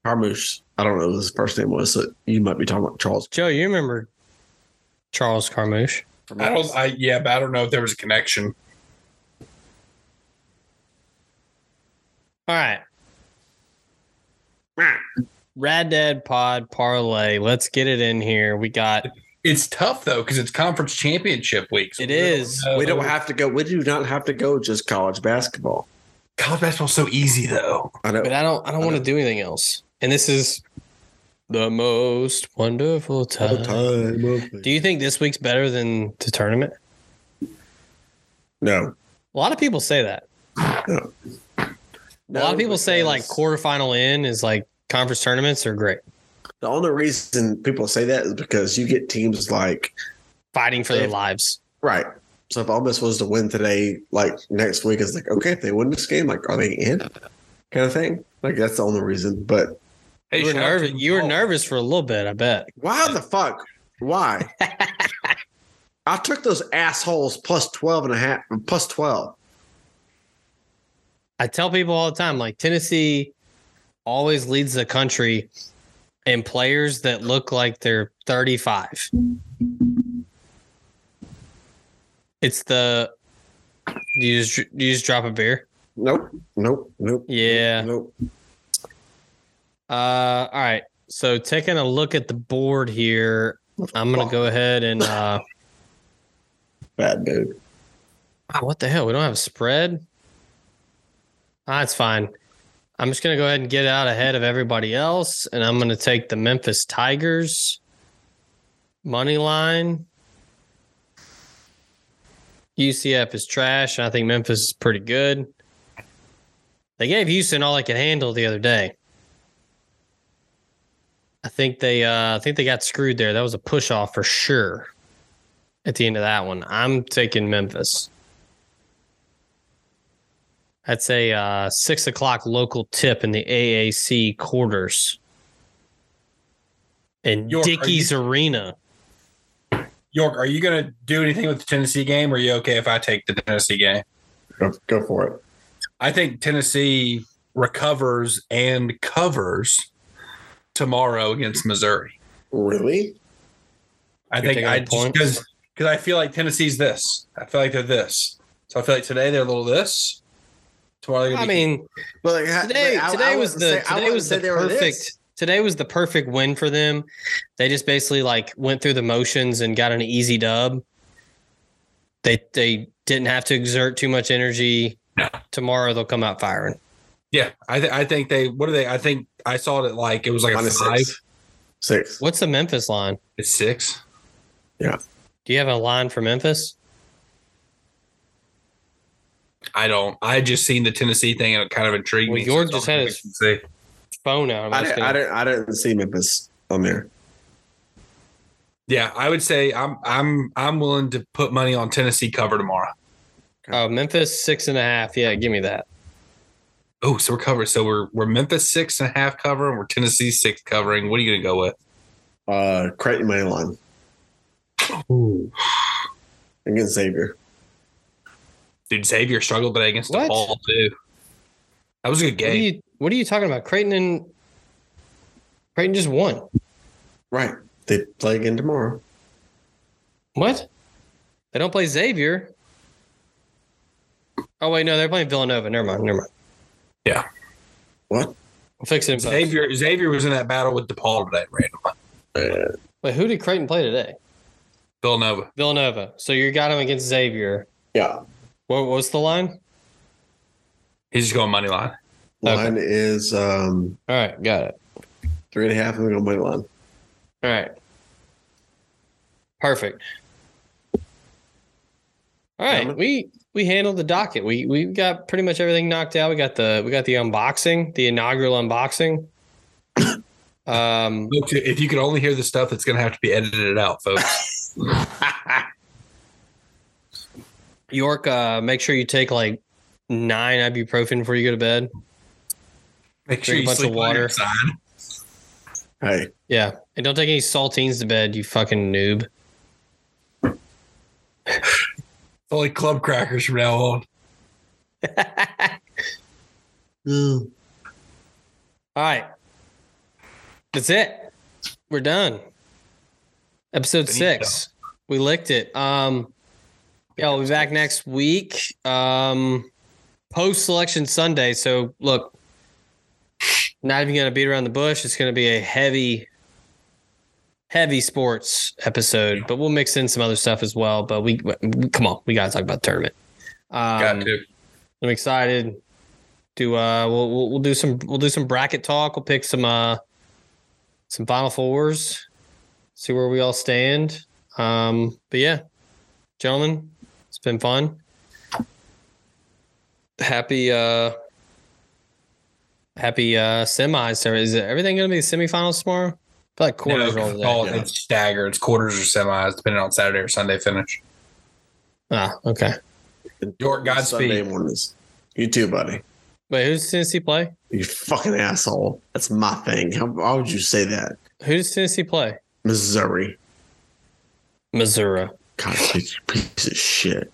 Speaker 3: Carmouche. I don't know what his first name was. So you might be talking about Charles.
Speaker 2: Joe, you remember Charles Carmouche?
Speaker 1: I don't. I yeah, but I don't know if there was a connection.
Speaker 2: All right. Rad Dad Pod Parlay. Let's get it in here. We got
Speaker 1: It's tough though because it's conference championship Uh, week.
Speaker 2: It
Speaker 1: we don't
Speaker 2: is.
Speaker 1: know.
Speaker 3: We don't have to go. We do not have to go just college basketball.
Speaker 1: college basketball's so easy though.
Speaker 3: I know.
Speaker 2: but I don't I don't
Speaker 3: I
Speaker 2: want to
Speaker 3: know.
Speaker 2: do anything else. And this is the most wonderful
Speaker 3: All
Speaker 2: time.
Speaker 3: the time. of-
Speaker 2: Do you think this week's better than the tournament?
Speaker 3: No.
Speaker 2: A lot of people say that. a lot of people say like
Speaker 3: because
Speaker 2: quarterfinal in is like conference tournaments are great.
Speaker 3: The only reason people say that is because you get teams like
Speaker 2: Fighting for their
Speaker 3: Yeah.
Speaker 2: lives.
Speaker 3: Right. So if Ole Miss was to win today, like next week, it's like okay, if they win this game, like are they in? Kind of thing. Like that's the only reason. But
Speaker 1: Hey,
Speaker 2: you were
Speaker 1: shout out
Speaker 2: nervous.
Speaker 1: to
Speaker 2: You were
Speaker 1: Paul.
Speaker 2: nervous for a little bit. I bet.
Speaker 5: Why the fuck? Why? I took those assholes plus 12 and a half, plus 12.
Speaker 2: I tell people all the time, like Tennessee always leads the country in players that look like they're 35. It's the do you just do you just drop a beer?
Speaker 5: Nope, nope, nope,
Speaker 2: Yeah.
Speaker 5: nope.
Speaker 2: Uh, all right. So taking a look at the board here, I'm gonna go ahead and uh,
Speaker 5: Bad dude.
Speaker 2: Wow, ah, what the hell? We don't have a spread. Ah, it's fine. I'm just gonna go ahead and get out ahead of everybody else, and I'm gonna take the Memphis Tigers money line. UCF is trash, and I think Memphis is pretty good. They gave Houston all they could handle the other day. I think they, uh, I think they got screwed there. That was a push off for sure. At the end of that one, I'm taking Memphis. That's a uh, six o'clock local tip in the AAC quarters. In
Speaker 1: York, are
Speaker 2: Dickey's Arena.
Speaker 1: York, are you going to do anything with the Tennessee game? Or are you okay if I take the Tennessee game?
Speaker 3: Go, go for it.
Speaker 1: I think Tennessee recovers and covers tomorrow against Missouri.
Speaker 3: Really?
Speaker 1: I
Speaker 2: You're
Speaker 1: think
Speaker 2: taking
Speaker 1: I
Speaker 2: the points?
Speaker 1: because because I feel like Tennessee's this. I feel like they're this. So I feel like today they're a little this. Tomorrow they're
Speaker 2: I
Speaker 1: gonna be
Speaker 2: mean,
Speaker 5: But like, I-
Speaker 2: today
Speaker 5: but I-
Speaker 2: today
Speaker 5: I
Speaker 2: was
Speaker 5: wouldn't
Speaker 2: the
Speaker 5: say- I
Speaker 2: today
Speaker 5: wouldn't
Speaker 2: was
Speaker 5: say
Speaker 2: the
Speaker 5: they were this.
Speaker 2: perfect today was the perfect win for them. They just basically like went through the motions and got an easy dub. They they didn't have to exert too much energy. Tomorrow they'll come out firing.
Speaker 1: yeah. I th- I think they what are they? I think I saw it at like it was like
Speaker 3: Minus
Speaker 1: a five,
Speaker 3: six. Six.
Speaker 2: What's the Memphis line?
Speaker 1: it's six.
Speaker 2: Do you have a line for Memphis?
Speaker 1: I don't. I just seen the Tennessee thing and it kind of intrigued
Speaker 2: Well,
Speaker 1: me.
Speaker 2: York
Speaker 1: so I don't
Speaker 2: just had
Speaker 1: think
Speaker 2: his-
Speaker 1: we can see.
Speaker 2: Phone out. I'm
Speaker 3: I
Speaker 2: just
Speaker 3: didn't,
Speaker 2: gonna-
Speaker 3: I didn't. I didn't see Memphis on there.
Speaker 1: Yeah, I would say I'm I'm I'm willing to put money on Tennessee cover tomorrow.
Speaker 2: oh, Memphis six and a half. Yeah, give me that.
Speaker 1: Oh, so we're covered. So we're we're Memphis six and a half cover and we're Tennessee six covering. What are you gonna go with?
Speaker 3: Uh, Creighton money line against Xavier.
Speaker 1: Dude, Xavier struggled today against
Speaker 2: What?
Speaker 1: the ball too. That was a good
Speaker 2: What are
Speaker 1: game.
Speaker 2: you What are you talking about? Creighton and Creighton just won.
Speaker 3: Right. They play again tomorrow.
Speaker 2: What? They don't play Xavier. Oh wait, no, they're playing Villanova. Never mind. Never mind.
Speaker 1: Yeah.
Speaker 3: What?
Speaker 2: I'm fixing it. Xavier.
Speaker 1: Xavier Xavier was in that battle with DePaul today, randomly.
Speaker 2: Wait, who did Creighton play today?
Speaker 1: Villanova.
Speaker 2: Villanova. So you got him against Xavier.
Speaker 3: Yeah.
Speaker 2: What was the line?
Speaker 1: He's just going money line.
Speaker 2: Okay.
Speaker 3: Line is um
Speaker 2: All right, got it.
Speaker 3: three and a half, and we go money line.
Speaker 2: All right. Perfect. All right,
Speaker 3: Gentlemen.
Speaker 2: we we handled the docket. We we got pretty much everything knocked out. We got the we got the unboxing, the inaugural unboxing. Um,
Speaker 1: Look, if you could only hear the stuff that's gonna have to be edited out, folks.
Speaker 2: York, uh, make sure you take like nine ibuprofen before you go to bed.
Speaker 1: Make sure
Speaker 2: Drink a
Speaker 1: you
Speaker 2: bunch of
Speaker 1: sleep
Speaker 2: water.
Speaker 1: water side.
Speaker 3: Hey,
Speaker 2: Yeah, and don't take any saltines to bed, you fucking noob.
Speaker 1: It's only club crackers from now on.
Speaker 2: All right, that's it. We're done. Episode
Speaker 1: Finito.
Speaker 2: six. We licked it. Um, yeah, we'll be back next week. Um, post selection Sunday. So look, not even gonna beat around the bush. It's gonna be a heavy, heavy sports episode, but we'll mix in some other stuff as well. But we, we- come on, we gotta talk about the tournament. Um,
Speaker 1: Got to.
Speaker 2: I'm excited to uh we'll, we'll we'll do some we'll do some bracket talk. We'll pick some uh some final fours. See where we all stand. Um but yeah. Gentlemen, it's been fun. Happy uh happy uh semis. There Is everything going to be semifinals tomorrow? I feel like quarters
Speaker 1: No,
Speaker 2: are all
Speaker 1: it's,
Speaker 2: today.
Speaker 1: all- it's staggered. It's quarters or semis, depending on Saturday or Sunday finish.
Speaker 2: Ah, okay.
Speaker 1: York, Godspeed.
Speaker 3: Sunday mornings. You too, buddy.
Speaker 2: Wait, who's Tennessee play?
Speaker 3: You fucking asshole. That's my thing. How, how would you say that?
Speaker 2: Who does Tennessee play?
Speaker 3: Missouri.
Speaker 2: Missouri.
Speaker 3: God, you piece of shit.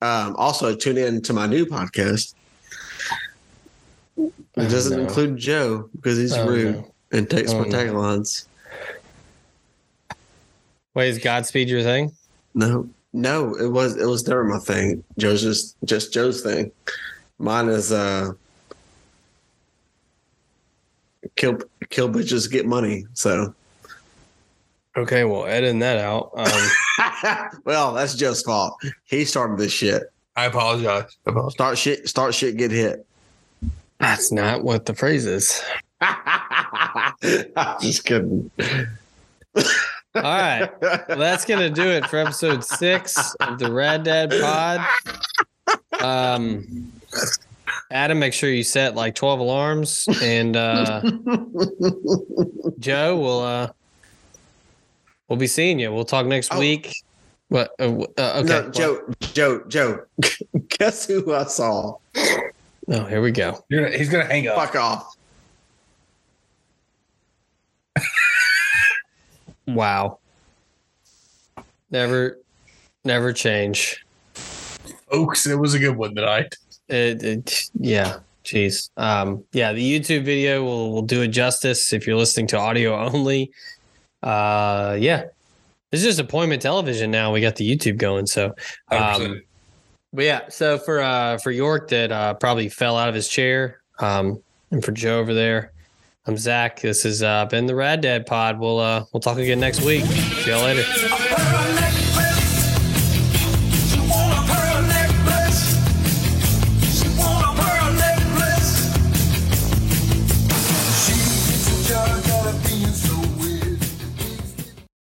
Speaker 3: Um, also, tune in to my new podcast. It doesn't
Speaker 2: Oh, no.
Speaker 3: include Joe because he's
Speaker 2: Oh,
Speaker 3: rude
Speaker 2: no.
Speaker 3: and takes
Speaker 2: Oh,
Speaker 3: my
Speaker 2: no.
Speaker 3: taglines.
Speaker 2: Wait, is Godspeed your thing?
Speaker 3: No, no, it was it was never my thing. Joe's just just Joe's thing. Mine is uh kill kill bitches get money. So
Speaker 2: Okay, well, editing that out. Um,
Speaker 3: well, that's Joe's fault. He started this shit.
Speaker 1: I apologize. I apologize.
Speaker 3: Start shit. Start shit. Get hit.
Speaker 2: that's not what the phrase is.
Speaker 3: I'm just kidding.
Speaker 2: All right. Well, that's gonna do it for episode six of the Rad Dad Pod. Um, Adam, make sure you set like twelve alarms, and uh, Joe, we'll uh, we'll be seeing you. We'll talk next
Speaker 3: Oh.
Speaker 2: week. What? Uh, w- uh, okay,
Speaker 3: No,
Speaker 2: what?
Speaker 3: Joe, Joe, Joe. Guess who I saw?
Speaker 2: No, Oh, here we go.
Speaker 1: You're gonna, he's gonna hang up.
Speaker 3: Fuck off.
Speaker 2: Wow. Never, never change.
Speaker 1: Oaks, it was a good one tonight.
Speaker 2: It, it, yeah. Jeez. Um, yeah, the YouTube video will will do it justice if you're listening to audio only. Uh, yeah, it's just appointment television now. We got the YouTube going, so um,
Speaker 1: 100%.
Speaker 2: but yeah. So for uh for York that uh probably fell out of his chair. Um, and for Joe over there, I'm Zach. This has uh, been the Rad Dad Pod. We'll uh we'll talk again next week. See y'all later.
Speaker 8: Parole